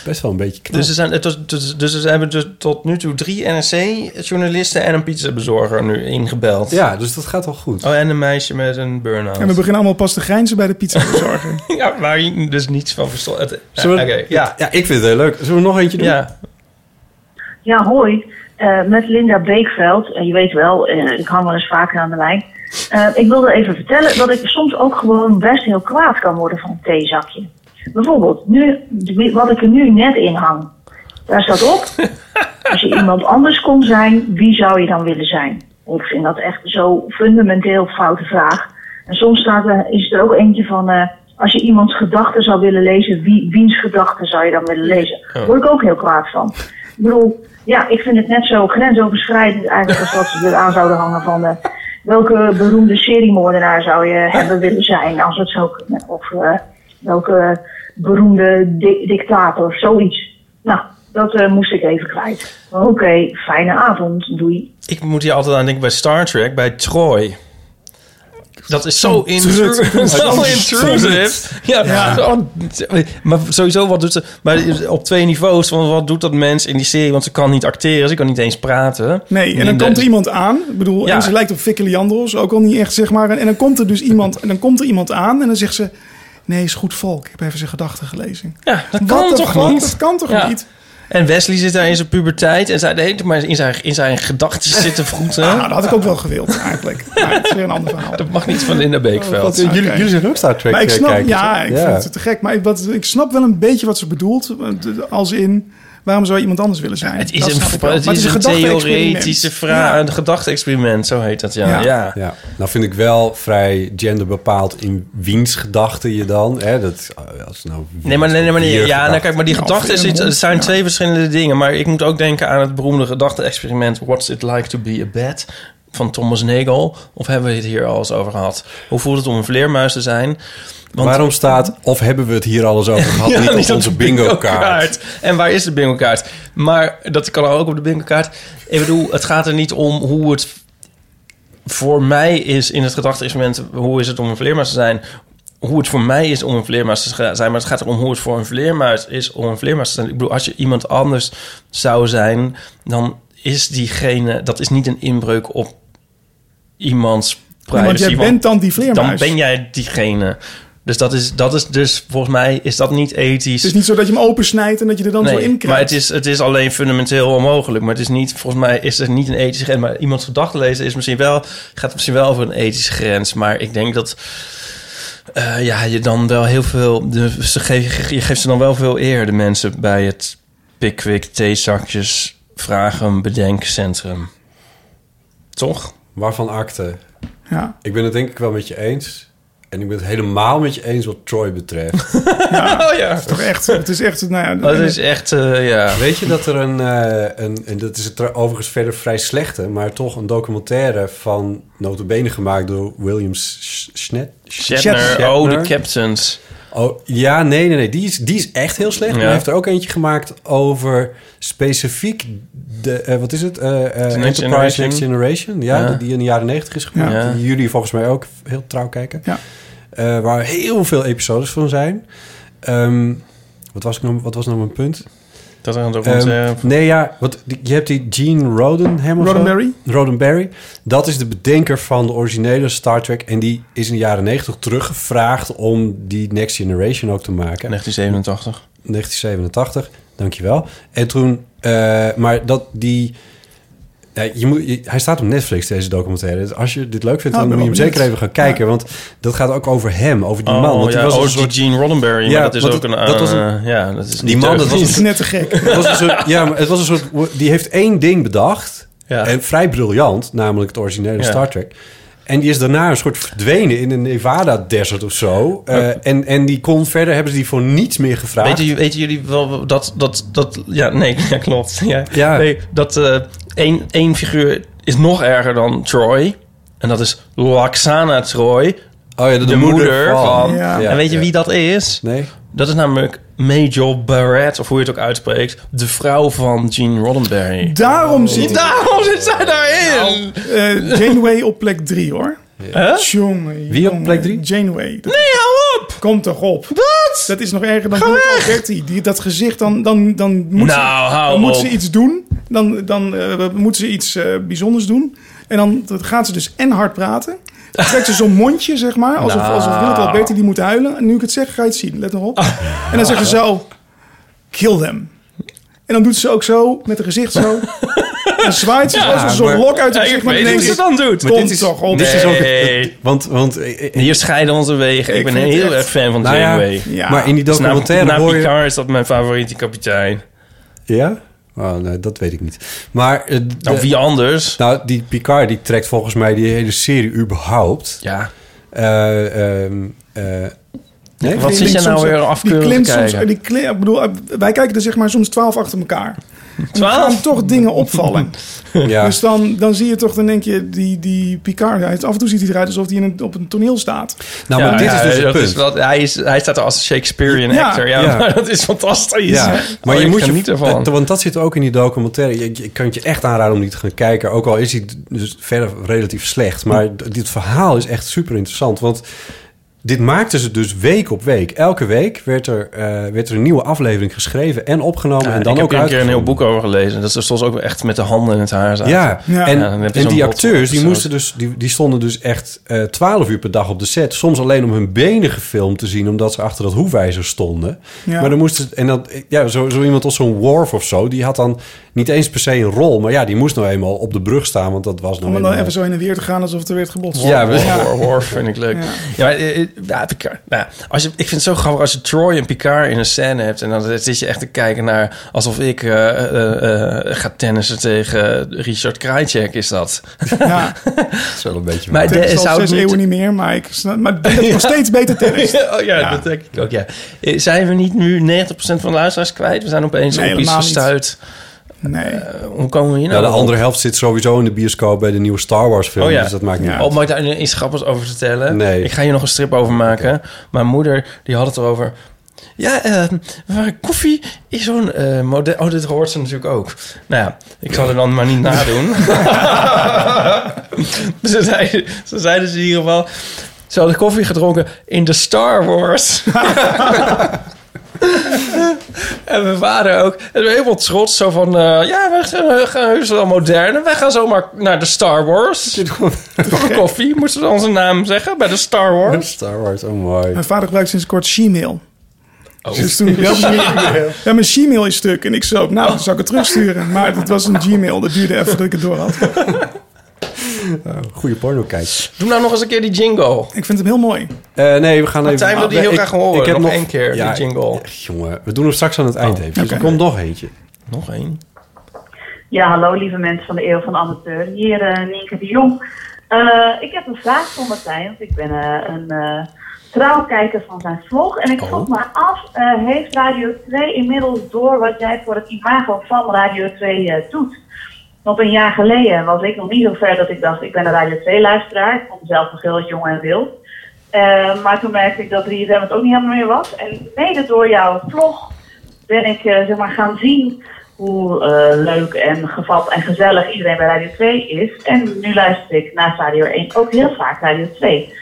S7: best wel een beetje knap.
S8: Dus, er zijn, het was- dus, dus ze hebben dus tot nu toe drie NRC-journalisten en een pizzabezorger nu ingebeld.
S7: Ja, dus dat gaat wel goed.
S8: Oh, en een meisje met een burn-out.
S6: En we beginnen allemaal pas te grijnzen bij de pizzabezorger.
S8: Ja, waar je dus niets van verstond. Het- Ja,
S7: Zullen we-
S8: oké, ja.
S7: ja, ik vind het heel leuk. Zullen we nog eentje doen?
S8: Ja.
S13: Ja, hoi. Eh, met Linda Beekveld. En je weet wel, eh, ik hang wel eens vaker aan de lijn. Eh, ik wilde even vertellen dat ik soms ook gewoon best heel kwaad kan worden van een theezakje. Bijvoorbeeld, nu, wat ik er nu net in hang. Daar staat op, als je iemand anders kon zijn, wie zou je dan willen zijn? Ik vind dat echt zo fundamenteel foute vraag. En soms staat er, is er ook eentje van, eh, als je iemands gedachten zou willen lezen, wie, wiens gedachten zou je dan willen lezen? Daar word ik ook heel kwaad van. Ik bedoel, ja, ik vind het net zo grensoverschrijdend eigenlijk als wat ze er aan zouden hangen van eh, welke beroemde seriemoordenaar zou je hebben willen zijn als het zo of eh, welke beroemde di- dictator of zoiets. Nou, dat eh, moest ik even kwijt. Oké, fijne avond, doei.
S8: Ik moet hier altijd aan denken bij Star Trek, bij Troy. Dat is zo
S13: Zo'n
S8: intrusive.
S13: trut.
S8: Zo
S13: Zo'n
S8: intrusive.
S13: trut.
S8: Ja,
S13: Ja.
S8: zo- oh, maar sowieso, wat doet ze... Maar op twee niveaus, want wat doet dat mens in die serie? Want ze kan niet acteren, ze kan niet eens praten.
S6: Nee, en dan
S8: de-
S6: komt er iemand aan. Ik bedoel,
S8: Ja.
S6: en ze lijkt op Vicky Leandros, ook al niet echt, zeg maar. En, en dan komt er dus iemand, en dan komt er iemand aan en dan zegt ze... Nee, is goed volk. Ik heb even zijn gedachten gelezen.
S8: Ja, dat
S6: What
S8: kan
S6: the
S8: toch
S6: fuck?
S8: niet?
S6: Dat kan toch
S8: Ja.
S6: niet?
S8: En Wesley zit daar in zijn puberteit en zij de hele tijd maar in zijn, in zijn gedachten zitten vroeten.
S6: Ah, dat had ik ook wel gewild, eigenlijk. Maar het is weer een ander verhaal.
S8: Dat mag niet van Linda Beekveld.
S6: Oh,
S7: Eh,
S6: wat- Jullie- jullie zijn ook
S7: Star eh,
S6: maar ik snap, ja, ik vind het te gek. Maar ik, wat, ik snap wel een beetje wat ze bedoelt. eh, d- Als in, waarom zou je iemand anders willen zijn?
S8: Het is
S6: Dat
S8: een,
S6: snap ik wel.
S8: het
S6: Maar
S8: is een
S6: gedachte-experiment.
S8: theoretische vraag, een gedachte-experiment, zo heet dat, ja. ja.
S7: Nou vind ik wel vrij gender bepaald in wiens gedachten je dan. Hè? Dat, als nou
S8: Nee, maar, nee, nee, maar, nee,
S7: wier
S8: ja, nou, kijk, maar die
S7: gedacht-
S8: gedachten
S7: Nou,
S8: is iets-
S7: vind
S8: het
S7: ik
S8: zijn twee verschillende dingen. Maar ik moet ook denken aan het beroemde gedachte-experiment... What's it like to be a bat? van Thomas Nagel. Of hebben we het hier al eens over gehad? Hoe voelt het om een vleermuis te zijn? Want-
S7: Waarom staat, of hebben we het hier alles over gehad,
S8: Ja,
S7: niet op
S8: niet op
S7: onze
S8: de
S7: bingo kaart?
S8: bingokaart. En waar is de bingo kaart? Maar dat kan ook op de bingo kaart. Ik bedoel, het gaat er niet om hoe het voor mij is in het gedachte-experiment. Hoe is het om een vleermuis te zijn? Hoe het voor mij is om een vleermuis te scha- zijn. Maar het gaat erom hoe het voor een vleermuis is om een vleermuis te zijn. Ik bedoel, als je iemand anders zou zijn, dan is diegene. Dat is niet een inbreuk op iemands
S6: Ja,
S8: privacy.
S6: want jij bent dan die vleermuis.
S8: Dan ben jij diegene. Dus dat is, dat is dus, volgens mij is dat niet ethisch.
S6: Het is niet zo dat je hem opensnijdt en dat je er dan zo in
S8: maar
S6: krijgt.
S8: het is, het is alleen fundamenteel onmogelijk. Maar het is niet, volgens mij is er niet een ethische grens. Maar iemands gedachten lezen is misschien wel, gaat misschien wel over een ethische grens. Maar ik denk dat eh, ja, je dan wel heel veel. De, ze geef, je geeft ze dan wel veel eer, de mensen bij het Pickwick theezakjes vragen bedenkcentrum. Toch?
S7: Waarvan akte?
S6: Ja.
S7: Ik ben het denk ik wel met je eens. En ik ben het helemaal met je eens wat Troy betreft.
S8: Oh ja.
S6: Toch echt, het is echt, nou ja,
S8: Dat is echt, eh, ja.
S7: Weet je dat er een, eh, een, en dat is het tr- overigens verder vrij slechte, maar toch een documentaire van notabene gemaakt door William Sch- Schnet?
S8: Shatner. Oh, de Captains.
S7: Oh, ja, nee, nee, nee. Die is, die is echt heel slecht.
S8: Ja.
S7: Maar hij heeft er ook eentje gemaakt over specifiek de, eh, wat is het? Eh, eh,
S8: Next
S7: Enterprise
S8: Generation.
S7: Next Generation. Ja,
S8: Ja.
S7: die in de jaren negentig is gemaakt.
S8: Ja.
S7: Die jullie volgens mij ook heel trouw kijken. Eh, waar heel veel episodes van zijn. Ehm, wat, was ik nou, wat was nou mijn punt?
S8: Dat er een documentaire-
S7: Ehm, nee, ja, want die- je hebt die Gene Roddenhammer. of zo?
S6: Roddenberry?
S7: Roddenberry. Dat is de bedenker van de originele Star Trek. En die is in de jaren 90 teruggevraagd om die Next Generation ook te maken.
S8: 1987.
S7: 1987, dankjewel. En toen, eh, maar dat die. ja, je moet, je- hij staat op Netflix, deze documentaire. Dus als je dit leuk vindt,
S8: Oh,
S7: dan
S8: ik
S7: moet
S8: ben
S7: je hem
S8: wel
S7: zeker
S8: benieuwd.
S7: even gaan kijken. Want dat gaat ook over hem, over die
S8: Oh,
S7: man. Want
S8: ja,
S7: die was
S8: oh,
S7: een
S8: die
S7: soort
S8: Gene Roddenberry, maar dat is
S7: want
S8: ook een,
S7: dat was
S8: eh, ja, dat is
S7: die
S8: niet
S7: man, dat
S8: deugd.
S7: was
S8: Niet net te
S6: gek.
S7: Het was een soort, ja, maar het was een soort. Die heeft één ding bedacht. En vrij briljant, namelijk het originele
S8: Ja.
S7: Star Trek. En die is daarna een soort verdwenen in een Nevada desert of zo. Eh, en, en die kon verder, hebben ze die voor niets meer gevraagd.
S8: Weten, jullie- weten jullie wel dat, dat, dat... Ja, nee, ja, klopt. Ja,
S7: Ja.
S8: Nee, dat eh één, één figuur is nog erger dan Troy. En dat is Laxana Troy.
S7: Oh ja, de,
S8: moeder,
S7: moeder
S8: van.
S7: van. Ja.
S8: En weet je
S7: Ja.
S8: wie dat is?
S7: Nee.
S8: Dat is namelijk Major Barrett, of hoe je het ook uitspreekt. De vrouw van Gene Roddenberry.
S6: Daarom zit,
S8: Daarom zit zij daarin!
S6: Eh, Janeway op plek 3 hoor.
S8: Huh?
S6: Jongen,
S8: Wie
S6: op plek 3? Janeway. nee,
S8: hou op!
S6: Komt toch op.
S8: Wat?
S6: Dat is nog erger dan Julie Alberti. Die, dat gezicht, dan, dan, dan, moet,
S8: Nou,
S6: ze,
S8: hou
S6: dan moet
S8: op.
S6: ze iets doen. Dan, dan eh, moet ze iets eh, bijzonders doen. En dan dat gaat ze dus en hard praten. Dan trekt ze zo'n mondje, zeg maar. Alsof,
S14: Nou.
S6: alsof Willem Alberti die moet huilen. En nu ik het zeg, ga je het zien. Let nog op.
S8: Oh.
S6: En dan zegt ze zo... Kill them. En dan doet ze ook zo, met haar gezicht zo. En zwaait ze
S8: Ja,
S6: alsof ze zo'n
S8: maar-
S6: lok uit
S8: Ja,
S6: haar
S8: ik
S6: gezicht. Maar
S8: weet
S6: denk
S8: hoe ze
S6: ik,
S8: dan doet.
S6: Kom toch op.
S7: Dit is ook het-
S8: Nee.
S7: want, want,
S8: Hier scheiden onze wegen. Ik,
S7: Ik
S8: ben
S7: vind
S8: heel
S7: het echt-
S8: erg fan van
S7: Nou ja,
S8: Janeway.
S7: ja. maar in die documentaire
S8: na, na
S7: hoor je-
S8: Picard is dat mijn favoriete kapitein.
S7: Ja? Oh, nee, dat weet ik niet. Maar... eh,
S8: Nou,
S7: de-
S8: wie anders?
S7: Nou, die Picard die trekt volgens mij die hele serie überhaupt. Eh, ehm,
S8: Ja.
S6: Nee, die klimt
S8: nou
S6: soms- Die klimt soms, die kli- ik bedoel, wij kijken er zeg maar soms twaalf achter elkaar. En Dan gaan toch dingen opvallen.
S7: ja.
S6: Dus dan, dan zie je toch, dan denk je, die, die Picard, hij, af en toe ziet hij eruit alsof hij in een, op een toneel staat.
S7: Nou,
S8: Ja, ja, dat is wat- hij, is, hij staat er als Shakespearean
S6: Ja.
S8: actor. Ja,
S7: dus Ja.
S8: maar dat is fantastisch.
S7: Ja, maar
S8: Oh,
S7: je
S8: ik
S7: moet je
S8: geniet ervan.
S7: eh, Want dat zit ook in die documentaire. Ik, ik kan het je echt aanraden om die te gaan kijken. Ook al is die dus verder relatief slecht. Maar d- dit verhaal is echt super interessant. Want dit maakten ze dus week op week. Elke week werd er, eh, werd er een nieuwe aflevering geschreven en opgenomen.
S8: Ja,
S7: en dan
S8: ik
S7: ook
S8: heb hier een keer een
S7: uitgezonden.
S8: heel boek over gelezen. Dat ze soms ook echt met de handen in het haar zaten.
S7: Ja, en,
S8: dan heb je
S7: en
S8: zo'n
S7: die
S8: bot-
S7: acteurs die,
S8: episode.
S7: moesten dus, die, die stonden dus echt twaalf uur per dag op de set. Soms alleen om hun benen gefilmd te zien, omdat ze achter dat hoefijzer stonden.
S6: Ja.
S7: Maar dan moesten en dat, ja, zo, zo iemand als zo'n Worf of zo, die had dan niet eens per se een rol. Maar ja, die moest nou eenmaal op de brug staan, want dat was nou
S6: Om dan
S7: eenmaal-
S6: even zo heen en weer te gaan alsof er werd gebotst.
S8: dus- Ja, War, War, War vind ik leuk. Ja, maar, eh, eh, ja, Picard. Nou, als je, ik vind het zo grappig als je Troy en Picard in een scène hebt... en dan zit je echt te kijken naar... alsof ik eh, eh, eh, ga tennissen tegen Richard Krajcek, is dat.
S6: Ja.
S7: is wel een beetje...
S8: Maar
S6: Tennis
S8: de-
S6: al
S8: zou
S6: zes
S8: het niet-
S6: eeuwen niet meer, maar ik, snap, maar ik denk dat ik nog
S8: Ja.
S6: steeds beter tennis.
S8: oh ja, dat denk ik ook, ja. Eh, Zijn we niet nu 90% van de luisteraars kwijt? We zijn opeens
S6: Nee,
S8: op iets
S6: helemaal niet.
S8: gestuurd.
S6: Nee.
S8: hoe komen we hier nou
S7: Ja, de
S8: op?
S7: andere helft zit sowieso in de bioscoop bij de nieuwe Star Wars film.
S8: Oh ja.
S7: Dus dat maakt niet uit.
S8: Oh, mag ik daar nu iets grappigs over vertellen?
S7: Nee.
S8: Ik ga hier nog een strip over maken. Mijn moeder, die had het erover. Ja, eh, maar koffie is zo'n eh, model... Oh, dit hoort ze natuurlijk ook. Nou ja, ik zal er dan maar niet nadoen. ze, zeiden, ze zeiden ze in ieder geval... Ze hadden koffie gedronken in de Star Wars. En mijn vader ook. En we helemaal trots. Zo van, eh, ja, we gaan- we gaan heus wel modern. Wij gaan zomaar naar de Star Wars. Voor koffie moesten we onze naam zeggen bij de Star Wars.
S7: Star Wars, oh mooi.
S6: Mijn vader gebruikt sinds kort Gmail.
S8: Oh.
S6: Dus toen ik wel
S8: Gmail.
S6: ja, mijn Gmail is stuk. En ik zo, nou, dan zou ik het terugsturen. Maar het was een Gmail, dat duurde even dat ik het door had.
S7: Goede porno kijk.
S8: Doe nou nog eens een keer die jingle.
S6: Ik vind hem heel mooi.
S7: Eh, nee, we gaan
S8: Martijn
S7: even...
S8: wil die heel
S7: ik-
S8: graag horen.
S7: Ik heb
S8: Nog
S7: nog
S8: één keer, die jingle.
S7: echt, jongen, we doen hem straks aan het
S8: Oh.
S7: eind even. Dus
S6: oké.
S7: er komt nog eentje.
S8: Nog één?
S13: Ja, hallo lieve mensen van de Eeuw van de Amateur. Hier eh Nienke de Jong. Eh, ik heb een vraag voor Martijn, want ik ben eh, een eh trouwkijker van zijn vlog. En ik vroeg me af, eh, heeft Radio 2 inmiddels door wat jij voor het imago van Radio 2 eh, doet? Want een jaar geleden was ik nog niet zo ver dat ik dacht, ik ben een Radio 2-luisteraar. Ik vond mezelf nog heel jong en wild. Eh, maar toen merkte ik dat 3FM het ook niet helemaal meer was. En mede door jouw vlog ben ik eh, zeg maar gaan zien hoe eh, leuk en gevat en gezellig iedereen bij Radio 2 is. En nu luister ik naast Radio 1 ook heel vaak Radio 2.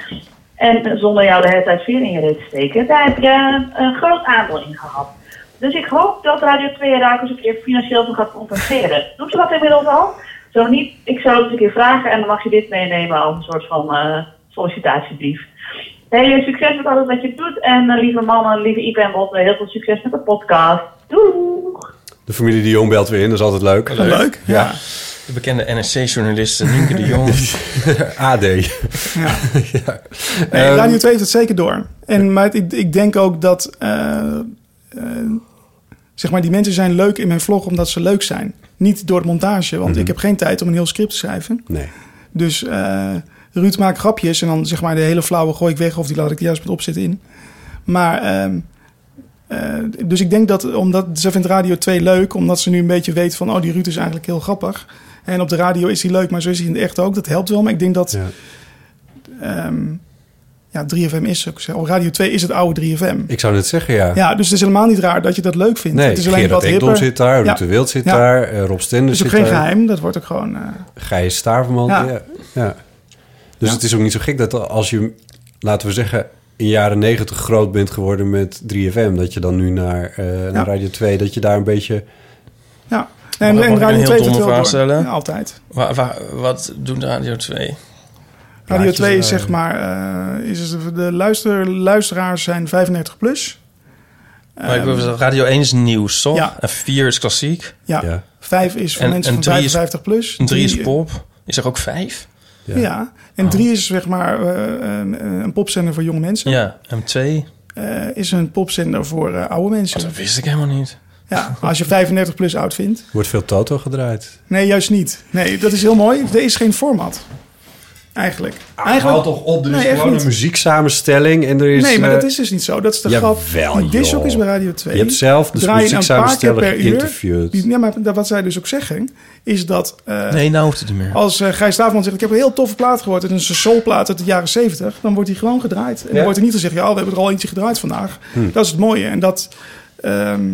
S13: En eh, zonder jou de hele tijd vier in je reet te steken, daar heb je een, een groot aandeel in gehad. Dus ik hoop dat Radio 2 Raak eens een keer financieel voor gaat compenseren. Doet ze dat inmiddels al? Zo niet, ik zou het eens een keer vragen en dan mag je dit meenemen als een soort van eh, sollicitatiebrief. Heel succes met alles wat je doet. En eh, lieve mannen, lieve Ipe en Botte, heel veel succes met de podcast. Doei!
S7: De familie de Jong belt weer in, dat is altijd leuk.
S6: Leuk,
S7: ja.
S8: De bekende NSC-journaliste Nienke de Jong.
S7: AD.
S6: Ja.
S7: Ja.
S6: Nee,
S7: Ehm,
S6: Radio 2 heeft het zeker door. En, maar het- ik, ik denk ook dat... eh, eh, zeg maar, die mensen zijn leuk in mijn vlog omdat ze leuk zijn. Niet door de montage,
S7: Mhm.
S6: want ik heb geen tijd om een heel script te schrijven.
S7: Nee.
S6: Dus eh, Ruud maakt grapjes en dan zeg maar de hele flauwe gooi ik weg... of die laat ik er juist met opzetten in. Maar... ehm, eh, dus ik denk dat omdat ze vindt Radio 2 leuk, omdat ze nu een beetje weet van, oh, die Ruud is eigenlijk heel grappig. En op de radio is hij leuk, maar zo is hij in het echt ook. Dat helpt wel. Maar ik denk dat. ehm, ja, 3FM is ook zo. Op Radio 2 is het oude 3FM.
S7: Ik zou net zeggen, ja.
S6: Ja, dus het is helemaal niet raar dat je dat leuk vindt.
S7: Nee,
S6: het is
S7: Gerard Ekdom zit daar, Ruud de Wild zit
S6: Ja.
S7: daar, eh, Rob Stenders
S6: Dus ook
S7: zit
S6: geen
S7: daar.
S6: geheim, dat wordt ook gewoon... eh,
S7: Gijs Staverman.
S6: Ja.
S7: Ja. Ja. Dus het is ook niet zo gek dat als je, laten we zeggen, in jaren negentig groot bent geworden met 3FM, dat je dan nu naar, eh, naar Radio 2, dat je daar een beetje.
S6: ja. Nee, en,
S8: Mag
S6: en
S8: ik
S6: Radio
S8: een
S6: 2
S8: heel
S6: doet
S8: domme
S6: wel
S8: vraag
S6: door.
S8: stellen?
S6: Ja, altijd.
S8: Wa- wa- wat doet Radio 2?
S6: Radio 2 is
S8: eh,
S6: zeg maar... eh, is het- de luister, luisteraars zijn 35 plus.
S8: Maar ik
S6: Ehm,
S8: bedoel, Radio 1 is nieuws, toch?
S6: Ja.
S8: En 4 is klassiek.
S6: Ja. Vijf is voor mensen van
S8: drie
S6: 55 plus.
S8: En 3 is
S6: Drie-
S8: pop. Oh. Is er ook 5?
S6: ja. En 3 is zeg maar eh, een, een popzender voor jonge mensen.
S8: Ja, M2.
S6: Eh, is een popzender voor eh, oude mensen.
S8: Oh, dat wist ik helemaal niet.
S6: Ja, als je 35 plus oud vindt.
S7: Wordt veel Toto gedraaid.
S6: Nee, juist niet. Nee, dat is heel mooi. Er is geen format. Eigenlijk.
S8: Ah,
S6: Eigenlijk
S7: Houd Ah, toch op, er is
S6: Nee, echt
S7: gewoon
S6: niet.
S7: een muzieksamenstelling en er is...
S6: nee, maar
S7: eh,
S6: dat is dus niet zo. Dat is de
S7: Jawel,
S6: grap. Die dishoek
S7: joh.
S6: is bij Radio 2.
S7: Je hebt zelf de
S6: Draai je een paar keer
S7: muzieksamensteller
S6: per uur.
S7: geïnterviewd.
S6: Die- Ja, maar dat- wat zij dus ook zeggen, is dat... eh,
S8: Nee, nou hoeft het niet meer.
S6: Als eh, Gijs Staafman zegt, ik heb een heel toffe plaat gehoord. Het is een soulplaat uit de jaren 70. Dan wordt die gewoon gedraaid. En
S8: Ja.
S6: dan wordt er niet gezegd, ja, we hebben er al eentje gedraaid vandaag.
S8: Hm.
S6: Dat is het mooie. En dat... ehm,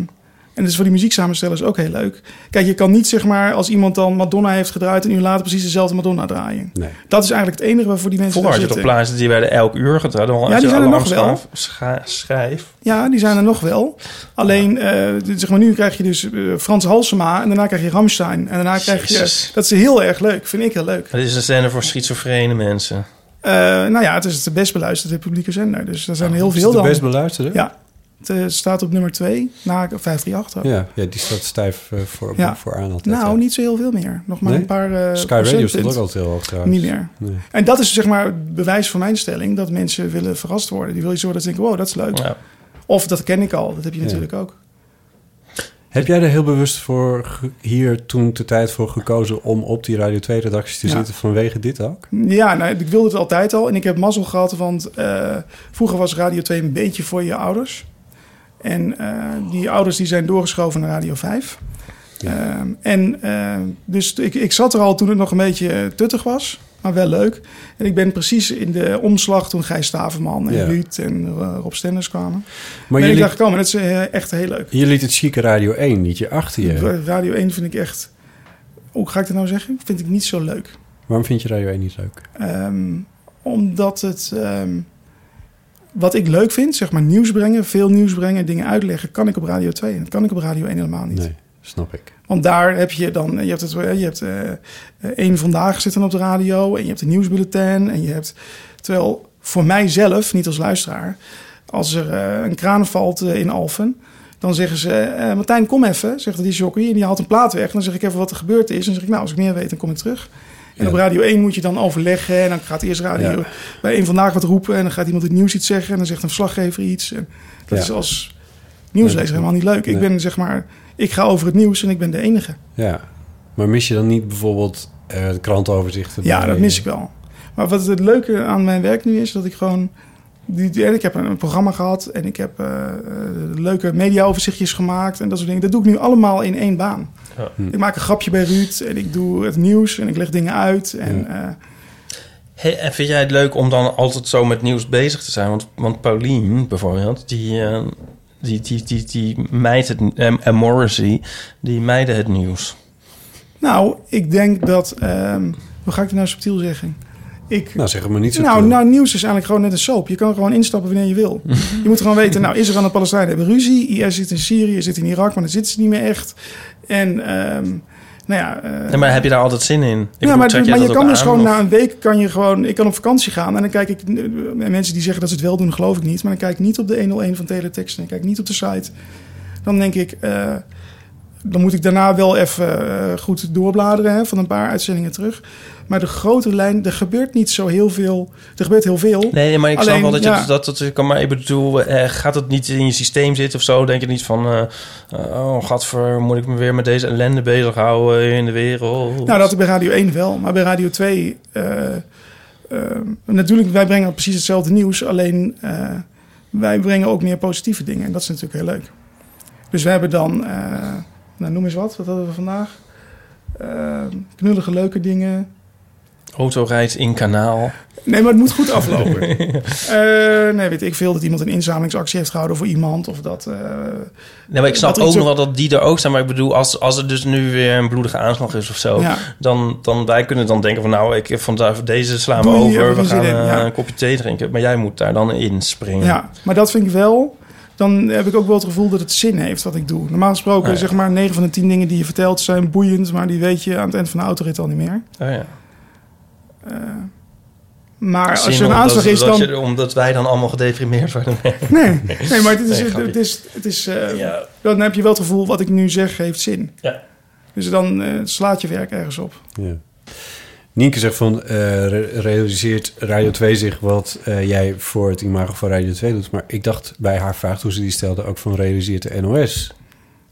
S6: en dat is voor die muzieksamenstellers ook heel leuk. Kijk, je kan niet zeg maar als iemand dan Madonna heeft gedraaid... en uur later precies dezelfde Madonna draaien.
S7: Nee.
S6: Dat is eigenlijk het enige waarvoor die mensen
S8: Vroeger
S6: daar
S8: had je toch
S6: zitten.
S8: plaatsen die werden elk uur gedraaid. Dan had
S6: Ja,
S8: je
S6: die zijn er nog
S8: alarmschaaf-
S6: wel.
S8: scha- Schrijf.
S6: Ja, die zijn er nog wel. Alleen, eh, d- zeg maar, nu krijg je dus eh, Frans Halsema en daarna krijg je Ramstein. En daarna krijg je...
S8: Jezus.
S6: Dat is heel erg leuk, vind ik heel leuk.
S8: Het is een zender voor schizofrene mensen.
S6: Eh, nou ja, het is het best beluisterde publieke zender. Dus er zijn heel
S7: het is
S6: veel
S7: de
S6: dan.
S7: best beluisterde?
S6: Ja. Het eh, staat op nummer 2, na 538. ook.
S7: Ja, ja, die staat stijf eh, voor,
S6: Ja.
S7: vooraan altijd.
S6: Nou, niet zo heel veel meer. Nog maar
S7: Nee?
S6: een paar eh
S7: Sky Radio
S6: procentpunt.
S7: stond ook altijd heel hoog trouwens.
S6: Niet meer.
S7: Nee.
S6: En dat is zeg maar het bewijs van mijn stelling... dat mensen willen verrast worden. Die willen zo dat ze denken, wow, dat is leuk.
S7: Ja.
S6: Of dat ken ik al. Dat heb je
S7: Ja.
S6: natuurlijk ook.
S7: Heb jij er heel bewust voor ge- hier toen de tijd voor gekozen om op die Radio 2-redactie te
S6: Ja.
S7: zitten vanwege dit ook?
S6: Ja, nou, ik wilde het altijd al. En ik heb mazzel gehad, want eh, vroeger was Radio 2 een beetje voor je ouders. En eh, die ouders die zijn doorgeschoven naar Radio 5. Ehm, en eh, dus t- ik, ik zat er al toen het nog een beetje eh, tuttig was, maar wel leuk. En ik ben precies in de omslag toen Gijs Staverman en
S7: Ja.
S6: Ruud en eh, Rob Stenders kwamen.
S7: Maar
S6: Maar ben ik
S7: jullie-
S6: daar gekomen. Dat is eh, echt heel leuk.
S7: Je liet het chique Radio 1 liedje achter je.
S6: Radio 1 vind ik echt... Hoe ga ik dat nou zeggen? Vind ik niet zo leuk.
S7: Waarom vind je Radio 1 niet leuk?
S6: Ehm, omdat het. ehm, wat ik leuk vind, zeg maar nieuws brengen, veel nieuws brengen, dingen uitleggen, kan ik op Radio 2 en dat kan ik op Radio 1 helemaal niet.
S7: Nee, snap ik.
S6: Want daar heb je dan, je hebt, het, je hebt eh, eh, één vandaag zitten op de radio en je hebt een nieuwsbulletin en je hebt, terwijl voor mijzelf, niet als luisteraar, als er eh, een kraan valt eh, in Alphen, dan zeggen ze, eh, Martijn kom even, zegt die jockey en die haalt een plaat weg. Dan zeg ik even wat er gebeurd is en dan zeg ik, nou als ik meer weet dan kom ik terug. En
S7: Ja.
S6: op Radio 1 moet je dan overleggen en dan gaat eerst radio
S7: Ja.
S6: bij één vandaag wat roepen en dan gaat iemand het nieuws iets zeggen en dan zegt een verslaggever iets. En dat
S7: Ja.
S6: is als nieuwslezer helemaal niet leuk. Ik
S7: Nee.
S6: ben zeg maar, ik ga over het nieuws en ik ben de enige.
S7: Ja, maar mis je dan niet bijvoorbeeld eh de krantenoverzichten?
S6: Ja,
S7: bij-
S6: dat mis ik wel. Maar wat het leuke aan mijn werk nu is, dat ik gewoon. Die, die- en ik heb een, een programma gehad en ik heb eh, eh, leuke mediaoverzichtjes gemaakt en dat soort dingen. Dat doe ik nu allemaal in één baan.
S8: Ja.
S6: Ik maak een grapje bij Ruud en ik doe het nieuws en ik leg dingen uit. En, eh,
S8: Hey, en vind jij het leuk om dan altijd zo met nieuws bezig te zijn? Want, want Paulien bijvoorbeeld, die, eh, die, die, die, die mijt het... eh, En, en Morrissey, die mijden het nieuws.
S6: nou, ik denk dat. ehm, hoe ga ik het nou subtiel zeggen? Ik,
S7: Nou, zeg het maar niet zo.
S6: nou, nou, nieuws is eigenlijk gewoon net een soap. Je kan gewoon instappen wanneer je wil. je moet gewoon weten, nou, Israël en Palestijnen hebben ruzie. IS zit in Syrië, zit in Irak, maar dan zitten ze niet meer echt. En, ehm, nou ja... eh,
S8: Nee, maar heb je daar altijd zin in? Ik
S6: ja,
S8: bedoel,
S6: maar,
S8: trek jij
S6: maar je
S8: dat ook
S6: kan dus
S8: aan,
S6: gewoon
S8: of-
S6: na een week kan je gewoon. Ik kan op vakantie gaan en dan kijk ik. en Mensen die zeggen dat ze het wel doen, geloof ik niet. Maar dan kijk ik niet op de 101 van Teletext en ik kijk niet op de site. Dan denk ik. eh, dan moet ik daarna wel even eh, goed doorbladeren hè, van een paar uitzendingen terug. Maar de grote lijn, er gebeurt niet zo heel veel. Er gebeurt heel veel.
S8: Nee, maar ik snap
S6: Alleen,
S8: wel dat je dus
S6: ja,
S8: dat, dat, kan. Maar ik bedoel, eh, gaat het niet in je systeem zitten of zo? Denk je niet van, eh oh gadver, moet ik me weer met deze ellende bezighouden in de wereld?
S6: Nou, dat bij Radio 1 wel, maar bij Radio 2... eh, eh, natuurlijk, wij brengen precies hetzelfde nieuws, alleen eh, wij brengen ook meer positieve dingen. En dat is natuurlijk heel leuk. Dus we hebben dan, eh, nou noem eens wat, wat hadden we vandaag? Eh, eh, knullige leuke dingen.
S8: Autorijdt in kanaal.
S6: Nee, maar het moet goed aflopen. Eh, nee, weet ik veel dat iemand een inzamelingsactie heeft gehouden voor iemand. Of dat, eh,
S8: Nee, maar ik snap
S6: dat er
S8: ook
S6: iets
S8: nog
S6: op-
S8: wel dat die er ook zijn. Maar ik bedoel, als, als er dus nu weer een bloedige aanslag is of zo...
S6: Ja.
S8: Dan, dan wij kunnen dan denken van... nou, ik, vandaag deze slaan we
S6: Doe je,
S8: over.
S6: doe
S8: We
S6: je
S8: gaan
S6: zin in,
S8: eh,
S6: ja.
S8: een kopje thee drinken. Maar jij moet daar dan inspringen.
S6: Ja, maar dat vind ik wel. Dan heb ik ook wel het gevoel dat het zin heeft wat ik doe. Normaal gesproken,
S8: Ah, ja.
S6: zeg maar, 9 van de 10 dingen die je vertelt zijn boeiend, maar die weet je aan het eind van de autorit al niet meer.
S8: Oh, ja.
S6: Eh, maar als
S8: Zin
S6: er een
S8: omdat-
S6: aanslag is,
S8: dat
S6: dan.
S8: je- omdat wij dan allemaal gedeprimeerd worden.
S6: Nee, nee, maar het is,
S8: Nee,
S6: het,
S8: grapje.
S6: het is, het is eh, dan heb je wel het gevoel wat ik nu zeg heeft zin.
S8: Ja.
S6: Dus dan eh, slaat je werk ergens op.
S7: Ja. Nienke zegt van, eh, re- realiseert Radio 2 zich wat eh, jij voor het imago van Radio 2 doet? Maar ik dacht bij haar vraag toen ze die stelde ook van, realiseert de NOS?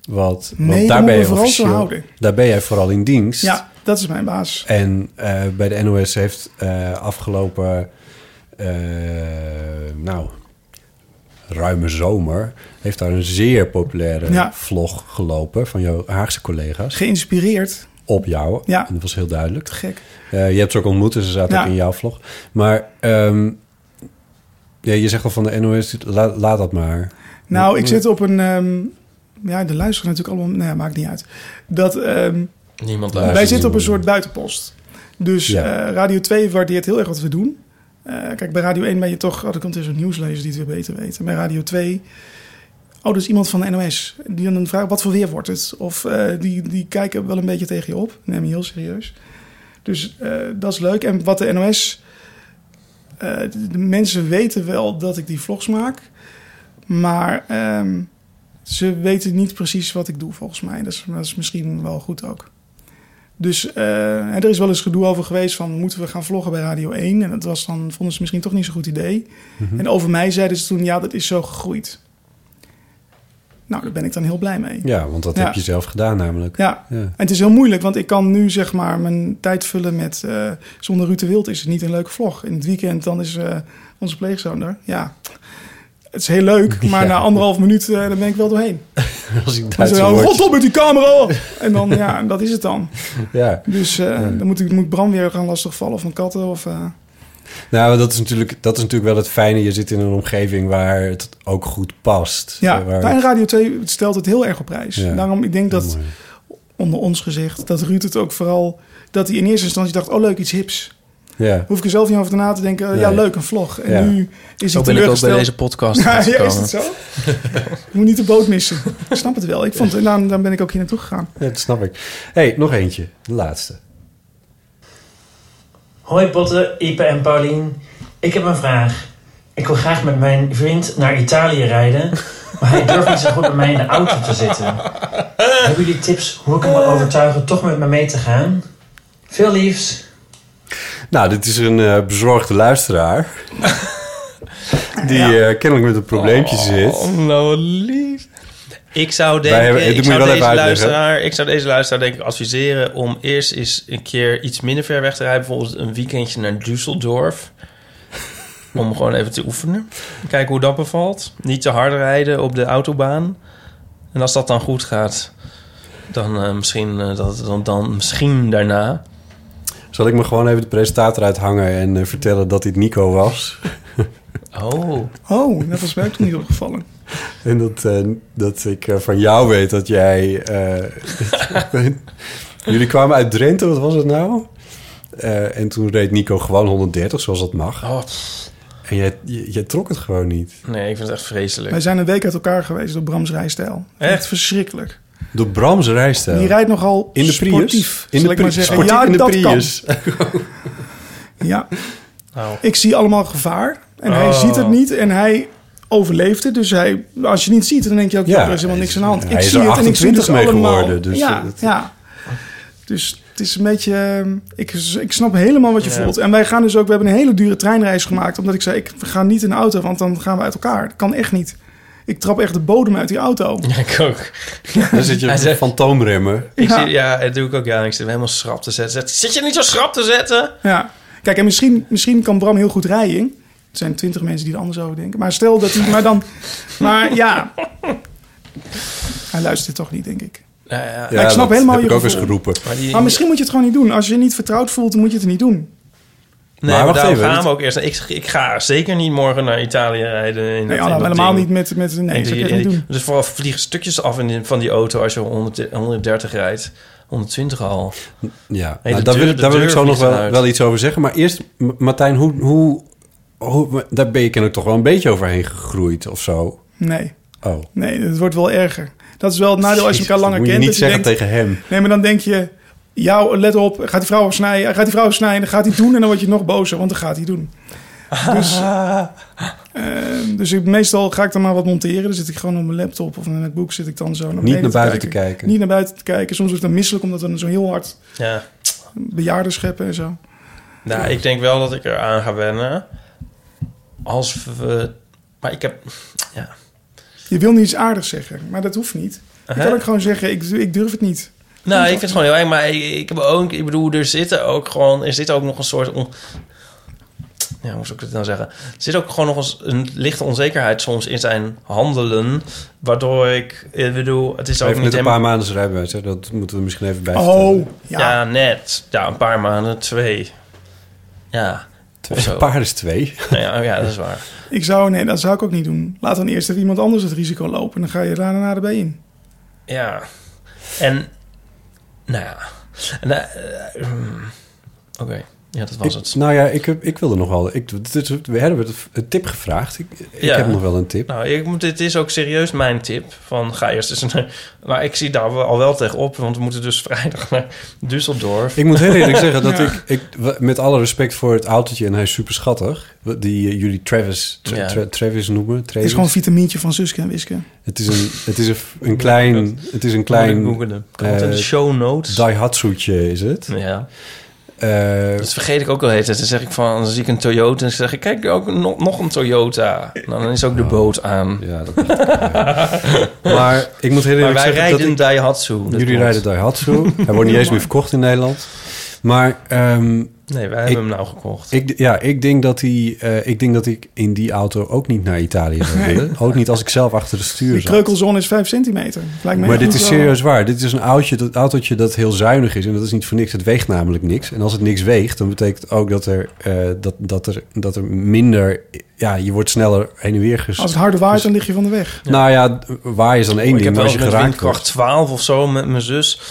S7: Wat,
S6: Nee,
S7: want
S6: dat
S7: daar
S6: moeten
S7: ben,
S6: we
S7: je
S6: vooral zo
S7: officieel,
S6: houden.
S7: daar ben jij vooral in dienst.
S6: Ja, dat is mijn baas.
S7: En eh, bij de NOS heeft eh, afgelopen, eh, nou, ruime zomer... heeft daar een zeer populaire
S6: Ja.
S7: vlog gelopen van jouw Haagse collega's.
S6: Geïnspireerd.
S7: Op jou.
S6: Ja.
S7: En dat was heel duidelijk.
S6: Gek.
S7: Eh, je hebt ze ook ontmoet, dus ze zaten
S6: Ja.
S7: ook in jouw vlog. Maar ehm, ja, je zegt al van de NOS, la- laat dat maar.
S6: Nou, ik zit op een. ehm, ja, de luisteren natuurlijk allemaal. Nee, maakt niet uit. Dat, ehm,
S8: Niemand
S6: wij
S8: luistert.
S6: zitten op een soort buitenpost. Dus
S8: eh, Ja.
S6: eh, Radio 2 waardeert heel erg wat we doen. Eh, kijk, bij Radio 1 ben je toch. Oh, er komt weer zo'n nieuwslezer die het weer beter weet. En bij Radio 2. Oh, dus iemand van de NOS. Die dan vraagt: wat voor weer wordt het? Of eh, die, die kijken wel een beetje tegen je op. Neem je heel serieus. Dus eh, dat is leuk. En wat de NOS. eh, de- de mensen weten wel dat ik die vlogs maak. Maar ehm, ze weten niet precies wat ik doe, volgens mij. Dat is, dat is misschien wel goed ook. Dus eh, er is wel eens gedoe over geweest van... moeten we gaan vloggen bij Radio 1? En dat was dan, vonden ze misschien toch niet zo'n goed idee.
S7: Mhm.
S6: En over mij zeiden ze toen, ja, dat is zo gegroeid. Nou, daar ben ik dan heel blij mee.
S7: Ja, want dat
S6: Ja.
S7: heb je zelf gedaan namelijk.
S6: Ja. En het is heel moeilijk, want ik kan nu zeg maar mijn tijd vullen met... eh, zonder Ruud de Wild is het niet een leuke vlog. In het weekend dan is eh, onze pleegzoon er. Ja, het is heel leuk, maar
S7: Ja.
S6: na anderhalf minuut eh, dan ben ik wel doorheen.
S7: Als ik
S6: Dan
S7: Duitse
S6: zeg ik,
S7: woord-
S6: god op met die camera! En dan, ja, dat is het dan.
S7: Ja.
S6: Dus eh, dan moet, ik, moet Bram weer gaan lastigvallen of een katten of... eh,
S7: Nou, dat is, natuurlijk, dat is natuurlijk wel het fijne. Je zit in een omgeving waar het ook goed past.
S6: Ja,
S7: Eh, waar-
S6: nou, en Radio 2 stelt het heel erg op prijs.
S7: Ja.
S6: Daarom, ik denk dat, onder ons gezegd, dat Ruud het ook vooral... dat hij in eerste instantie dacht, oh leuk, iets hips.
S7: ja.
S6: Hoef ik er zelf niet over na te denken. eh, Ja,
S8: Nee.
S6: leuk, een vlog. En
S8: Ja.
S6: nu is
S8: Zo
S6: hij
S8: ben ik ook bij
S6: teleurgesteld.
S8: deze podcast
S6: Ja, ja, is
S8: gekomen.
S6: het zo? Je moet niet de boot missen. ik snap het wel. Ik vond, en daarom, daarom ben ik ook hier naartoe gegaan.
S7: Ja, dat snap ik. Hé, hey, nog eentje. De laatste.
S14: Hoi Botte, Ipe en Paulien. Ik heb een vraag. Ik wil graag met mijn vriend naar Italië rijden, maar hij durft niet zo goed met mij in de auto te zitten. Hebben jullie tips hoe ik hem kan overtuigen toch met me mee te gaan? Veel liefs.
S7: Nou, dit is een eh, bezorgde luisteraar. die eh, kennelijk met een probleempje zit.
S8: nou lief. Ik zou
S7: Wij
S8: denken,
S7: hebben- dit
S8: ik,
S7: moet
S8: zou
S7: je wel even
S8: deze
S7: uitleggen.
S8: luisteraar, ik zou deze luisteraar denk ik adviseren om eerst eens een keer iets minder ver weg te rijden. Bijvoorbeeld een weekendje naar Düsseldorf. om gewoon even te oefenen. Kijken hoe dat bevalt. Niet te hard rijden op de autobaan. En als dat dan goed gaat, dan, eh, misschien, eh, dat, dan, dan misschien daarna.
S7: Zal ik me gewoon even de presentator uithangen en eh, vertellen dat dit Nico was?
S8: Oh.
S6: Oh, dat was mij ook toen niet opgevallen.
S7: En dat, eh, dat ik eh, van jou weet dat jij. eh, Jullie kwamen uit Drenthe, wat was het nou? Eh, en toen reed Nico gewoon 130, zoals dat mag. En jij, j- jij trok het gewoon niet.
S8: Oh, Nee, ik vind het echt vreselijk.
S6: Wij zijn een week uit elkaar geweest door Brams rijstijl. Echt, verschrikkelijk.
S7: Door Brams rijstijl.
S6: Die rijdt nogal
S7: in de Prius.
S6: sportief,
S7: in
S6: zal
S7: de
S6: ik maar
S7: Prius.
S6: zeggen.
S7: Sportief
S6: Ja,
S7: in de
S6: dat kan.
S7: Prius.
S6: Ja.
S8: Nou.
S6: Ik zie allemaal gevaar. En hij
S7: Oh.
S6: ziet het niet en hij overleeft het. Dus hij, als je niet ziet, dan denk je ook... Ja,
S7: Ja,
S6: er is helemaal niks aan de hand.
S7: hij
S6: ik
S7: is
S6: zie
S7: er
S6: het en ik zie
S7: 28
S6: het
S7: mee
S6: allemaal.
S7: geworden, dus,
S6: ja,
S7: eh, dat-
S6: ja. Dus het is een beetje... ehm, Ik, ik snap helemaal wat je
S7: Ja.
S6: voelt. En wij gaan dus ook... We hebben een hele dure treinreis gemaakt. Omdat ik zei, ik ga niet in de auto, want dan gaan we uit elkaar. Dat kan echt niet. Ik trap echt de bodem uit die auto.
S8: Ja, ik ook.
S7: Dan zit je op de fantoomremmen.
S8: Ik
S6: Ja.
S8: Zit, ja, dat doe ik ook. Ja, ik zit hem helemaal schrap te zetten. Zet- Zit je niet zo schrap te zetten?
S6: Ja. Kijk, en misschien, misschien kan Bram heel goed rijden. Er zijn twintig mensen die er anders over denken. Maar stel dat hij... Maar dan... Maar ja... Hij luistert toch niet, denk ik.
S8: Ja, Nou ja.
S6: Ja, ik snap
S8: dat
S6: helemaal
S8: heb
S6: je
S8: ik ook
S6: gevoel.
S8: eens geroepen. Maar die-
S6: Maar misschien moet je het gewoon niet doen. Als je je niet vertrouwd voelt, dan moet je het niet doen.
S8: Nee,
S7: Maar
S8: maar,
S7: wacht
S8: daarom
S7: even,
S8: gaan
S7: dat-
S8: we ook eerst. Ik, ik ga zeker niet morgen naar Italië rijden. In
S6: Nee,
S8: dat-
S6: Anna,
S8: in dat
S6: helemaal
S8: ding.
S6: niet met... met nee,
S8: In
S6: dat
S8: die-
S6: kan je
S8: in
S6: niet
S8: die-
S6: doen.
S8: Dus vooral vliegen stukjes af in die- van die auto als je 100 130 rijdt. 120 al.
S7: Ja,
S8: Nee,
S7: nou,
S8: de
S7: daar
S8: deur-
S7: wil,
S8: de
S7: daar wil ik
S8: deur
S7: zo nog
S8: vliegt
S7: wel,
S8: eruit.
S7: wel iets over zeggen. Maar eerst, M- Martijn, hoe, hoe, hoe, daar ben je kennelijk toch wel een beetje overheen gegroeid of zo?
S6: Nee.
S7: Oh.
S6: Nee, het wordt wel erger. Dat is wel het nadeel als je
S7: Jezus,
S6: elkaar langer
S7: moet je
S6: kent.
S7: niet
S6: dat
S7: zeggen tegen hem.
S6: Nee, maar dan denk je... jou let op, gaat die vrouw snijden, hij gaat die vrouw snijden, dan gaat hij doen en dan word je nog bozer, want dan gaat hij doen. Dus, eh, dus ik, meestal ga ik dan maar wat monteren. Dan zit ik gewoon op mijn laptop of in het boek zit ik dan zo naar
S7: Niet
S6: beneden
S7: naar buiten te kijken.
S6: Niet naar buiten te kijken. Soms word ik dan misselijk omdat dan zo heel hard
S8: Ja.
S6: bejaarden scheppen en zo.
S8: Nou, ik denk wel dat ik eraan ga wennen. Als we... Maar ik heb... Ja.
S6: Je wil niet iets aardigs zeggen, maar dat hoeft niet. Dan
S8: Hè?
S6: kan ik gewoon zeggen, ik, ik durf het niet.
S8: Nou, ik vind het gewoon heel eng. Maar ik, ik heb ook... Ik bedoel, er zitten ook gewoon... Er zit ook nog een soort... On... Ja, hoe zou ik het nou zeggen? Er zit ook gewoon nog eens een lichte onzekerheid soms in zijn handelen. Waardoor ik... Ik bedoel, het is
S7: Hij
S8: ook
S7: heeft
S8: niet
S7: net een
S8: helemaal...
S7: paar maanden zijn rijbewijs. Hè? Dat moeten we misschien even bij
S6: Oh, ja.
S8: net. Ja, een paar maanden. Twee. Ja. of zo.
S7: Een paar is twee.
S8: Nou ja, ja, dat is waar.
S6: Ik zou, nee, dat zou ik ook niet doen. Laat dan eerst even iemand anders het risico lopen en dan ga je daarna erbij in.
S8: Ja. En, nou ja. En, eh, eh, mm. Oké, ja, dat was
S7: Ik-
S8: het.
S7: Nou ja, ik, heb, ik wilde nog wel... Ik, dit is- we hebben het een tip gevraagd. Ik, ik
S8: Ja.
S7: heb nog wel een tip.
S8: Nou, ik, moet- dit is ook serieus mijn tip. Van ga eerst eens naar... Maar ik zie daar wel- al wel tegenop, want we moeten dus vrijdag naar Düsseldorf.
S7: Ik moet heel eerlijk zeggen dat ik, ik, w- met alle respect voor het autootje, en hij is super schattig, die eh, jullie Travis, tra-
S6: Ja.
S7: tra- Travis noemen.
S6: Het
S7: Travis.
S6: is gewoon een vitamintje van Suske en Wiske.
S7: Het is een, het is een, een klein, het is een klein.
S8: Moet ik googelen. Komt het in de
S7: eh,
S8: show notes?
S7: Daihatsu'tje is het.
S8: Ja.
S7: Eh,
S8: Dat vergeet ik ook al heet. Dan zeg ik van, dan zie ik een Toyota. En dan zeg ik, kijk, ook nog, nog een Toyota. Nou, dan is ook de boot aan.
S7: Ja, dat maar ik moet heel
S8: Maar
S7: eerlijk
S8: wij
S7: zeggen
S8: rijden
S7: dat ik-
S8: Daihatsu. Dat
S7: jullie
S8: klopt.
S7: rijden Daihatsu. Hij wordt niet eens meer verkocht in Nederland. Maar ehm,
S8: Nee, wij hebben hem nou gekocht.
S7: Ik, ja, ik denk dat hij, eh, ik denk dat ik in die auto ook niet naar Italië zou
S6: Nee.
S7: willen. Ook niet als ik zelf achter de stuur
S6: Die
S7: zat.
S6: kreukelzone is 5 centimeter. Lijkt me
S7: Maar
S6: echt
S7: dit
S6: niet
S7: is
S6: zo-
S7: serieus waar. Dit is een autootje dat, autootje dat heel zuinig is. En dat is niet voor niks. Het weegt namelijk niks. En als het niks weegt, dan betekent ook dat er, eh, dat, dat er, dat er minder... Ja, je wordt sneller heen en weer ges.
S6: Als het harder
S7: Dus-
S6: waait, dan lig je van de weg.
S7: Nou ja, waar is dan één
S8: Oh, ik heb
S7: ding. Maar als
S8: wel eens
S7: je
S8: met
S7: geraakt
S8: windkracht
S7: wordt...
S8: 12 of zo met mijn zus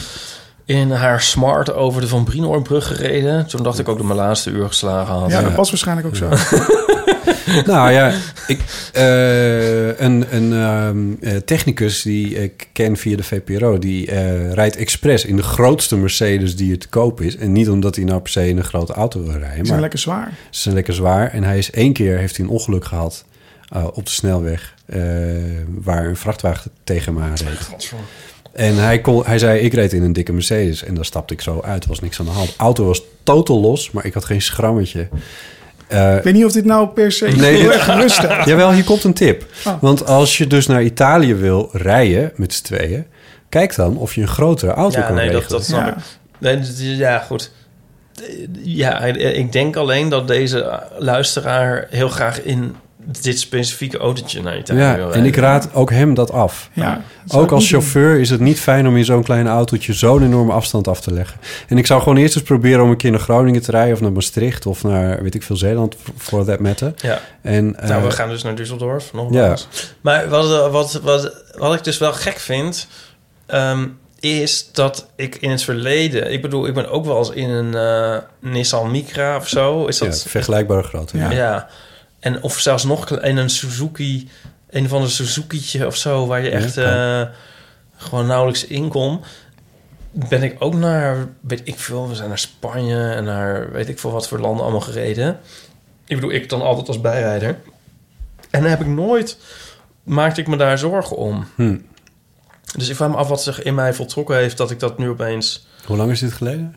S8: in haar smart over de Van Brienoordbrug gereden. Toen dacht ik ook dat mijn laatste uur geslagen had.
S6: Ja, dat was waarschijnlijk ook zo.
S7: nou ja, ik, eh, een, een ehm, eh, technicus die ik ken via de VPRO... die eh, rijdt expres in de grootste Mercedes die er te koop is. En niet omdat hij nou per se in een grote auto wil rijden.
S6: Die
S7: maar-
S6: zijn lekker zwaar.
S7: Ze zijn lekker zwaar. En hij is één keer heeft hij een ongeluk gehad eh, op de snelweg eh, waar een vrachtwagen tegen hem aanreed. En hij, kon, hij zei, ik reed in een dikke Mercedes. En daar stapte ik zo uit. Er was niks aan de hand. De auto was totaal los, maar ik had geen schrammetje. Eh,
S6: Ik weet niet of dit nou per se heel
S7: dit-
S6: erg gerust stelt.
S7: Jawel, hier komt een tip.
S6: Oh.
S7: Want als je dus naar Italië wil rijden met z'n tweeën... kijk dan of je een grotere auto
S8: ja,
S7: kan
S8: nee, dat,
S7: regelen.
S8: dat snap ik. Nee, dat is- ja, goed. Ja, eh, ik denk alleen dat deze eh, luisteraar heel graag in dit specifieke autootje naar Italië wil
S7: Ja,
S8: rijden.
S7: en ik raad ook hem dat af.
S8: Ja, dat zou
S7: ook
S8: ik
S7: als
S8: niet doen.
S7: chauffeur is het niet fijn om in zo'n klein autootje zo'n enorme afstand af te leggen. En ik zou gewoon eerst eens proberen om een keer naar Groningen te rijden of naar Maastricht of naar weet ik veel Zeeland voor that matter.
S8: Ja.
S7: En,
S8: nou, we
S7: eh,
S8: gaan dus naar Düsseldorf,
S7: Ja.
S8: nogmaals. Maar wat, eh, wat, wat, wat ik dus wel gek vind... ehm, is dat ik in het verleden... Ik bedoel, ik ben ook wel eens in een eh, Nissan Micra of zo. Is dat,
S7: Ja, vergelijkbare grootte, ja.
S8: Ja. En of zelfs nog kle- in een Suzuki... Een van de Suzuki'tje of zo... waar je
S7: Ja,
S8: echt
S7: kan.
S8: eh, gewoon nauwelijks in kon... Ben ik ook naar, weet ik veel, we zijn naar Spanje en naar weet ik veel wat voor landen allemaal gereden. Ik bedoel, ik dan altijd als bijrijder. En dan heb ik nooit, maakte ik me daar zorgen om.
S7: Hm.
S8: Dus ik vraag me af wat zich in mij voltrokken heeft dat ik dat nu opeens...
S7: Hoe lang is dit geleden?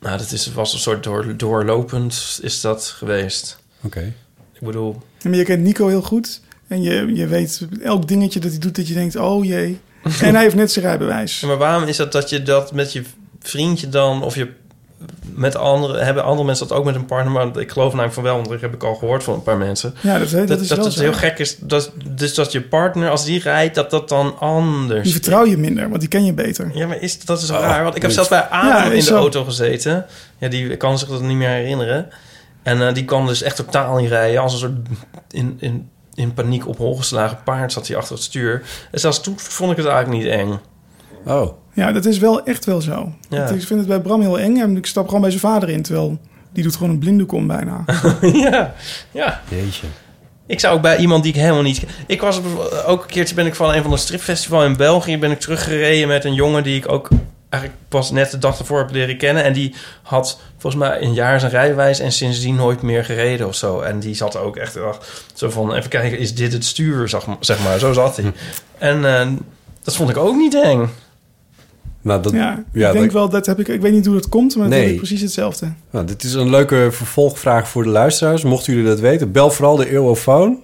S8: Nou, dat is, was een soort door, doorlopend is dat geweest.
S7: Oké.
S8: Ik bedoel,
S6: Maar je kent Nico heel goed. En je, je weet elk dingetje dat hij doet dat je denkt, oh jee. En hij heeft net zijn rijbewijs.
S8: maar waarom is dat dat je dat met je vriendje dan of je met andere, hebben andere mensen dat ook met een partner, maar ik geloof namelijk van wel, want dat heb ik al gehoord van een paar mensen.
S6: Ja, dat- dat is wel
S8: het
S6: zo.
S8: heel gek is. Dat, dus dat je partner, als die rijdt, dat dat dan anders.
S6: Die vertrouw je minder, want die ken je beter.
S8: Ja, maar is, dat is wel raar. Want ik heb zelfs bij Adam in de auto gezeten. Ja, die kan zich dat niet meer herinneren. En eh, die kwam dus echt totaal in rijden. Als een soort in, in, in paniek op hol geslagen paard zat hij achter het stuur. En zelfs toen vond ik het eigenlijk niet eng.
S7: Oh.
S6: Ja, dat is wel echt wel zo.
S8: Ja.
S6: Want Ik vind het bij Bram heel eng en ik stap gewoon bij zijn vader in, terwijl die doet gewoon een blinddoek om bijna.
S8: ja, ja.
S7: Jeetje.
S8: Ik zou ook bij iemand die ik helemaal niet... Ik was op- ook een keertje ben ik van een van de stripfestival in België... ben ik teruggereden met een jongen die ik ook eigenlijk pas net de dag ervoor heb leren kennen. En die had volgens mij een jaar zijn rijwijs en sindsdien nooit meer gereden of zo. En die zat ook echt ach, zo van, even kijken, is dit het stuur, zeg maar. Zeg maar. Zo zat hij. En eh, dat vond ik ook niet eng.
S7: Nou, dat,
S6: Ja,
S7: ja,
S6: ik denk
S7: dat-
S6: wel, dat heb ik, ik weet niet hoe dat komt, maar dat
S7: Nee.
S6: heb ik precies hetzelfde.
S7: nou, dit is een leuke vervolgvraag voor de luisteraars. Mochten jullie dat weten, bel vooral de Eurofoon.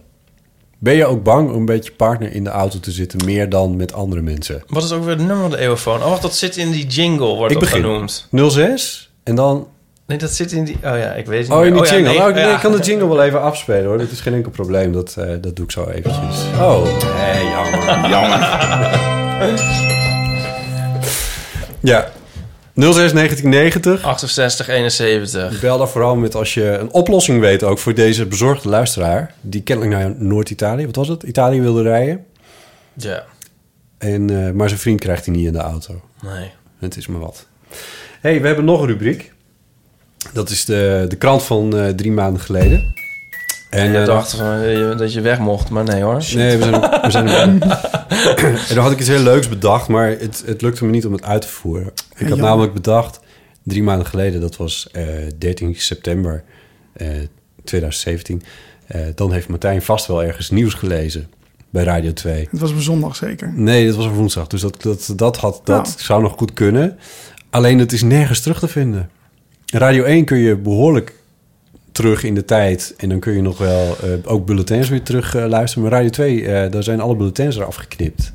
S7: Ben je ook bang om met je partner in de auto te zitten, meer dan met andere mensen?
S8: Wat is ook weer het nummer van de eeuwfoon? Oh, wacht, dat zit in die jingle, wordt
S7: ik
S8: dat
S7: begin.
S8: genoemd.
S7: 06 en dan...
S8: Nee, dat zit in die... Oh ja, ik weet het niet
S7: Oh, in
S8: meer.
S7: die
S8: ja,
S7: jingle.
S8: nee,
S7: oh, nee,
S8: ja.
S7: ik kan de jingle wel even afspelen hoor. Dat is geen enkel probleem. Dat, eh, dat doe ik zo eventjes. Oh, nee, jammer. Ja. 06 1990.
S8: 68 71.
S7: Bel daar vooral met als je een oplossing weet ook voor deze bezorgde luisteraar. Die kennelijk naar Noord-Italië, wat was het? Italië wilde rijden.
S8: Ja.
S7: En, eh, maar zijn vriend krijgt hij niet in de auto.
S8: Nee.
S7: Het is maar wat. Hé, hey, we hebben nog een rubriek. Dat is de, de krant van eh, drie maanden geleden.
S8: En je
S7: eh,
S8: dacht van, eh, dat je weg mocht, maar nee hoor.
S7: Nee, we zijn, we zijn er bijna. En dan had ik iets heel leuks bedacht, maar het, het lukte me niet om het uit te voeren. Ik had
S8: jammer.
S7: namelijk bedacht, drie maanden geleden, dat was eh, 13 september eh, 2017. eh, dan heeft Martijn vast wel ergens nieuws gelezen bij Radio 2.
S6: Het was op een zondag zeker.
S7: Nee, dat was op woensdag, dus dat, dat, dat, had, dat
S6: Oh.
S7: zou nog goed kunnen. Alleen het is nergens terug te vinden. Radio 1 kun je behoorlijk terug in de tijd. En dan kun je nog wel eh, ook bulletins weer terug eh, luisteren. Maar Radio 2, eh, daar zijn alle bulletins eraf geknipt.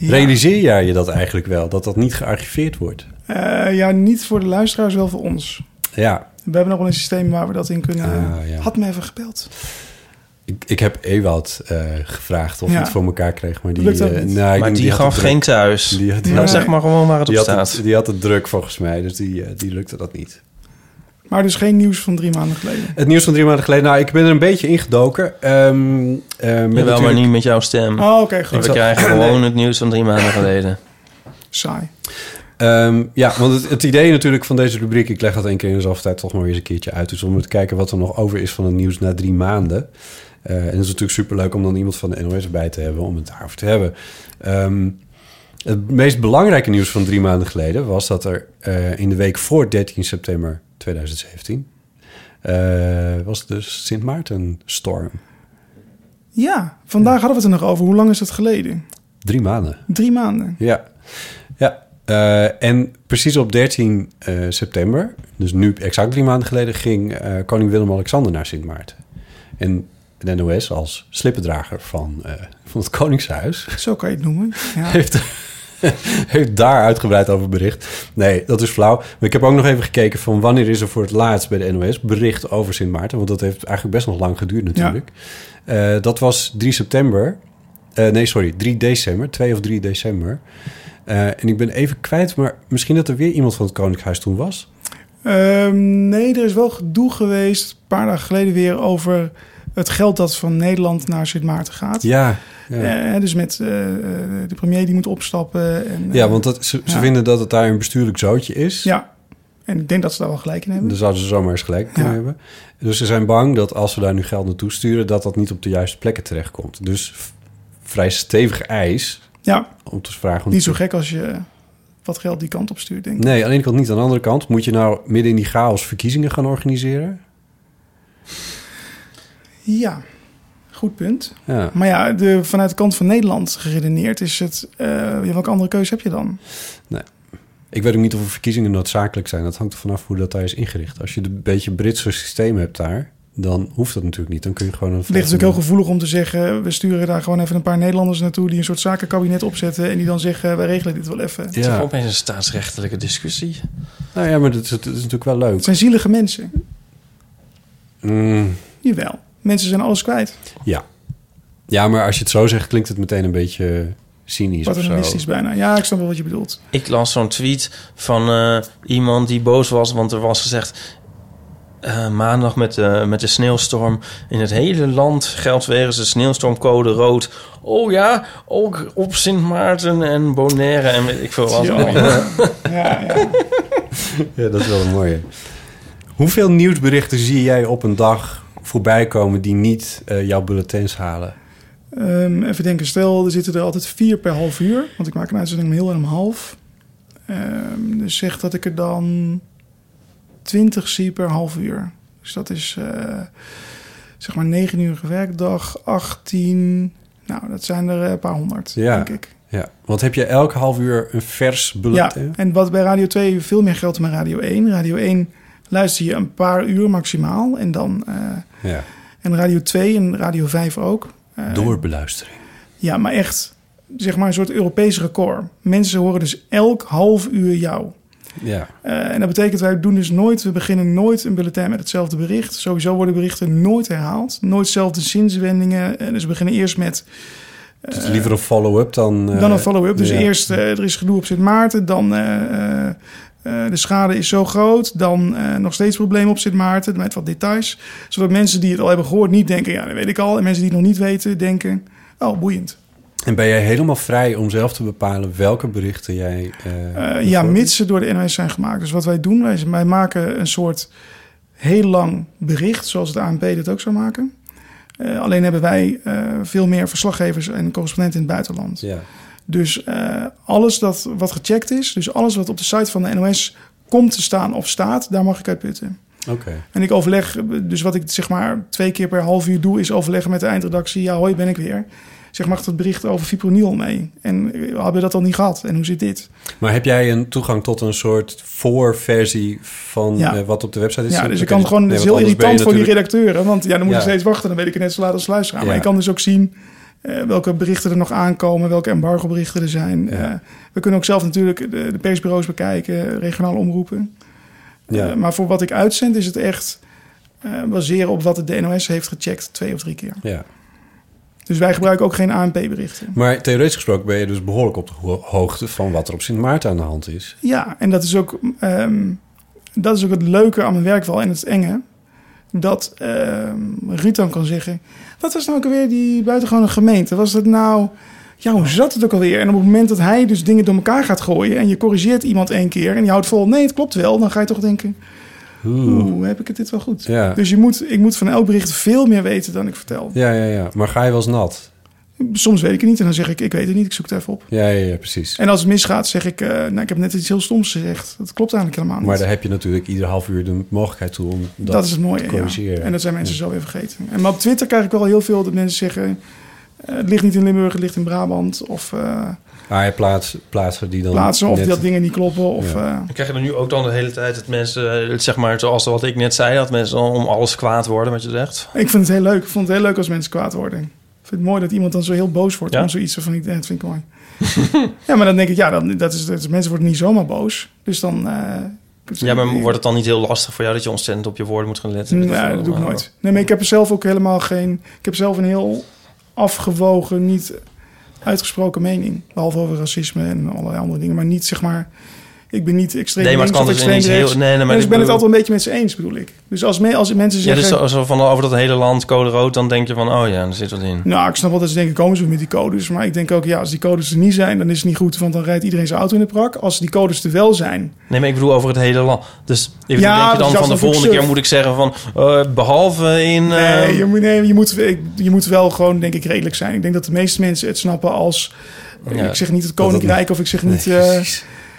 S7: Realiseer jij je dat eigenlijk wel? Dat dat niet gearchiveerd wordt?
S6: Eh, ja, niet voor de luisteraars, wel voor ons.
S7: Ja,
S6: We hebben nog wel een systeem waar we dat in kunnen.
S7: Ah, ja.
S6: Had me even gebeld.
S7: ik, ik heb Ewout eh, gevraagd of
S6: Ja.
S7: hij het voor elkaar kreeg. Maar die,
S6: Lukt dat
S7: eh,
S6: niet?
S7: nou, ik
S8: Maar
S7: denk
S8: die
S7: had
S8: gaf
S7: het druk.
S8: geen thuis.
S7: Die had- die
S8: Nou,
S7: had-
S8: zeg maar gewoon waar het
S7: die
S8: op
S7: had
S8: staat.
S7: die had het druk volgens mij, dus die, eh, die lukte dat niet.
S6: Maar dus geen nieuws van drie maanden geleden.
S7: Het nieuws van drie maanden geleden. Nou, ik ben er een beetje ingedoken. Ehm eh, met
S8: Jawel, maar
S7: natuurlijk-
S8: niet met jouw stem.
S6: Oh, oké, goed.
S8: We krijgen
S7: Nee.
S8: gewoon het nieuws van drie maanden geleden.
S6: Saai.
S7: Ehm, ja, want het, het idee natuurlijk van deze rubriek... ik leg dat één keer in de zoveel tijd toch maar weer eens een keertje uit... is om te kijken wat er nog over is van het nieuws na drie maanden. Eh, en het is natuurlijk superleuk om dan iemand van de NOS erbij te hebben... om het daarover te hebben. Ehm, het meest belangrijke nieuws van drie maanden geleden... was dat er eh, in de week voor 13 september 2017... eh, was de Sint Maartenstorm.
S6: Ja, vandaag hadden we het er nog over. Hoe lang is dat geleden?
S7: Drie maanden.
S6: Drie maanden.
S7: Ja, ja. Eh, en precies op 13 eh, september, dus nu exact drie maanden geleden, ging eh, koning Willem-Alexander naar Sint Maarten. En de NOS als slippendrager van, eh, van het Koningshuis
S6: Zo kan je het noemen. Ja.
S7: heeft, heeft daar uitgebreid over bericht. Nee, dat is flauw. Maar ik heb ook nog even gekeken van wanneer is er voor het laatst bij de NOS bericht over Sint Maarten. Want dat heeft eigenlijk best nog lang geduurd natuurlijk. Eh, dat was 3 september. Eh, nee, sorry, 3 december. 2 of 3 december. Eh, en ik ben even kwijt, maar misschien dat er weer iemand van het Koninkhuis toen was.
S6: Ehm, nee, er is wel gedoe geweest, een paar dagen geleden weer, over het geld dat van Nederland naar Sint Maarten gaat.
S7: Ja, ja.
S6: Eh, dus met eh, eh, de premier die moet opstappen. En, eh,
S7: Ja, want dat, ze, ze
S6: ja.
S7: vinden dat het daar een bestuurlijk zootje is.
S6: Ja, en ik denk dat ze daar wel gelijk in hebben.
S7: Dan zouden ze zomaar eens gelijk kunnen hebben. Dus ze zijn bang dat als we daar nu geld naartoe sturen... dat dat niet op de juiste plekken terechtkomt. Dus v- vrij stevig ijs
S6: Ja.
S7: om te vragen...
S6: Niet zo gek als je wat geld die kant op stuurt, denk ik.
S7: Nee, aan de ene kant niet. Aan de andere kant moet je nou midden in die chaos verkiezingen gaan organiseren.
S6: Ja, goed punt.
S7: Ja.
S6: Maar ja, de, vanuit de kant van Nederland geredeneerd is het... eh, ja, welke andere keuze heb je dan?
S7: Nee. Ik weet ook niet of er verkiezingen noodzakelijk zijn. Dat hangt er vanaf hoe dat daar is ingericht. Als je een beetje Britse systeem hebt daar... dan hoeft dat natuurlijk niet. Dan kun je gewoon... Een
S6: Het ligt natuurlijk heel gevoelig om te zeggen... we sturen daar gewoon even een paar Nederlanders naartoe... die een soort zakenkabinet opzetten... en die dan zeggen, wij regelen dit wel even.
S8: Het is toch opeens een staatsrechtelijke discussie.
S7: Nou ja, maar dat is, dat is natuurlijk wel leuk.
S6: Het zijn zielige mensen.
S7: Mm,
S6: Jawel. Mensen zijn alles kwijt.
S7: ja. ja, maar als je het zo zegt, klinkt het meteen een beetje cynisch of zo.
S6: Paternalistisch bijna. Ja, ik snap wel wat je bedoelt.
S8: Ik las zo'n tweet van eh, iemand die boos was, want er was gezegd... eh, maandag met de, met de sneeuwstorm. In het hele land geldt wegens de sneeuwstormcode rood. Oh ja, ook op Sint Maarten en Bonaire en weet ik veel wat.
S7: Ja.
S8: allemaal.
S7: Ja, dat is wel een mooie. Hoeveel nieuwsberichten zie jij op een dag voorbij komen die niet eh, jouw bulletins halen?
S6: Ehm, even denken, stel, er zitten er altijd vier per half uur. Want ik maak een uitzending om heel en om half. Ehm, dus zeg dat ik er dan 20 zie per half uur. Dus dat is eh, zeg maar 9 uur werkdag, 18. Nou, dat zijn er eh, een paar honderd,
S7: Ja.
S6: denk ik.
S7: Ja, want heb je elk half uur een vers bulletin?
S6: Ja, en wat bij Radio 2 veel meer geldt dan bij Radio 1. Radio 1 luister je een paar uur maximaal. En dan eh,
S7: Ja.
S6: en Radio 2 en Radio 5 ook. Eh,
S7: Doorbeluistering.
S6: Ja, maar echt, zeg maar een soort Europees record. Mensen horen dus elk half uur jou.
S7: Ja.
S6: Eh, en dat betekent, wij doen dus nooit, we beginnen nooit een bulletin met hetzelfde bericht. Sowieso worden berichten nooit herhaald. Nooit zelfde zinswendingen. Eh, dus we beginnen eerst met
S7: Het is Dus liever een follow-up dan... eh,
S6: eh, dan een follow-up. Dus
S7: ja.
S6: eerst, eh, er is gedoe op Sint Maarten. Dan eh, eh, eh, de schade is zo groot. Dan eh, nog steeds problemen op Sint Maarten met wat details. Zodat mensen die het al hebben gehoord niet denken, ja, dat weet ik al. En mensen die het nog niet weten, denken, oh, boeiend.
S7: En ben jij helemaal vrij om zelf te bepalen welke berichten jij... eh,
S6: Eh, ja, mits ze door de NOS zijn gemaakt. Dus wat wij doen, wij, wij maken een soort heel lang bericht, zoals de ANP dat ook zou maken. Eh, alleen hebben wij eh, veel meer verslaggevers en correspondenten in het buitenland.
S7: Ja.
S6: Dus eh, alles dat, wat gecheckt is, dus alles wat op de site van de NOS komt te staan of staat, daar mag ik uit putten.
S7: Oké.
S6: En ik overleg, dus wat ik zeg maar twee keer per half uur doe, is overleggen met de eindredactie. Ja, hoi, ben ik weer. Zeg, mag dat bericht over fipronil mee? En eh, hebben we dat al niet gehad? En hoe zit dit?
S7: Maar heb jij een toegang tot een soort voorversie van
S6: Ja.
S7: eh, wat op de website is?
S6: Ja, dus
S7: Dan
S6: ik
S7: kun
S6: kan
S7: je-
S6: gewoon,
S7: Nee,
S6: het is
S7: want
S6: heel
S7: anders ben je
S6: irritant voor die
S7: natuurlijk-
S6: redacteuren, want ja, dan moet
S7: Ja.
S6: je steeds wachten, dan weet ik het net zo laat als luisteraar.
S7: Ja.
S6: Maar ik kan dus ook zien eh, welke berichten er nog aankomen, welke embargo-berichten er zijn. Eh, we kunnen ook zelf natuurlijk de, de persbureaus bekijken, regionaal omroepen.
S7: Ja.
S6: Eh, maar voor wat ik uitzend is het echt eh, baseren op wat de NOS heeft gecheckt twee of drie keer.
S7: Ja.
S6: Dus wij gebruiken ook geen ANP-berichten.
S7: Maar theoretisch gesproken ben je dus behoorlijk op de ho- hoogte van wat er op Sint Maarten aan de hand is.
S6: Ja, en dat is ook, ehm, dat is ook het leuke aan mijn werk wel en het enge. Dat ehm Ruud dan kan zeggen... Wat was nou ook alweer die buitengewone gemeente? Was dat nou... Ja, hoe zat het ook alweer? En op het moment dat hij dus dingen door elkaar gaat gooien... en je corrigeert iemand één keer en je houdt vol... nee, het klopt wel, dan ga je toch denken... oeh, heb ik het dit wel goed?
S7: Ja.
S6: Dus je moet, ik moet van elk bericht veel meer weten dan ik vertel.
S7: Ja, ja, ja. Maar ga je wel eens nat?
S6: Soms weet ik het niet en dan zeg ik... ik weet het niet, ik zoek het even op.
S7: Ja, ja, ja precies.
S6: En als het misgaat zeg ik... eh, nou, ik heb net iets heel stoms gezegd. Dat klopt eigenlijk helemaal niet.
S7: Maar daar heb je natuurlijk ieder half uur de mogelijkheid toe om dat,
S6: Dat, is het mooie.
S7: te
S6: Ja.
S7: corrigeren.
S6: En dat zijn mensen zo weer vergeten. En maar op Twitter krijg ik wel heel veel dat mensen zeggen: eh, het ligt niet in Limburg, het ligt in Brabant. Of eh,
S7: Maar je Ah, plaats, plaatsen die dan...
S6: plaatsen of
S7: net-
S6: dat dingen niet kloppen. Of,
S7: Ja.
S6: eh,
S8: Dan krijg je dan nu ook dan de hele tijd dat mensen, eh, zeg maar zoals wat ik net zei, dat mensen dan om alles kwaad worden, wat je zegt.
S6: eh, ik vind het heel leuk. Ik vond het heel leuk als mensen kwaad worden. Ik vind het mooi dat iemand dan zo heel boos wordt
S8: Ja?
S6: om zoiets van ik, eh, dat vind ik mooi. ja, maar dan denk ik, ja, dan, dat is, dat is- mensen worden niet zomaar boos. Dus dan. eh,
S8: Ja, maar wordt het dan niet heel lastig voor jou dat je ontzettend op je woorden moet gaan letten? Oh.
S6: Nee, Mm, dat doe ik nooit. Nee, maar ik heb er zelf ook helemaal geen. Ik heb zelf een heel afgewogen, niet uitgesproken mening. Behalve over racisme en allerlei andere dingen. Maar niet zeg maar. Ik ben niet extreem
S8: Nee, maar het
S6: links of
S8: kan dus
S6: extreem
S8: ineens heel-
S6: rechts.
S8: nee, nee, maar
S6: dus
S8: ik
S6: ik ben het
S8: bedoel-
S6: altijd een beetje met ze eens, bedoel ik. Dus als, me, als mensen
S8: Ja,
S6: zeggen.
S8: dus zo- zo van over dat hele land code rood, dan denk je van, oh ja, er zit wat in.
S6: Nou, ik snap wel dat ze denken, komen ze met die codes? Maar ik denk ook, ja, als die codes er niet zijn, dan is het niet goed. Want dan rijdt iedereen zijn auto in de prak. Als die codes er wel zijn,
S8: Nee, maar ik bedoel over het hele land. Dus ik
S6: Ja,
S8: denk je
S6: dus
S8: dan
S6: dat
S8: van
S6: is
S8: de
S6: natuurlijk
S8: volgende
S6: surf.
S8: keer moet ik zeggen van, eh, behalve in... eh,
S6: Nee, je moet, nee, je, moet, ik- je moet wel gewoon, denk ik, redelijk zijn. Ik denk dat de meeste mensen het snappen als... eh,
S7: Ja,
S6: ik zeg niet het
S7: dat dat
S6: koninkrijk
S7: niet-
S6: of ik zeg niet... eh,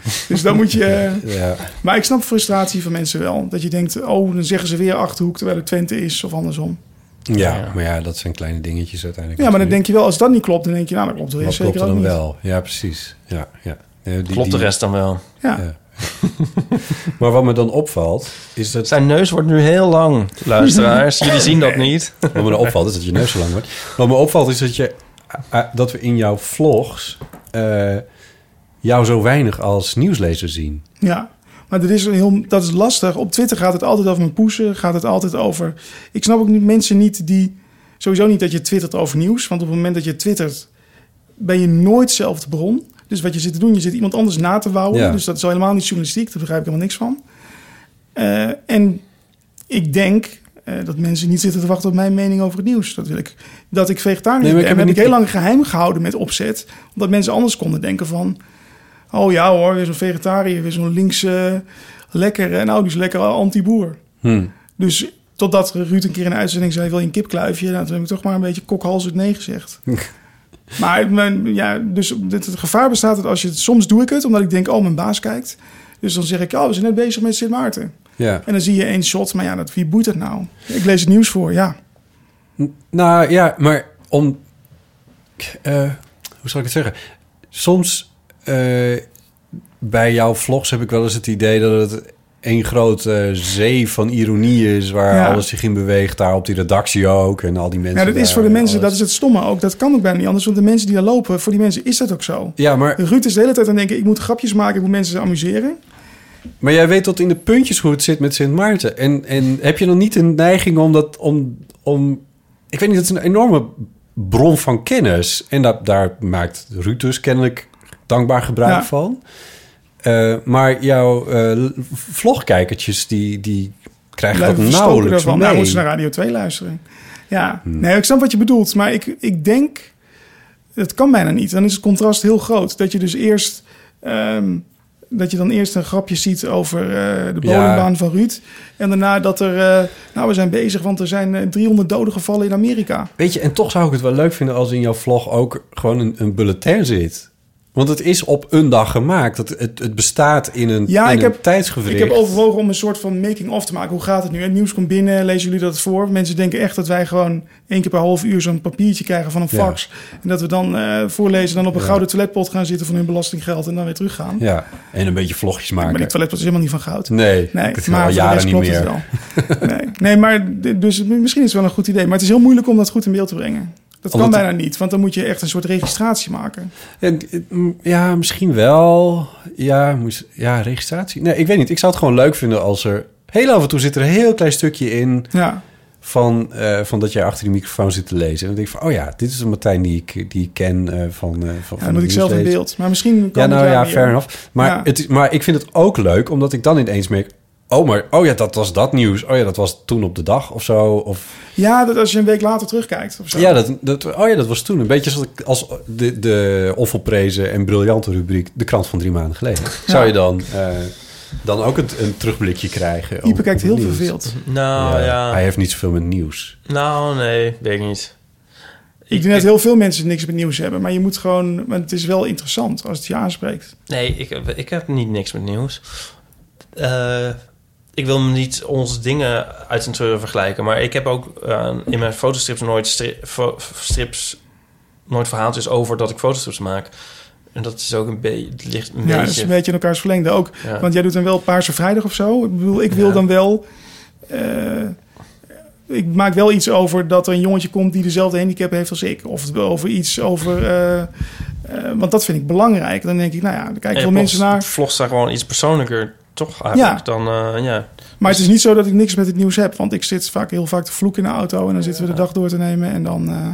S6: dus dan moet je...
S7: Ja.
S6: Maar ik snap frustratie van mensen wel. Dat je denkt, oh, dan zeggen ze weer Achterhoek terwijl het Twente is of andersom.
S7: Ja, maar ja, dat zijn kleine dingetjes uiteindelijk.
S6: Ja, maar dan denk je wel, als dat niet klopt, dan denk je, nou, dat klopt er
S7: Wat
S6: zeker
S7: klopt er
S6: ook
S7: dan
S6: niet.
S7: wel? Ja, precies. Ja, ja. Nee, die-
S8: Klopt de
S7: die-
S8: rest dan wel?
S6: Ja.
S7: Maar wat me dan opvalt, is dat...
S8: Zijn neus wordt nu heel lang, luisteraars. Jullie zien dat niet.
S7: Wat me dan opvalt, is dat je neus zo lang wordt. Wat me opvalt, is dat, je, eh, dat we in jouw vlogs eh, jou zo weinig als nieuwslezer zien.
S6: Ja, maar Maar dat is, heel, dat is lastig. Op Twitter gaat het altijd over mijn poesen. Gaat het altijd over... Ik snap ook niet, mensen niet die... Sowieso niet dat je twittert over nieuws. Want op het moment dat je twittert... ben je nooit zelf de bron. Dus wat je zit te doen, je zit iemand anders na te wouwen.
S7: Ja.
S6: Dus dat is al helemaal niet journalistiek. Daar begrijp ik helemaal niks van. Eh, en ik denk... eh, dat mensen niet zitten te wachten op mijn mening over het nieuws. Dat wil ik. Dat ik vegetariër
S7: Nee, maar ik
S6: ben,
S7: heb
S6: heb ik
S7: het
S6: heel
S7: niet-
S6: lang geheim gehouden met opzet. Omdat mensen anders konden denken van... Oh ja hoor, weer zo'n vegetariër, weer zo'n linkse lekker. En nou, die is lekker anti-boer.
S7: Hmm.
S6: Dus totdat Ruud een keer in de uitzending zei... wil je een kipkluifje? Nou, toen heb ik toch maar een beetje kokhalzend nee gezegd. maar mijn, ja, dus het, het gevaar bestaat dat als je het... Soms doe ik het, omdat ik denk, oh, mijn baas kijkt. Dus dan zeg ik, oh, we zijn net bezig met Sint Maarten.
S7: Ja.
S6: En dan zie je één shot, maar ja, dat, wie boeit het nou? Ik lees het nieuws voor, ja.
S7: Nou ja, maar om. eh, hoe zal ik het zeggen? Soms eh, bij jouw vlogs heb ik wel eens het idee dat het één grote eh, zee van ironie is waar
S6: Ja.
S7: alles zich in beweegt. Daar op die redactie ook en al die mensen.
S6: Ja, dat is
S7: daar.
S6: voor de mensen, dat is het stomme ook. Dat kan ook bijna niet anders, want de mensen die daar lopen... voor die mensen is dat ook zo.
S7: Ja, maar,
S6: Ruud is de hele tijd aan het denken, ik moet grapjes maken... ik moet mensen amuseren.
S7: maar jij weet tot in de puntjes hoe het zit met Sint Maarten. En, en heb je dan niet een neiging om dat. Om, om, ik weet niet, dat is een enorme bron van kennis. En dat, daar maakt Ruud dus kennelijk dankbaar gebruik
S6: Ja.
S7: van. Eh, maar jouw eh, vlogkijkertjes, die, die krijgen
S6: Blijven
S7: dat
S6: verstoken
S7: nauwelijks mee.
S6: daarvan.
S7: Hmm.
S6: Nou, moeten ze naar Radio 2 luisteren. Ja, nee, ik snap wat je bedoelt. Maar ik, ik denk, dat kan bijna niet. Dan is het contrast heel groot. Dat je dus eerst, ehm, dat je dan eerst een grapje ziet over eh, de
S7: Ja.
S6: bowlingbaan van Ruud. En daarna dat er, eh, nou we zijn bezig, want er zijn eh, 300 doden gevallen in Amerika.
S7: Weet je, en toch zou ik het wel leuk vinden als in jouw vlog ook gewoon een, een bulletin zit. Want het is op een dag gemaakt. Het, het, het bestaat in een,
S6: Ja,
S7: in
S6: ik
S7: een
S6: heb-
S7: tijdsgewricht.
S6: Ik heb overwogen om een soort van making-of te maken. Hoe gaat het nu? Het nieuws komt binnen, lezen jullie dat voor? Mensen denken echt dat wij gewoon één keer per half uur zo'n papiertje krijgen van een
S7: Ja.
S6: fax. En dat we dan eh, voorlezen, dan op een
S7: Ja.
S6: gouden toiletpot gaan zitten van hun belastinggeld en dan weer teruggaan.
S7: Ja, en een beetje vlogjes maken.
S6: Maar die toiletpot is helemaal niet van goud.
S7: Nee,
S6: nee
S7: dat
S6: maar
S7: al
S6: voor de
S7: jaren
S6: rest
S7: niet
S6: klopt het
S7: meer.
S6: wel. Nee, maar d- dus misschien is het wel een goed idee. Maar het is heel moeilijk om dat goed in beeld te brengen. Dat kan
S7: Omdat-
S6: bijna niet, want dan moet je echt een soort registratie maken.
S7: En, mm, Ja, misschien wel. Ja, moest, ja, registratie. Nee, ik weet niet. Ik zou het gewoon leuk vinden als er... Heel af en toe zit er een heel klein stukje in...
S6: Ja.
S7: Van, eh, van dat jij achter die microfoon zit te lezen. En dan denk ik van, oh ja, dit is een Martijn die ik, die ik ken eh, van, eh, van... van
S6: Ja,
S7: de
S6: dan moet ik zelf in
S7: nieuwslezer.
S6: beeld. Maar misschien kan
S7: Ja, nou
S6: het
S7: ja,
S6: meer.
S7: fair enough. Maar,
S6: Ja.
S7: het, is- maar ik vind het ook leuk, omdat ik dan ineens merk... Oh, maar, oh ja, dat was dat nieuws. Oh ja, dat was toen op de dag of zo. Of,
S6: Ja, dat als je een week later terugkijkt of zo.
S7: ja, dat, dat, oh ja, dat was toen. Een beetje zoals ik- als de, de onvolprezen en briljante rubriek... De krant van drie maanden geleden. Zou je dan, eh, dan ook een, een terugblikje krijgen? over-
S6: Ipe kijkt
S7: over
S6: heel
S7: Oh, nieuws?
S6: verveeld.
S8: Nou, ja.
S7: Hij heeft niet zoveel met nieuws.
S8: Nou, nee, weet ik niet.
S6: Ik denk dat heel veel mensen niks met nieuws hebben. Maar je moet gewoon... Maar het is wel interessant als het je aanspreekt.
S8: Nee, ik, heb- ik heb niet niks met nieuws. Eh, ik wil niet onze dingen uit zijn treuren vergelijken. Maar ik heb ook eh, in mijn fotostrips nooit stri- fo- strips, nooit verhaaltjes over dat ik fotostrips maak. En dat is ook een, be het ligt een
S6: ja, dat is
S8: beetje...
S6: een beetje in elkaars verlengde ook.
S8: Ja.
S6: Want jij doet dan wel Paarse Vrijdag of zo. Ik bedoel, ik wil dan wel... eh, ik maak wel iets over dat er een jongetje komt die dezelfde handicap heeft als ik. Of het- over iets over... eh, eh, want dat vind ik belangrijk. Dan denk ik, nou ja, dan kijken
S8: En
S6: veel mensen
S8: vlogs-
S6: naar.
S8: Vlogs zijn gewoon iets persoonlijker, toch? Eigenlijk,
S6: Ja.
S8: Dan, eh, ja.
S6: Maar het is niet zo dat ik niks met het nieuws heb. Want ik zit vaak heel vaak te vloeken in de auto. En dan zitten we de dag door te nemen. En dan... eh,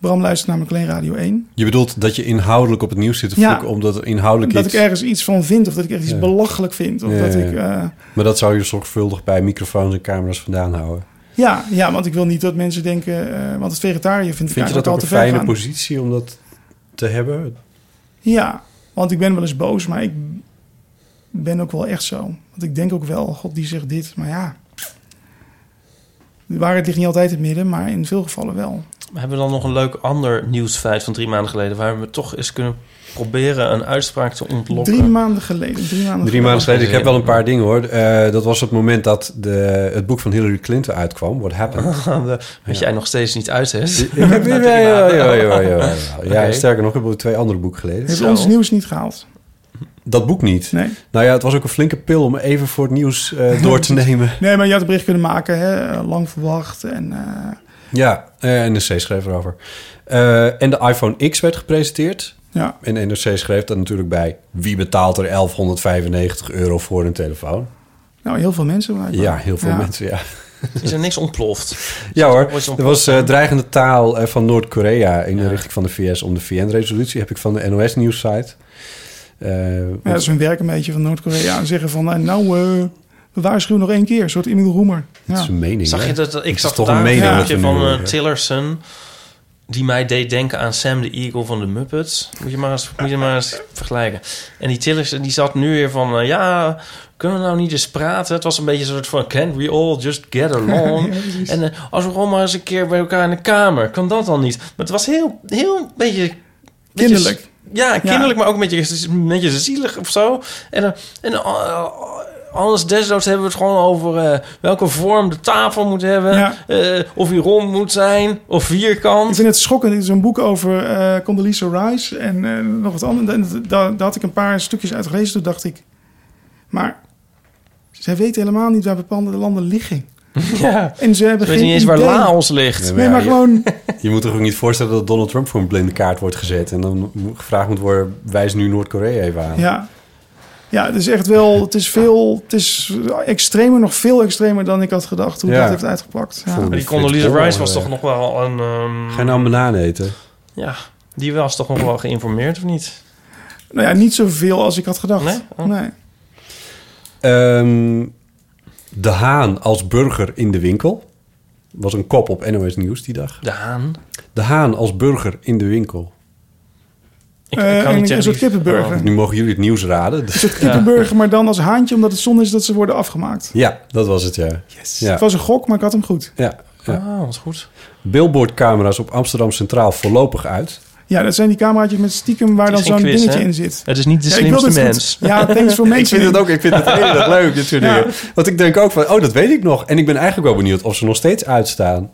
S6: Bram luistert namelijk alleen Radio 1.
S7: Je bedoelt dat je inhoudelijk op het nieuws zit te
S6: Ja.
S7: vloeken... omdat er inhoudelijk
S6: Dat
S7: iets...
S6: ik ergens iets van vind. Of dat ik echt iets
S7: Ja.
S6: belachelijk vind. Of
S7: Ja,
S6: dat
S7: ja,
S6: ik...
S7: ja.
S6: eh,
S7: Maar dat zou je zorgvuldig bij microfoons en camera's vandaan houden.
S6: Ja, ja, want ik wil niet dat mensen denken... eh, want het vegetariër vind ik
S7: Vind je
S6: eigenlijk
S7: dat
S6: al
S7: ook een
S6: te ver
S7: fijne
S6: gaan.
S7: positie om dat te hebben?
S6: Ja, want ik ben wel eens boos, maar ik ben ook wel echt zo. Want ik denk ook wel, god die zegt dit, maar ja... De waarheid ligt niet altijd in het midden, maar in veel gevallen wel.
S8: Maar hebben we dan nog een leuk ander nieuwsfeit van drie maanden geleden... waar we toch eens kunnen proberen een uitspraak te ontlokken?
S6: Drie maanden geleden. Drie maanden
S7: Drie maanden geleden, ik heb wel een paar dingen hoor. Eh, dat was het moment dat de, het boek van Hillary Clinton uitkwam, What Happened.
S8: Wat jij nog steeds niet uit hebt.
S7: Ja, ja, ja, ja, ja, ja, ja.
S8: Oké.
S7: ja, sterker nog, hebben we twee andere boeken geleden.
S6: Heeft ons nieuws niet gehaald.
S7: Dat boek niet. Nou ja, het was ook een flinke pil om even voor het nieuws eh, door te nemen.
S6: Nee, maar je had een bericht kunnen maken, hè? eh, lang verwacht. En, eh,
S7: Ja, eh, NRC schreef erover. Eh, en de iPhone X werd gepresenteerd.
S6: Ja.
S7: En NRC schreef dat natuurlijk bij... wie betaalt er 1195 euro voor een telefoon?
S6: Nou, heel veel mensen. blijkbaar.
S7: Ja, heel veel mensen, ja.
S8: Is er niks ontploft?
S7: Ja hoor,
S8: Is er
S7: er was eh, dreigende taal eh, van Noord-Korea... in de richting van de VS om de VN-resolutie. Heb ik van de NOS-nieuwssite. Eh,
S6: Ja, dat is hun werk een beetje van Noord-Korea. En zeggen van, eh, nou, eh, we waarschuwen nog één keer. Een soort Emil Roemer. Ja.
S7: is een mening,
S8: Zag
S7: hè?
S8: je dat?
S7: Het
S8: Ik
S7: is
S8: zag
S7: toch
S8: daar
S7: een mening
S8: een
S7: wat je
S8: filmpje van
S7: nu,
S8: eh,
S7: eh,
S8: Tillerson. Die mij deed denken aan Sam de Eagle van de Muppets. Moet je maar eens, moet je maar eens vergelijken. En die Tillerson die zat nu weer van... eh, ja, kunnen we nou niet eens praten? Het was een beetje een soort van... Can't we all just get along?
S15: Ja, precies.
S8: en eh, als we gewoon maar eens een keer bij elkaar in de kamer... Kan dat dan niet? Maar het was heel, heel beetje... beetje-
S6: Kinderlijk.
S8: ja, kinderlijk, maar ook een beetje, een beetje zielig of zo. En, eh, en eh, anders desnoods hebben we het gewoon over eh, welke vorm de tafel moet hebben. eh, of die rond moet zijn, of vierkant.
S6: Ik vind het schokkend. Er is een boek over eh Condoleezza Rice en eh, nog wat anders. En da- Daar had ik een paar stukjes uit gelezen. Toen dacht ik, maar zij weten helemaal niet waar bepaalde landen liggen.
S8: Ja.
S6: En ze hebben
S8: Ze weten
S6: geen
S8: niet eens waar
S6: idee.
S8: Laos ligt.
S6: Nee, maar gewoon...
S7: Je, moet toch ook niet voorstellen dat Donald Trump voor een blinde kaart wordt gezet... en dan gevraagd moet worden, wijs nu Noord-Korea even aan.
S6: Ja. ja, het is echt wel... Het is veel... Het is extremer, nog veel extremer dan ik had gedacht hoe
S7: Ja.
S6: dat heeft uitgepakt. Ja.
S7: Vond ik
S8: Maar die
S7: vind
S8: Condoleezza
S7: het wel,
S8: Rice was
S7: eh,
S8: toch nog wel een... ehm,
S7: Ga je nou een banaan eten?
S8: Ja, die was toch nog wel geïnformeerd, of niet?
S6: Nou ja, niet zoveel als ik had gedacht. Nee?
S8: Oh.
S7: Ehm, de Haan als burger in de winkel. Was een kop op NOS Nieuws die dag.
S8: De Haan?
S7: De Haan als burger in de winkel.
S6: Eh, niet en zeggen een soort wie- kippenburger.
S8: Oh.
S7: Nu mogen jullie het nieuws raden.
S6: Kippenburger, maar dan als haantje, omdat het zonde is dat ze worden afgemaakt.
S7: Ja, dat was het, ja. ja.
S6: Het was een gok, maar ik had hem goed.
S7: ja. ja.
S8: Ah, wat goed.
S7: Billboardcamera's op Amsterdam Centraal voorlopig uit.
S6: Ja, dat zijn die cameraatjes met stiekem waar dan
S7: is geen
S6: zo'n
S7: quiz,
S6: dingetje
S7: hè?
S6: in zit.
S7: Het is niet de
S6: Ja, ik wil
S7: slimste
S6: dit
S7: mens.
S6: goed- Ja, thanks voor
S7: ik
S6: mensen.
S7: vind het ook, ik vind het heel erg leuk, dit soort dingen. Want ik denk ook van, oh, dat weet ik nog. En ik ben eigenlijk wel benieuwd of ze nog steeds uitstaan.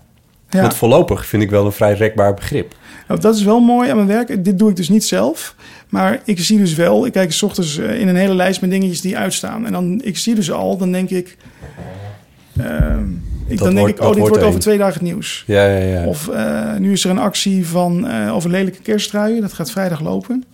S6: Ja.
S7: Want voorlopig vind ik wel een vrij rekbaar begrip.
S6: Nou, dat is wel mooi aan mijn werk. Dit doe ik dus niet zelf. Maar ik zie dus wel, ik kijk 's ochtends eh, in een hele lijst met dingetjes die uitstaan. En dan, ik zie dus al, dan denk ik, ehm, ik
S7: Dat
S6: dan denk
S7: wordt-
S6: ik,
S7: dat
S6: oh, dit
S7: wordt
S6: wordt over
S7: één.
S6: twee dagen het nieuws.
S7: Ja, ja, ja.
S6: Of eh, nu is er een actie van, eh, over lelijke kerstruien. Dat gaat vrijdag lopen.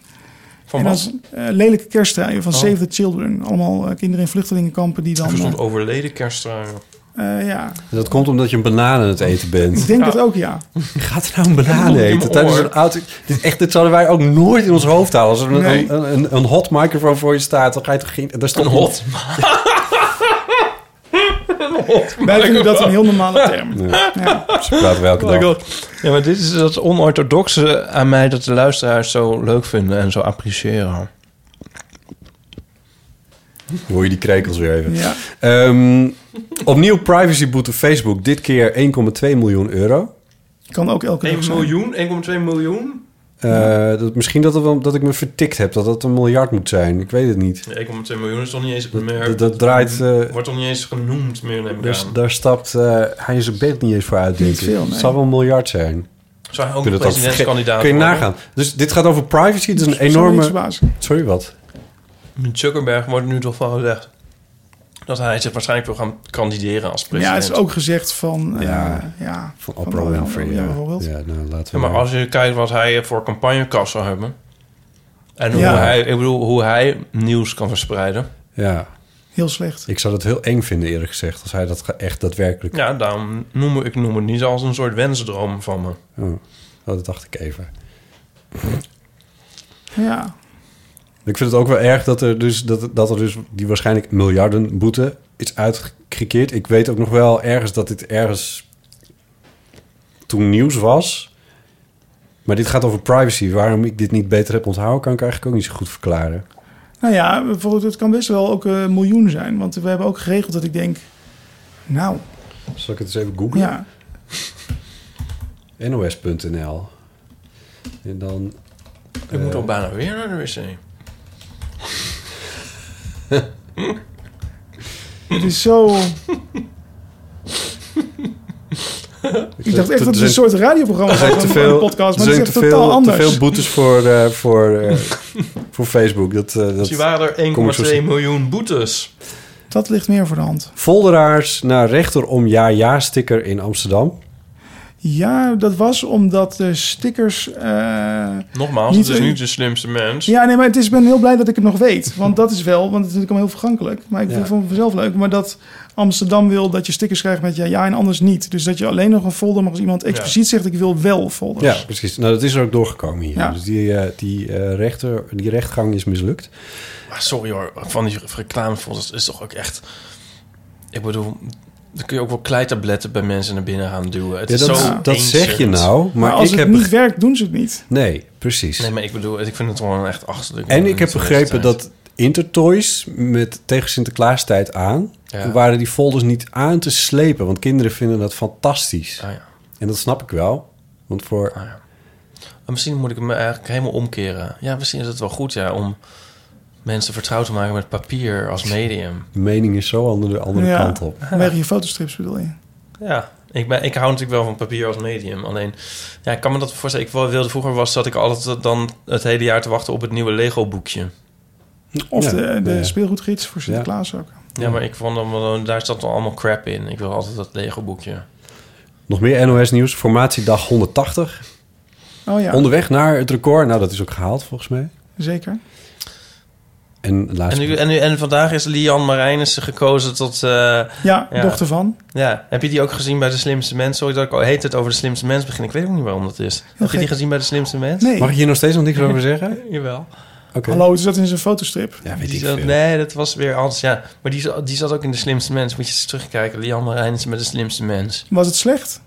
S8: Van
S6: en
S8: wat?
S6: dan, eh, lelijke kerstruien van
S8: Oh.
S6: Save the Children. Allemaal eh, kinderen in vluchtelingenkampen die
S8: Er
S6: dan...
S8: stond overleden kerstruimen.
S6: eh, eh, ja,
S7: Dat komt omdat je een banaan aan het eten bent.
S6: ik denk dat ook ja.
S7: Gaat er nou een banaan eten tijdens een auto? Dit, is echt, dit zouden wij ook nooit in ons hoofd houden. Als er een,
S6: Nee.
S7: een, een, een hot microfoon voor je staat, dan ga je toch geen... Daar staat een hot.
S6: Wij vinden dat een heel normale term.
S7: Ze praten we elke
S8: Oh my
S7: dag.
S8: God. Ja, maar dit is dat onorthodoxe aan mij dat de luisteraars zo leuk vinden en zo appreciëren.
S7: Hoor je die krekels weer even.
S8: Ja.
S7: Ehm, opnieuw privacyboete Facebook. Dit keer 1,2 miljoen euro.
S6: Kan ook elke
S8: dag miljoen, 1,2 miljoen?
S7: Eh, dat, misschien dat, het wel- dat ik me vertikt heb. Dat dat een miljard moet zijn. Ik weet het niet.
S8: 1,2 miljoen is toch niet eens meer...
S7: dat- dat draait, eh,
S8: wordt toch niet eens genoemd meer, neem ik
S7: Dus
S8: aan.
S7: daar stapt eh, hij zijn bed niet eens voor uit, denk ik.
S8: veel,
S7: Het
S8: nee.
S7: zou wel een miljard zijn.
S8: Zou hij ook
S7: Ik vind het al
S8: presidentskandidaat
S7: verge- Kun je
S8: worden?
S7: nagaan. Dus dit gaat over privacy. Dus een
S8: me niks
S7: enorme...
S8: verbazen.
S7: Sorry, wat?
S8: Zuckerberg wordt nu toch wel gezegd dat hij zich waarschijnlijk wil gaan kandideren als
S6: Ja,
S8: president.
S6: het is ook gezegd van... eh,
S7: Ja.
S6: ja.
S7: Van Oprah Winfrey, ja. Ja, nou, laten
S8: Ja,
S7: we
S8: maar als je kijkt wat hij voor campagnekast zou hebben... en hoe,
S7: Ja.
S8: hij, ik bedoel, hoe hij nieuws kan verspreiden...
S7: Ja.
S6: Heel slecht.
S7: Ik zou dat heel eng vinden, eerlijk gezegd. Als hij dat ge- echt daadwerkelijk...
S8: Ja, daarom noem ik, ik noem het niet als een soort wensdroom van me.
S7: Oh, oh, dat dacht ik even.
S6: Ja.
S7: Ik vind het ook wel erg dat er dus, dat, dat er dus die waarschijnlijk miljarden boete is uitgekeerd. Ik weet ook nog wel ergens dat dit ergens toen nieuws was. Maar dit gaat over privacy. Waarom ik dit niet beter heb onthouden, kan ik eigenlijk ook niet zo goed verklaren.
S6: Nou ja, bijvoorbeeld, het kan best wel ook eh, een miljoen zijn. Want we hebben ook geregeld dat ik denk... Nou,
S7: Zal ik het eens even googlen?
S6: ja.
S7: NOS.nl. En dan.
S8: Ik moet al bijna weer naar de wc.
S6: Het is zo... Ik dacht echt dat het een soort radioprogramma
S7: Er zijn
S6: was,
S7: te
S6: een-
S7: veel-
S6: een podcast, maar
S7: er
S6: het
S7: zijn
S6: is
S7: te
S6: echt totaal
S7: veel,
S6: anders.
S7: Te veel boetes voor, eh, voor, eh, voor Facebook. Dat, eh, dat
S8: Dus die waren er
S7: kom ik zo
S8: 1,2 miljoen boetes.
S6: Dat ligt meer voor de hand.
S7: Volderaars naar rechter om ja-ja-sticker in Amsterdam.
S6: Ja, dat was omdat de stickers. eh,
S8: Nogmaals,
S6: Niet
S8: het is
S6: een-
S8: niet de slimste mens.
S6: ja, nee, maar het is, ik ben heel blij dat ik het nog weet. Want dat is wel, want het is natuurlijk allemaal heel vergankelijk. Maar ik
S8: Ja.
S6: vind het vanzelf leuk. Maar dat Amsterdam wil dat je stickers krijgt met ja, ja en anders niet. Dus dat je alleen nog een folder mag als iemand expliciet zegt: ik wil wel folders.
S7: Ja, precies. Nou, dat is er ook doorgekomen hier.
S6: Ja.
S7: Dus die, eh, die, eh, rechter, die rechtgang is mislukt.
S8: Maar sorry hoor, van die reclamefolders is toch ook echt... Ik bedoel, dan kun je ook wel kleitabletten bij mensen naar binnen gaan duwen. Het
S7: Ja,
S8: is
S7: dat-
S8: zo
S7: dat zeg je
S8: ancient.
S7: nou, maar Maar als ik
S6: Als het niet werkt, doen ze het niet.
S7: Nee, precies.
S8: Nee, maar ik bedoel, ik vind het gewoon echt achterlijk.
S7: En ik heb
S8: Deze
S7: begrepen
S8: tijd.
S7: dat Intertoys met tegen Sinterklaastijd aan
S8: Ja.
S7: waren die folders niet aan te slepen, want kinderen vinden dat fantastisch.
S8: Ah,
S7: En dat snap ik wel, want voor
S8: Maar Misschien moet ik hem eigenlijk helemaal omkeren. Ja, misschien is het wel goed ja, om mensen vertrouwd te maken met papier als medium.
S7: de mening is zo andere, andere
S6: ja,
S7: kant op.
S6: Vanwege je fotostrips bedoel je.
S8: Ja, ik, ben, ik hou natuurlijk wel van papier als medium. Alleen, ja, ik kan me dat voorstellen. Ik wel wilde vroeger was dat ik altijd dan het hele jaar te wachten op het nieuwe Lego boekje.
S6: Of
S8: Ja,
S6: de, de
S8: nou ja.
S6: speelgoedgids voor Sinterklaas ook.
S8: Ja, maar ik vond dan, daar zat dan allemaal crap in. Ik wil altijd dat Lego boekje.
S7: Nog meer NOS-nieuws, formatiedag 180.
S6: Oh ja,
S7: Onderweg naar het record, nou dat is ook gehaald volgens mij.
S6: zeker.
S7: En het
S8: En,
S7: laatste
S8: nu, en, nu, en vandaag is Lian Marijnissen gekozen tot... eh,
S6: Ja, dochter van.
S8: Ja, heb je die ook gezien bij De Slimste Mens? Sorry dat ik al heet het over De Slimste Mens begin. Ik weet ook niet waarom dat is. heb je die
S6: gek.
S8: gezien bij De Slimste Mens?
S6: Nee. Mag ik hier
S7: nog steeds nog niks over zeggen?
S8: Jawel.
S6: Hallo, het zat in zijn fotostrip.
S7: Ja,
S8: Die zat- nee, dat was weer anders. Ja. Maar die, zat- die zat ook in De Slimste Mens. Moet je eens terugkijken. Lian Marijnissen met De Slimste Mens.
S6: Was het slecht?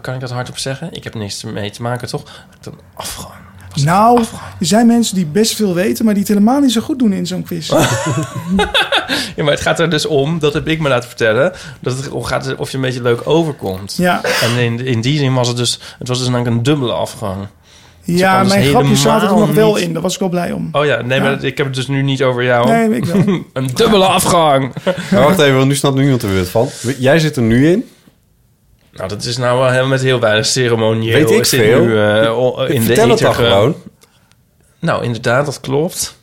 S8: Kan ik dat hardop zeggen? Ik heb niks ermee te maken, toch? Dan afgaan.
S6: Nou, er zijn mensen die best veel weten, maar die het helemaal niet zo goed doen in zo'n quiz.
S8: Ja, maar het gaat er dus om, dat heb ik me laten vertellen... dat het om gaat of je een beetje leuk overkomt.
S6: Ja.
S8: En in, in die zin was het dus... het was dus namelijk een dubbele afgang. Ze kan
S6: ja,
S8: dus
S6: mijn grapje zaten er
S8: helemaal
S6: nog wel
S8: niet-
S6: in. Daar was ik wel blij om.
S8: Oh ja, nee, maar dat- ik heb het dus nu niet over jou.
S6: Nee, ik wel.
S8: een dubbele afgang.
S7: Maar wacht even, want nu snapt niemand er weer wat van. Jij zit er nu in.
S8: Nou, dat is nou wel helemaal met heel weinig ceremonieel.
S7: Weet ik
S8: Is dit
S7: veel.
S8: Nu, eh, o- in
S7: Vertel
S8: de
S7: het dan
S8: ether ge-
S7: gewoon.
S8: Nou, inderdaad, dat klopt.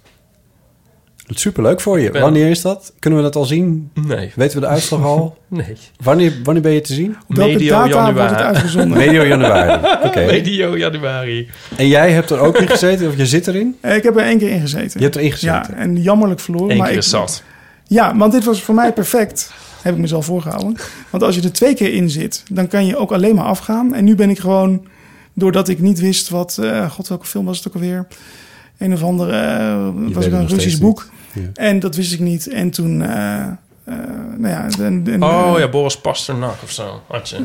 S7: Dat is superleuk voor je.
S8: ben-
S7: Wanneer is dat? Kunnen we dat al zien?
S8: Nee.
S7: Weten we de uitslag al?
S8: Nee.
S7: Wanneer, wanneer ben je te zien?
S8: Op welke Medio data wordt januari. het uitgezonden?
S7: Medio januari. Oké.
S8: Medio januari.
S7: En jij hebt er ook in gezeten? Of je zit erin?
S6: Eh, Ik heb er één keer in gezeten.
S7: Je hebt erin gezeten.
S6: Ja, en jammerlijk verloren.
S7: Eén
S6: maar
S7: keer
S6: ik-
S7: is zat.
S6: Ja, want dit was voor mij perfect. Heb ik mezelf voorgehouden. Want als je er twee keer in zit, dan kan je ook alleen maar afgaan. En nu ben ik gewoon, doordat ik niet wist wat... eh, God, welke film was het ook alweer? Een of andere... eh, was ook
S7: het nog
S6: een
S7: steeds
S6: Russisch
S7: niet.
S6: boek.
S7: Ja.
S6: En dat wist ik niet. En toen... eh, eh, nou ja, en, en-
S8: Oh
S6: eh,
S8: ja, Boris Pasternak of zo. Had je.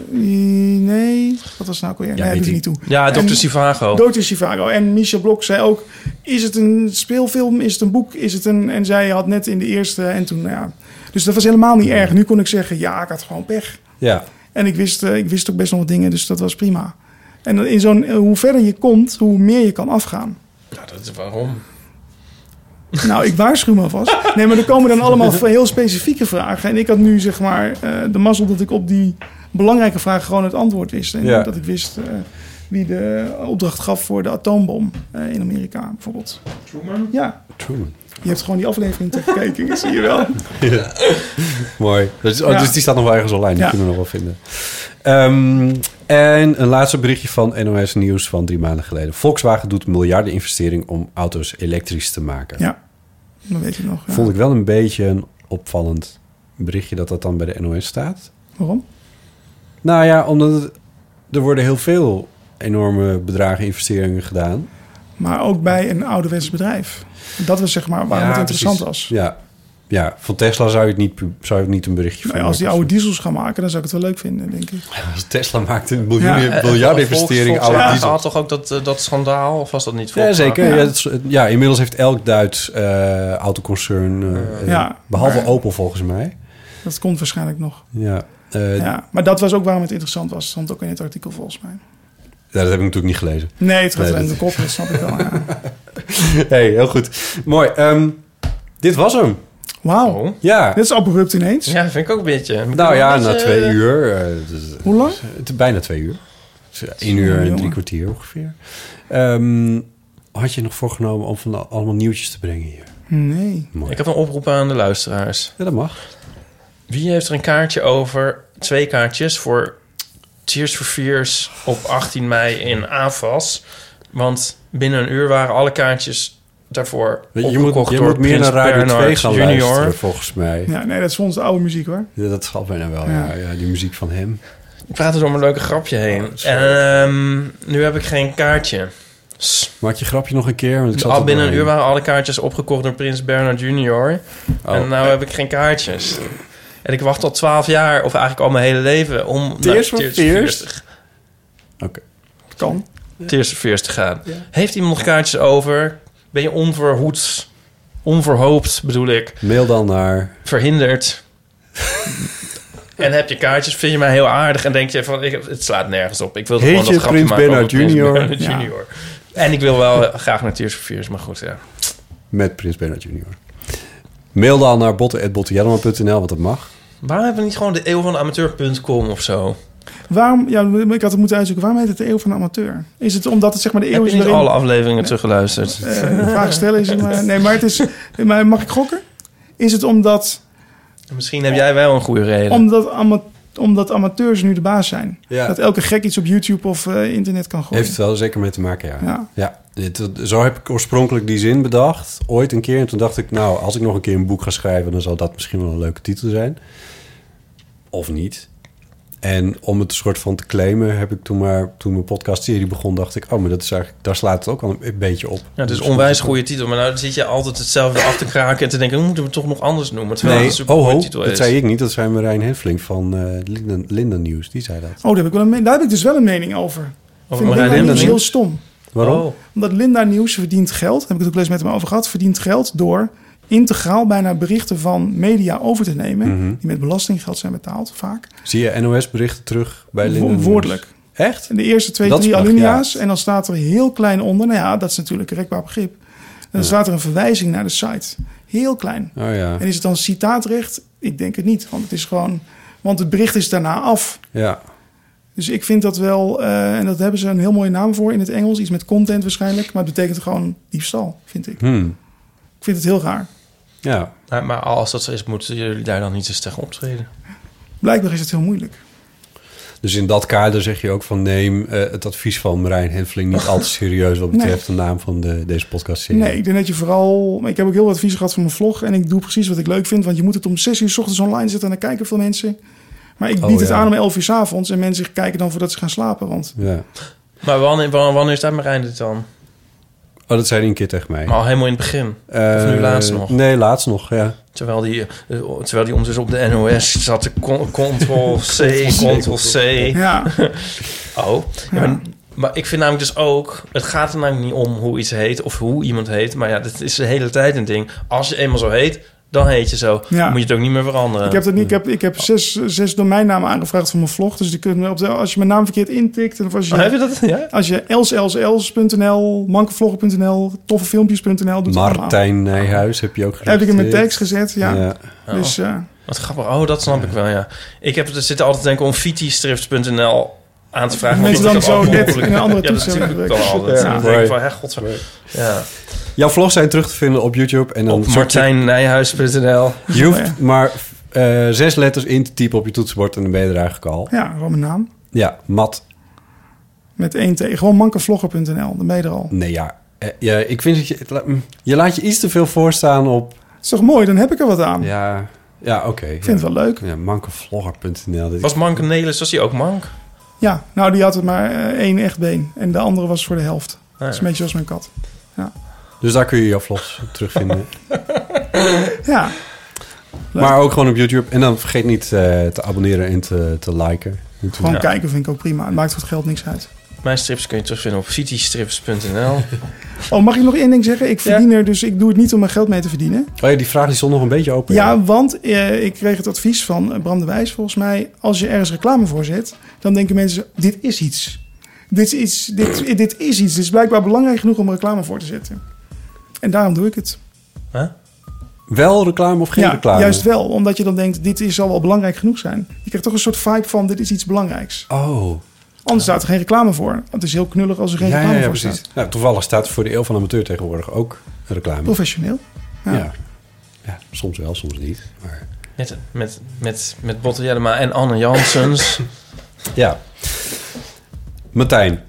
S6: Nee, wat was het nou alweer?
S8: Ja,
S6: nee,
S8: weet
S6: doet
S8: ik.
S6: niet toe.
S8: Ja,
S6: En-
S8: Dr. Sivago.
S6: Dr. Sivago. En Michel Blok zei ook, is het een speelfilm? Is het een boek? Is het een... En zij had net in de eerste en toen, nou ja. Dus dat was helemaal niet erg. Nu kon ik zeggen, ja, ik had gewoon pech.
S7: Ja.
S6: En ik wist, eh, ik wist ook best nog wat dingen, dus dat was prima. En dan in zo'n, eh, hoe verder je komt, hoe meer je kan afgaan.
S8: Nou, dat is waarom.
S6: Nou, ik waarschuw me alvast. Nee, maar er komen dan allemaal heel specifieke vragen. En ik had nu, zeg maar, eh, de mazzel dat ik op die belangrijke vragen gewoon het antwoord wist. En
S7: Ja.
S6: dat ik wist eh, wie de opdracht gaf voor de atoombom eh, in Amerika, bijvoorbeeld.
S8: Truman?
S6: Ja.
S7: Truman.
S6: Je hebt gewoon die aflevering teruggekeken, dat zie je wel.
S7: Ja. Mooi. Dus, oh,
S6: Ja.
S7: dus die staat nog wel ergens online. Die
S6: Ja.
S7: kunnen we nog wel vinden. Ehm, en een laatste berichtje van NOS Nieuws van drie maanden geleden. Volkswagen doet miljarden investering om auto's elektrisch te maken.
S6: Ja, dat weet ik nog. ja.
S7: Vond ik wel een beetje een opvallend berichtje dat dat dan bij de NOS staat.
S6: Waarom?
S7: Nou ja, omdat het- er worden heel veel enorme bedragen investeringen gedaan.
S6: Maar ook bij een ouderwets bedrijf. Dat was zeg maar waarom
S7: Ja,
S6: het interessant
S7: precies.
S6: was.
S7: Ja. ja, van Tesla zou je het niet, pu- zou je het niet een berichtje
S6: Nou
S7: van
S6: ja, als die
S7: maken.
S6: oude diesels gaan maken, dan zou ik het wel leuk vinden, denk ik.
S7: Als Tesla maakt een miljoen,
S6: Ja.
S7: miljard investering
S8: Eh, Volks-
S7: oude
S8: Volkswagen
S7: diesel.
S8: had toch ook dat, eh, dat schandaal? Of was dat niet
S7: Ja,
S8: Volkswagen?
S7: zeker. Ja. het is- ja, inmiddels heeft elk Duits eh, autoconcern, eh, eh,
S6: Ja,
S7: behalve
S6: maar-
S7: Opel volgens mij.
S6: Dat komt waarschijnlijk nog.
S7: Ja, eh,
S6: Ja, maar dat was ook waarom het interessant was. Stond ook in het artikel volgens mij.
S7: dat heb ik natuurlijk niet gelezen.
S6: Nee, het gaat
S7: dat-
S6: in de kop, dat snap ik wel. Ja.
S7: hey, heel goed. Mooi. ehm, dit was hem.
S6: Wauw.
S8: Oh.
S7: Ja.
S6: Dit is abrupt ineens.
S8: Dus Ja, vind ik ook een beetje.
S7: Nou ja,
S8: Een
S7: na
S8: beetje-
S7: twee uur. eh, dus-
S6: Hoe lang?
S7: dus- bijna twee uur. Dus, eh, één uur en drie
S6: jongen.
S7: kwartier ongeveer. Ehm, had je nog voorgenomen om van de- allemaal nieuwtjes te brengen hier?
S6: Nee.
S8: Ik heb een oproep aan de luisteraars.
S7: Ja, dat mag.
S8: Wie heeft er een kaartje over? Twee kaartjes voor Cheers for Fears op 18 mei in AFAS. Want binnen een uur waren alle kaartjes daarvoor
S7: Je moet-
S8: opgekocht
S7: je
S8: door
S7: moet meer
S8: Prins
S7: naar Radio 2
S8: Bernhard
S7: gaan
S8: junior.
S7: luisteren, volgens mij.
S6: Ja, nee, dat is ons de oude muziek hoor.
S7: Ja, dat valt bijna wel, ja. ja. die muziek van hem.
S8: Ik praat dus om een leuke grapje heen. Ehm, nu heb ik geen kaartje.
S7: Maak je grapje nog een keer? Want ik zat
S8: Dus Al
S7: er
S8: binnen een uur
S7: doorheen.
S8: waren alle kaartjes opgekocht door Prins Bernhard Junior.
S7: Oh.
S8: En nou heb ik geen kaartjes. En ik wacht al 12 jaar, of eigenlijk al mijn hele leven, om naar
S7: Tears for Fears?
S8: te gaan.
S7: Oké.
S6: Kan.
S8: Tears for Fears te gaan. Heeft iemand nog kaartjes over? Ben je onverhoeds, onverhoopt bedoel ik,
S7: Mail dan naar...
S8: verhinderd? en heb je kaartjes, vind je mij heel aardig en denk je van, ik, het slaat nergens op. Ik wil
S7: Heet
S8: gewoon
S7: je
S8: dat grapje
S7: Prins
S8: maken over
S7: Bernhard
S8: Prins
S7: Junior?
S8: Bernhard
S7: Ja.
S8: Junior. En ik wil wel graag naar Tears for Fears, maar goed, ja.
S7: Met Prins Bernhard Junior. Mail dan naar botten.bottenjellema.nl, want dat mag.
S8: Waarom hebben we niet gewoon de eeuw van amateur.com of zo?
S6: Waarom, ja, ik had het moeten uitzoeken, waarom heet het de eeuw van de amateur? Is het omdat het zeg maar de eeuw
S8: Heb
S6: is
S8: je niet
S6: waarin-
S8: alle afleveringen teruggeluisterd?
S6: Eh, de vraag stellen is... Maar, nee, maar het is... Maar mag ik gokken? Is het omdat,
S8: Misschien heb jij wel een goede reden.
S6: omdat, ama- omdat amateurs nu de baas zijn?
S7: Ja.
S6: Dat elke gek iets op YouTube of eh, internet kan gooien?
S7: Heeft het wel zeker mee te maken, ja.
S6: Ja.
S7: Dit- zo heb ik oorspronkelijk die zin bedacht, ooit een keer. En toen dacht ik, nou, als ik nog een keer een boek ga schrijven... dan zal dat misschien wel een leuke titel zijn. Of niet. En om het soort van te claimen heb ik toen maar... toen mijn podcastserie begon, dacht ik... oh, maar dat is eigenlijk, daar slaat het ook al een beetje op.
S8: Ja, het is een onwijs goede titel, maar nou zit je altijd hetzelfde af te kraken en te denken, "Hoe moeten we het toch nog anders noemen? Terwijl
S7: Nee,
S8: het een
S7: oh,
S8: supergoeie
S7: ho,
S8: titel
S7: dat
S8: is.
S7: zei ik niet. Dat zei Marijn Henfling van eh Linden, Linden News. Die zei dat.
S6: Oh, daar heb, ik wel een me- daar heb ik dus wel een mening over.
S8: Oh,
S6: Ik vind
S7: Marijn
S6: Linda
S7: Linda
S6: Nieuws heel
S7: Nieuws?
S6: stom.
S7: Waarom?
S6: Omdat Linda Nieuws verdient geld, daar heb ik het ook wel eens met hem over gehad, verdient geld door integraal bijna berichten van media over te nemen,
S7: Mhm.
S6: die met belastinggeld zijn betaald vaak.
S7: Zie je NOS-berichten terug bij
S6: Wo-
S7: Linden News?
S6: woordelijk.
S7: Echt?
S6: De eerste twee,
S7: Dat
S6: drie
S7: mag,
S6: alinea's en dan staat er heel klein onder, nou ja, dat is natuurlijk een rekbaar begrip. En dan
S7: Ja.
S6: staat er een verwijzing naar de site. Heel klein.
S7: Oh ja.
S6: En is het dan citaatrecht? Ik denk het niet, want het is gewoon, want het bericht is daarna af.
S7: Ja.
S6: Dus ik vind dat wel, eh, en dat hebben ze een heel mooie naam voor in het Engels, iets met content waarschijnlijk, maar het betekent gewoon diefstal, vind ik.
S7: Hmm.
S6: Ik vind het heel raar.
S7: Ja.
S8: Maar, maar als dat zo is, moeten jullie daar dan niet eens tegen optreden.
S6: Blijkbaar is het heel moeilijk.
S7: Dus in dat kader zeg je ook van neem eh, het advies van Marijn Henfling niet al te serieus wat betreft de naam van de, deze podcast.
S6: Nee, ik denk dat je vooral, ik heb ook heel wat advies gehad van mijn vlog en ik doe precies wat ik leuk vind, want je moet het om 6 uur 's ochtends online zetten en dan kijken veel mensen. Maar ik
S7: Oh,
S6: bied het
S7: ja.
S6: aan om 11 uur 's avonds en mensen kijken dan voordat ze gaan slapen, want
S7: Ja.
S8: Maar wanneer, wanneer, wanneer is dat Marijn dit dan?
S7: Oh, dat zei hij een keer tegen mij.
S8: Maar al helemaal in het begin? of nu
S7: Eh,
S8: laatst nog?
S7: Nee, laatst nog, ja.
S8: Terwijl die, eh, terwijl die ondertussen op de NOS zat te con- ctrl-c, ctrl-c.
S6: Ja.
S8: Oh. Ja, maar, maar ik vind namelijk dus ook... Het gaat er namelijk niet om hoe iets heet of hoe iemand heet. Maar ja, dat is de hele tijd een ding. Als je eenmaal zo heet, dan heet je zo.
S6: Ja.
S8: Dan moet je het ook niet meer veranderen.
S6: ik heb, dat niet, ik heb, ik heb zes, zes domeinnamen aangevraagd voor mijn vlog, dus die kunnen op de, als je mijn naam verkeerd intikt en of als je,
S8: Oh, heb je dat? Ja?
S6: als je elselsels.nl, mankenvloggen.nl, toffefilmpjes.nl doet het allemaal.
S7: Martijn Nijhuis heb je ook gezegd.
S6: Heb ik in mijn tekst gezet, ja.
S8: Oh,
S6: Dus, eh,
S8: Wat grappig. Oh, dat snap ik wel, ja. Ik heb er zitten altijd denken om fitistrips.nl aan te vragen.
S6: Mensen
S8: want ik
S6: dan
S8: heb
S6: zo
S8: ook
S6: net
S8: mogelijk-
S6: in een andere
S8: ja, dat
S6: toestel
S8: natuurlijk
S6: hebben
S8: dan
S6: gewerkt.
S8: altijd.
S6: Ja.
S8: Dan denk ik van,
S6: Nee.
S8: hè, godver... Ja.
S7: Jouw vlogs zijn terug te vinden op YouTube. En dan
S8: Op martijnnijhuis.nl.
S7: Je hoeft maar eh, zes letters in te typen op je toetsenbord en dan ben je er eigenlijk al.
S6: ja, gewoon mijn naam.
S7: Ja, mat.
S6: Met één T. Gewoon mankenvlogger.nl, dan ben je er al.
S7: Nee, ja. Eh, ja ik vind dat je... het la- mm, Je laat je iets te veel voorstaan op...
S6: is toch mooi, dan heb ik er wat aan.
S7: Ja, ja oké. Ik
S6: vind het wel leuk.
S7: Ja, mankenvlogger.nl. Dit-
S8: Was Mank Nelis, was hij ook Mank?
S6: Ja, nou die had het maar eh, één echt been. En de andere was voor de helft.
S8: Ah, ja.
S6: Dat is een beetje zoals mijn kat. Ja.
S7: Dus daar kun je jouw vlogs terugvinden.
S6: ja.
S7: maar ook gewoon op YouTube. En dan vergeet niet eh, te abonneren en te, te liken. En te-
S6: Gewoon
S7: Ja.
S6: kijken vind ik ook prima. Het maakt voor het geld niks uit.
S8: Mijn strips kun je terugvinden op citystrips.nl.
S6: Oh, mag ik nog één ding zeggen? Ik verdien er, dus ik doe het niet om mijn geld mee te verdienen.
S7: Oh ja, die vraag die stond nog een beetje open.
S6: Ja, want eh, ik kreeg het advies van eh, Bram de Wijs volgens mij... als je ergens reclame voor zet, dan denken mensen... dit is iets. Dit is iets. Dit, dit is iets. Dit is blijkbaar belangrijk genoeg om reclame voor te zetten. En daarom doe ik het.
S7: Wel reclame of geen
S6: ja,
S7: reclame?
S6: juist wel. Omdat je dan denkt, dit is, zal wel belangrijk genoeg zijn. Je krijgt toch een soort vibe van, dit is iets belangrijks.
S7: Oh.
S6: Anders staat er geen reclame voor. Want het is heel knullig als er geen
S7: ja, ja,
S6: reclame
S7: ja,
S6: voor
S7: precies.
S6: staat.
S7: Nou, toevallig staat voor de eeuw van de amateur tegenwoordig ook een reclame.
S6: Professioneel.
S7: Ja.
S6: Ja.
S7: ja. soms wel, soms niet. Maar...
S8: Met, met, met, met Botte Jellema en Anne Janssens.
S7: Ja. Martijn,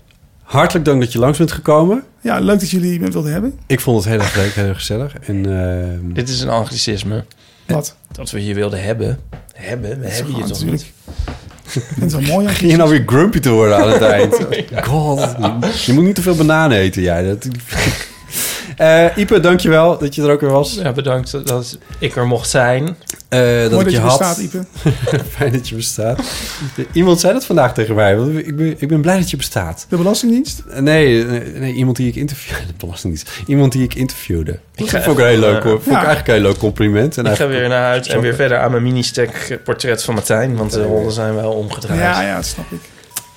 S7: hartelijk dank dat je langs bent gekomen.
S6: Ja, leuk dat jullie me wilden hebben.
S7: Ik vond het heel erg leuk, heel erg gezellig. En, ehm,
S8: Dit is een anglicisme.
S7: Eh,
S6: Wat?
S8: Dat we hier wilden hebben. Hebben? We hebben je toch niet?
S6: Het is wel mooi.
S7: Ging je nou weer grumpy te worden aan het eind? God, je- je moet niet te veel bananen eten, jij. Dat... Eh Ipe, dankjewel dat je er ook weer was. Eh,
S8: Ja, bedankt dat- dat ik er mocht zijn.
S7: dat
S8: Mooi
S7: ik
S8: dat
S7: je
S8: je
S7: had.
S8: bestaat,
S6: Ipe.
S7: Fijn dat je bestaat. Iemand zei dat vandaag tegen mij. want Ik ben, ik ben blij dat je bestaat. Eh,
S6: De Belastingdienst?
S7: Nee, nee, nee, iemand die ik interviewde. De Belastingdienst. Iemand die ik interviewde.
S8: Ik
S7: Dat
S8: ga-
S7: vond ik een heel leuk,
S8: Ja.
S7: hoor. Vond ik
S8: Ja.
S7: eigenlijk een heel leuk compliment. En
S8: ik ga
S7: eigenlijk-
S8: weer naar huis en
S7: Zo.
S8: weer verder aan mijn mini-stack portret van Martijn. Want de rollen zijn wel omgedraaid.
S6: Ja, ja, dat snap ik.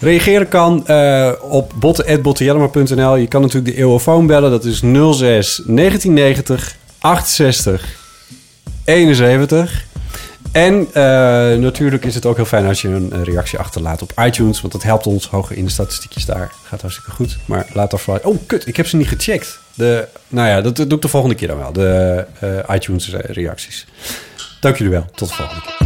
S7: Reageren kan eh, op botten.bottenjellema.nl. Je kan natuurlijk de eeuwofoon bellen. Dat is 06 1990 68 71. En eh, natuurlijk is het ook heel fijn als je een eh, reactie achterlaat op iTunes. Want dat helpt ons hoger in de statistiekjes daar. Gaat hartstikke goed. Maar laat daar vooral... Oh, kut. Ik heb ze niet gecheckt. De, nou ja, dat doe ik de volgende keer dan wel. De eh, iTunes eh, reacties. Dank jullie wel. Tot de volgende keer.